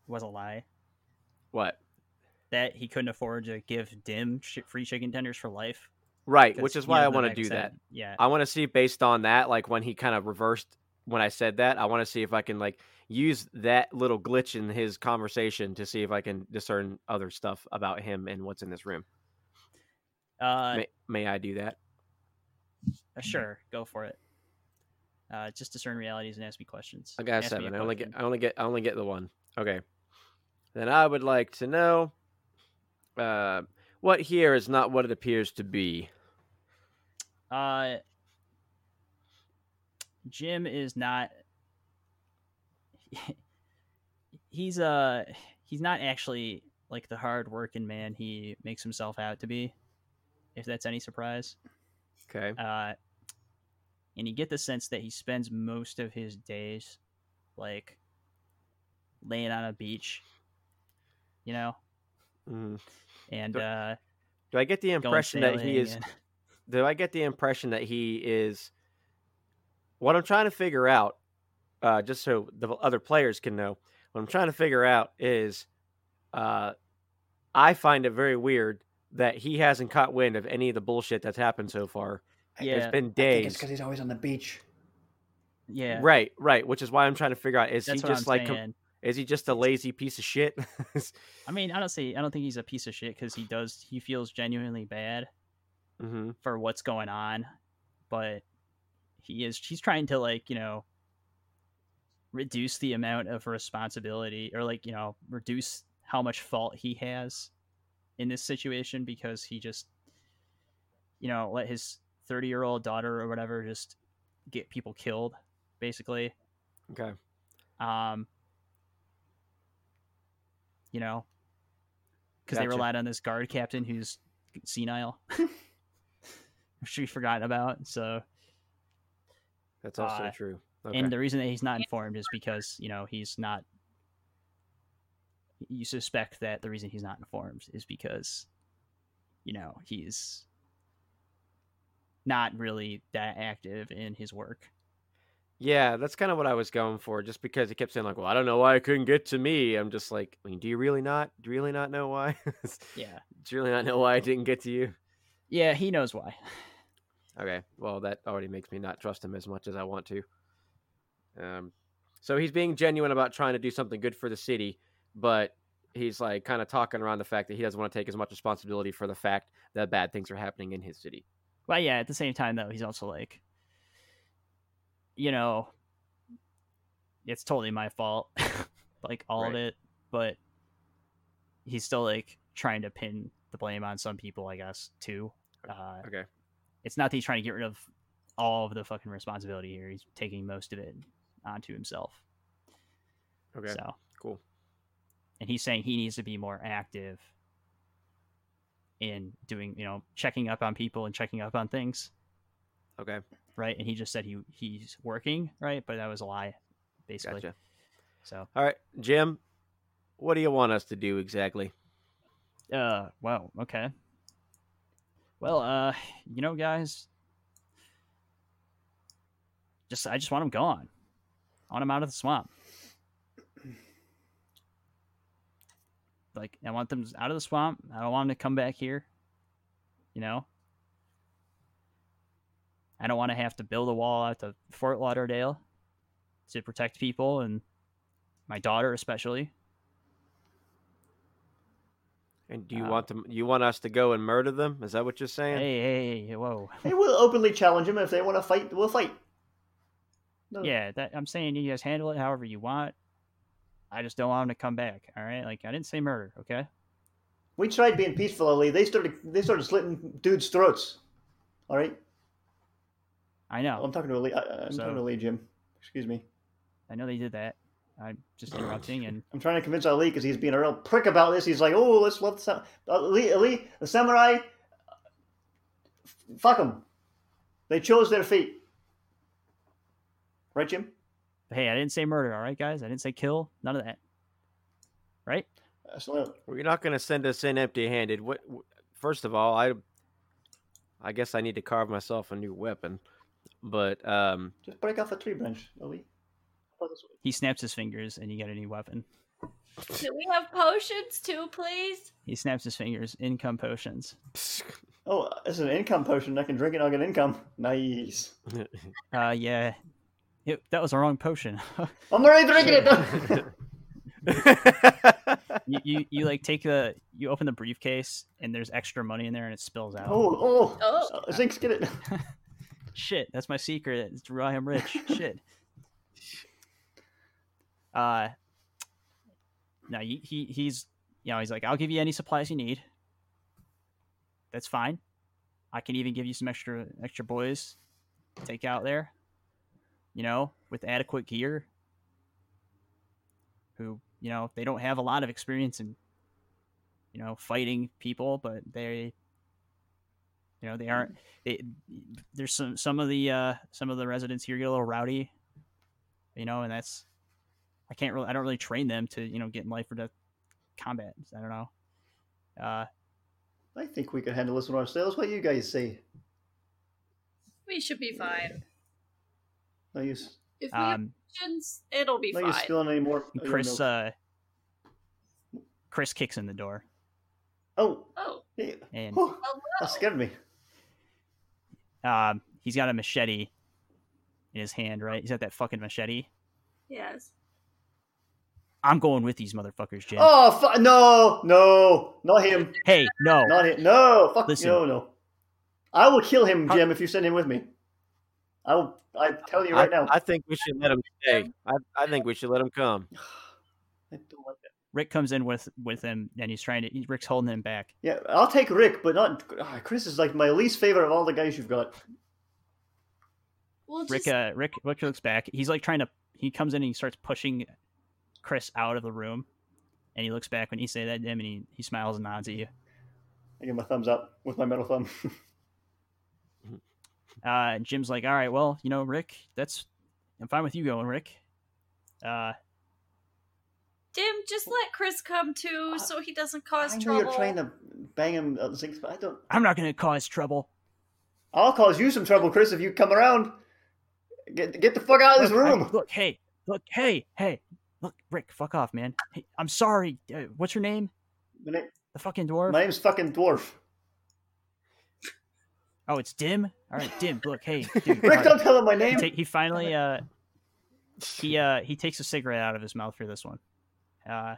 S1: Was a lie
S2: what
S1: that he couldn't afford to give Dim sh- free chicken tenders for life.
S2: right,
S1: 'cause
S2: which is
S1: he
S2: why I
S1: doesn't
S2: want to
S1: make
S2: do that.
S1: sense. Yeah,
S2: I want to see based on that, like when he kind of reversed when I said that, I want to see if I can like use that little glitch in his conversation to see if I can discern other stuff about him and what's in this room.
S1: uh,
S2: may, may I do that?
S1: sure, go for it. Uh, just discern realities and ask me questions.
S2: I got a
S1: Ask me
S2: seven.
S1: a
S2: I only get
S1: question.
S2: I only get I only get the one. Okay. Then I would like to know uh what here is not what it appears to be.
S1: Uh, Jim is not. he's uh he's not actually like the hard working man he makes himself out to be, if that's any surprise.
S2: Okay.
S1: Uh, and you get the sense that he spends most of his days like laying on a beach, you know,
S2: Mhm.
S1: and
S2: Go-
S1: uh,
S2: Do I get the
S1: going
S2: impression that
S1: sailing
S2: he is
S1: and-
S2: do I get the impression that he is what I'm trying to figure out, uh, just so the other players can know, what I'm trying to figure out is uh, I find it very weird that he hasn't caught wind of any of the bullshit that's happened so far.
S1: uh, yeah,
S2: It's been
S4: I think it's
S2: days.
S4: because he's always on the beach.
S1: yeah,
S2: Right, right, which is why I'm trying to figure out is
S1: that's
S2: he
S1: what
S2: just
S1: I'm
S2: like com-
S1: saying.
S2: is he just a lazy piece of shit?
S1: I mean, honestly, I don't think he's a piece of shit because he does. He feels genuinely bad
S2: hmm
S1: for what's going on, but he is. He's trying to like you know reduce the amount of responsibility or like you know reduce how much fault he has in this situation because he just you know let his 30 year old daughter or whatever just get people killed basically
S2: Okay.
S1: um you know because they
S2: Gotcha.
S1: relied on this guard captain who's senile which we forgot about so
S2: That's also
S1: Uh,
S2: true. Okay.
S1: and the reason that he's not informed is because you know he's not you suspect that the reason he's not informed is because you know he's not really that active in his work
S2: Yeah, that's kind of what I was going for, just because it kept saying like, "Well, I don't know why it couldn't get to me." I'm just like, I mean, do you really not? Do you really not know why? do
S1: yeah
S2: you really not know why it didn't get to you?
S1: yeah he knows why
S2: Okay, well, that already makes me not trust him as much as I want to. Um, So he's being genuine about trying to do something good for the city, but he's like kind of talking around the fact that he doesn't want to take as much responsibility for the fact that bad things are happening in his city.
S1: Well, yeah, at the same time, though, he's also like, you know, it's totally my fault, like all of
S2: Right.
S1: it, but he's still like trying to pin the blame on some people, I guess, too. Uh,
S2: Okay.
S1: It's not that he's trying to get rid of all of the fucking responsibility here, he's taking most of it onto himself.
S2: Okay.
S1: So,
S2: Cool.
S1: and he's saying he needs to be more active in doing, you know, checking up on people and checking up on things.
S2: Okay.
S1: right? And he just said he he's working, right? But that was a lie, basically.
S2: Gotcha.
S1: So,
S2: All right, Jim, what do you want us to do exactly?
S1: uh, wow, okay. Well, uh, you know, guys, just I just want him gone. I want him out of the swamp. Like I want them out of the swamp. I don't want them to come back here. You know. I don't want to have to build a wall out to Fort Lauderdale to protect people and my daughter especially.
S2: And do you
S1: Uh,
S2: want them? You want us to go and murder them? Is that what you're saying?
S1: Hey, hey, hey, whoa.
S4: Hey, we'll openly challenge him if they want to fight. We'll fight. No.
S1: Yeah, that I'm saying you guys handle it however you want. I just don't want him to come back. All right, like I didn't say murder. Okay.
S4: We tried being peaceful, Ali. They started they started slitting dudes' throats. All right,
S1: I know.
S4: I'm talking to Ali. I, I'm
S1: Oh. So-
S4: talking to Ali, Jim. Excuse me.
S1: I know they did that. I'm just interrupting, and
S4: I'm trying to convince Ali because he's being a real prick about this. He's like, "Oh, let's let the sam- Ali, Ali, the samurai. Fuck them. They chose their fate. Right, Jim?
S1: hey, I didn't say murder. All right, guys, I didn't say kill. None of that. Right?
S4: Uh, so,
S2: Well, you're not going to send us in empty-handed. What? wh- First of all, I, I guess I need to carve myself a new weapon. But um,
S4: just break off a tree branch, Ali.
S1: He snaps his fingers, and you get a new weapon.
S3: Do we have potions too, please?
S1: He snaps his fingers. Income potions.
S4: Oh, this is an income potion. I can drink it. I'll get income. Nice.
S1: Uh, yeah. It, that was the wrong potion.
S4: I'm already drinking it.
S1: you, you you like take the you open the briefcase and there's extra money in there and it spills out.
S4: oh, oh,
S3: Oh.
S4: Uh, Zinx, get it.
S1: shit that's my secret it's why i'm rich shit uh no he, he he's you know he's like i'll give you any supplies you need that's fine i can even give you some extra extra boys to take out there you know with adequate gear who you know they don't have a lot of experience in you know fighting people but they you know they aren't it, there's some some of the uh some of the residents here get a little rowdy you know and that's i can't really i don't really train them to you know get in life or death combat i don't know uh
S4: I think we could handle this one ourselves. What you guys say?
S3: We should be fine.
S4: No use.
S3: If we have Oh,
S1: um
S3: potions, it'll be
S4: No
S3: fine.
S4: use spilling any more.
S1: and
S4: oh, yeah,
S1: chris
S4: no.
S1: uh chris kicks in the door
S4: oh,
S3: oh,
S4: hey,
S1: and
S4: whew,
S3: hello.
S4: that scared me.
S1: um he's got a machete in his hand right he's got that fucking machete
S3: Yes.
S1: i'm going with these motherfuckers jim
S4: Oh, fu- no, no, not him,
S1: hey no
S4: not him. No, fuck
S1: Listen.
S4: no, no. I will kill him,
S1: How-
S4: Jim, if you send him with me. I will. I tell you
S2: I,
S4: right now.
S2: I think we should let him stay. I, I think we should let him come.
S4: I don't like that.
S1: rick comes in with with him and he's trying to rick's holding him back
S4: Yeah, I'll take Rick, but not ah, Chris. Is like my least favorite of all the guys you've got.
S3: We'll just
S1: Rick, uh, Rick, Rick looks back. He's like trying to. He comes in and he starts pushing Chris out of the room, and he looks back when he say that to him, and he, he smiles and nods at you.
S4: I give him a thumbs up with my metal thumb.
S1: Uh, and Jim's like, "All right, well, you know, Rick, that's I'm fine with you going, Rick. Uh,
S3: Dim, just let Chris come too,
S4: I-
S3: so he doesn't
S4: Uh, I
S3: cause
S4: know
S3: trouble.
S4: you're trying to bang him at the six, but I don't.
S1: I'm not going to cause trouble.
S4: I'll cause you some trouble, Chris, if you come around. Get get the fuck out of this
S1: Look, I-
S4: room.
S1: look, hey, look, hey, hey, look, Rick, fuck off, man. Hey, I'm sorry. Uh, what's your name?
S4: My, na-
S1: The fucking dwarf.
S4: my name's fucking Dwarf.
S1: oh, it's Dim. All right, Dim. Look, hey, dude, all
S4: Rick,
S1: right.
S4: don't tell him my
S1: he,
S4: name.
S1: ta- he finally uh he uh he takes a cigarette out of his mouth for this one. Uh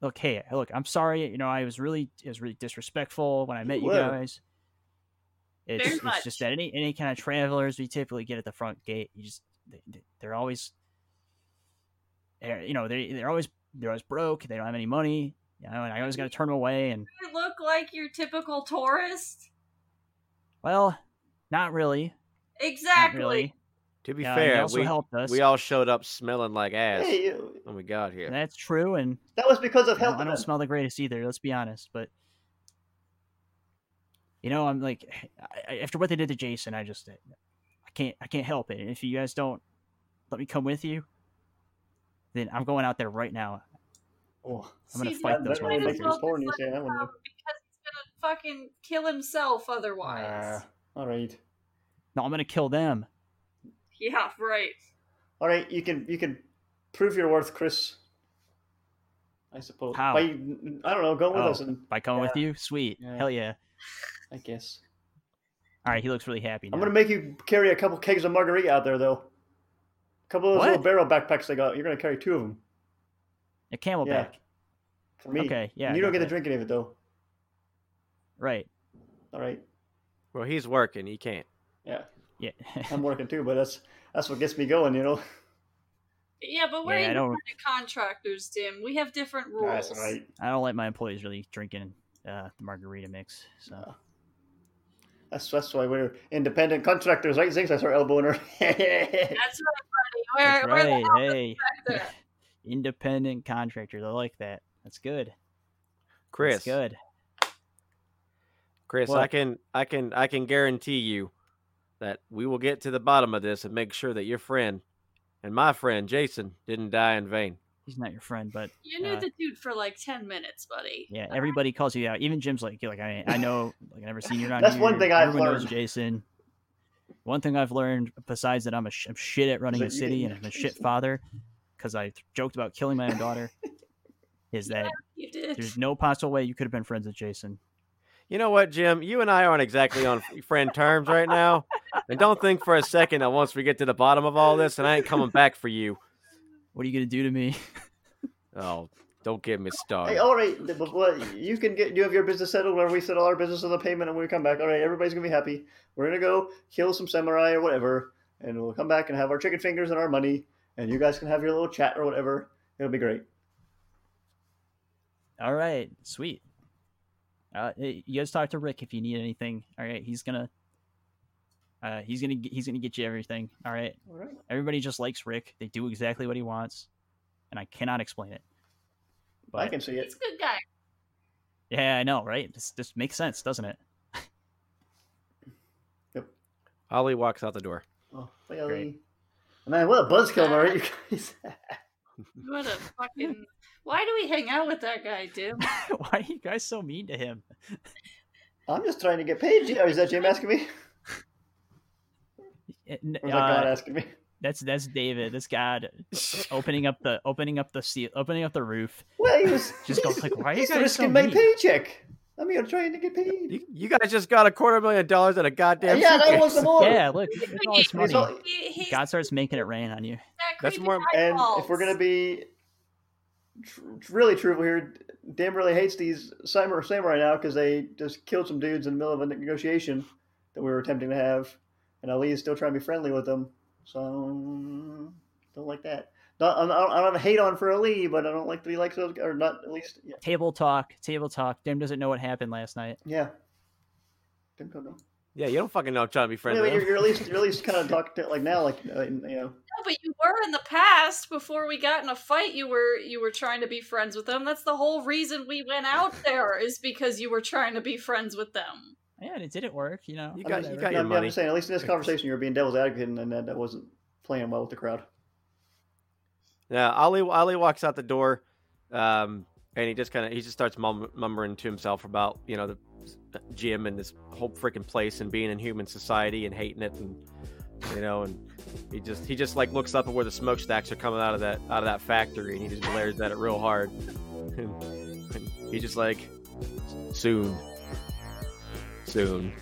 S1: look, hey, look, I'm sorry, you know, I was really it was really disrespectful when I met you
S4: were.
S1: guys. It's,
S3: Very
S1: it's just that any any kind of travelers we typically get at the front gate, you just they- they- they're always they're, you know, they they're always they're always broke, they don't have any money, you know, and I always gotta turn them away and
S3: You look like your typical tourist.
S1: well, not really. Not
S3: Exactly.
S1: really.
S2: To be
S1: Uh, they
S2: fair,
S1: also
S2: we,
S1: helped us.
S2: we all showed up smelling like ass
S4: Hey, you-
S2: when we got here.
S1: That's true, and
S4: that was because of
S1: I don't-
S4: health.
S1: I don't smell the greatest either. Let's be honest, but you know, I'm like, I, I- after what they did to Jason, I just, I can't, I can't help it. And if you guys don't let me come with you, then I'm going out there right now.
S4: Oh,
S1: I'm gonna
S3: See,
S1: fight
S3: dude,
S1: those
S3: you might as
S1: motherfuckers. Ah,
S3: well
S4: Porn, you
S3: just
S4: say
S3: let
S4: that
S3: him
S4: one,
S3: go
S4: though.
S3: Because he's gonna fucking kill himself otherwise.
S4: ah, all right,
S1: No, I'm gonna kill them.
S3: yeah, right.
S4: all right. You can you can prove your worth, Chris. I suppose.
S1: How?
S4: By, I don't know. Go with
S1: Oh.
S4: us, and
S1: By coming with you, sweet,
S4: Yeah.
S1: hell yeah.
S4: I guess
S1: All right, he looks really happy. Now.
S4: I'm gonna make you carry a couple kegs of margarita out there, though. A couple of those little
S1: What?
S4: barrel backpacks they got. You're gonna carry two of them
S1: a camelback.
S4: for me.
S1: Okay, yeah,
S4: You
S1: I
S4: don't
S1: got
S4: get to
S1: that.
S4: drink any of it, though.
S1: Right?
S4: All right.
S2: Well, he's working. He can't.
S4: Yeah.
S1: Yeah.
S4: I'm working too, but that's that's what gets me going, you know.
S3: Yeah, but we're
S1: Yeah, I don't-
S3: independent contractors, Dim. We have different rules.
S4: That's right.
S1: I don't like my employees really drinking uh, the margarita mix. So
S4: That's that's why we're independent contractors, right? Zinks, I start elbowing her.
S3: That's right,
S1: that's
S3: buddy. We're, we're
S1: right.
S3: the
S1: Hey,
S3: contractor.
S1: independent contractors. I like that. That's good.
S2: Chris,
S1: That's good.
S2: Chris, I
S1: What?
S2: can, I can, I can guarantee you that we will get to the bottom of this and make sure that your friend and my friend Jason didn't die in vain.
S1: he's not your friend, but
S3: You knew
S1: Uh,
S3: the dude for like ten minutes, buddy.
S1: yeah, everybody calls you out. Even Jim's like, you're like I mean, I know, like I never seen you around
S4: That's one
S1: here.
S4: thing I've
S1: Everyone knows
S4: learned.
S1: Jason. One thing I've learned, besides that I'm a sh- I'm shit at running
S4: that
S1: a
S4: you
S1: city
S4: didn't
S1: and I'm
S4: know
S1: a shit
S4: Jason.
S1: father, because I joked about killing my own daughter, is that
S3: You did.
S1: there's no possible way you could have been friends with Jason.
S2: You know what, Jim? You and I aren't exactly on friend terms right now. And don't think for a second that once we get to the bottom of all this, and I ain't coming back for you.
S1: What are you gonna do to me?
S2: Oh, don't get me started.
S4: hey, oh all right, th- but what- you can get you have your business settled where we settle our business on the payment and we come back. All right, everybody's gonna be happy. We're gonna go kill some samurai or whatever, and we'll come back and have our chicken fingers and our money, and you guys can have your little chat or whatever. It'll be great.
S1: All right, sweet. Uh, hey, you guys talk to Rick if you need anything. All right, he's gonna. Uh, he's gonna g- he's gonna get you everything. All right.
S4: All right.
S1: Everybody just likes Rick. They do exactly what he wants, and I cannot explain it.
S4: I
S1: But
S4: can see
S3: He's
S4: it.
S3: a good guy.
S1: yeah, I know, right? This this makes sense, doesn't it?
S2: Ollie walks out the door.
S4: Oh,
S1: Great.
S4: well, man, what a buzzkill, all right, you guys.
S3: What a fucking. Why do we hang out with that guy, Dim?
S1: Why are you guys so mean to him?
S4: I'm just trying to get paid. Jim- Or is that Jim asking me?
S1: Eh, n-
S4: Or is that
S1: uh,
S4: Oh God asking me?
S1: that's that's David. This God opening up the opening up the sea, opening up the roof.
S4: Well, he was
S1: Just go like, why are you
S4: he's
S1: guys so
S4: risking
S1: mean?
S4: my paycheck. I'm here trying to get paid.
S2: You, you guys just got a quarter million dollars in a goddamn
S4: yeah, that was
S2: suitcase.
S4: some more.
S1: Yeah, look, look at all this
S4: It's
S1: money.
S4: all-
S3: He, he's
S1: God starts making it rain on you.
S3: that
S2: That's
S3: creepy
S2: more-
S4: and
S3: eyeballs.
S4: if we're gonna be tr- really truthful here, Dan really hates these samurai samurai now because they just killed some dudes in the middle of a negotiation that we were attempting to have, and Ali is still trying to be friendly with them. So mm, don't like that. Not, I don't, I don't have a hate on for Ali, but I don't like to be like those, or not at least. Yeah,
S1: Table talk, table talk. Dim doesn't know what happened last night.
S4: yeah. Didn't go, no.
S2: Yeah, you don't fucking know I'm trying to be friendly.
S4: Anyway, you're, you're at least you're at least kind of talking to, like now, like uh, you know.
S3: No, but you were in the past. Before we got in a fight, you were you were trying to be friends with them. That's the whole reason we went out there is because you were trying to be friends with them.
S1: Yeah, and it didn't work, you know.
S2: You
S4: I'm
S2: got-
S4: just-
S2: you
S4: no,
S2: your
S4: I'm, I'm
S2: money.
S4: just saying, at least in this conversation, you were being devil's advocate, and that, that wasn't playing well with the crowd.
S2: Yeah, Ollie Ollie walks out the door, um, and he just kind of he just starts mum- mumbling to himself about you know the gym and this whole freaking place and being in human society and hating it and you know and he just he just like looks up at where the smokestacks are coming out of that out of that factory and he just glares at it real hard and, and he just like soon soon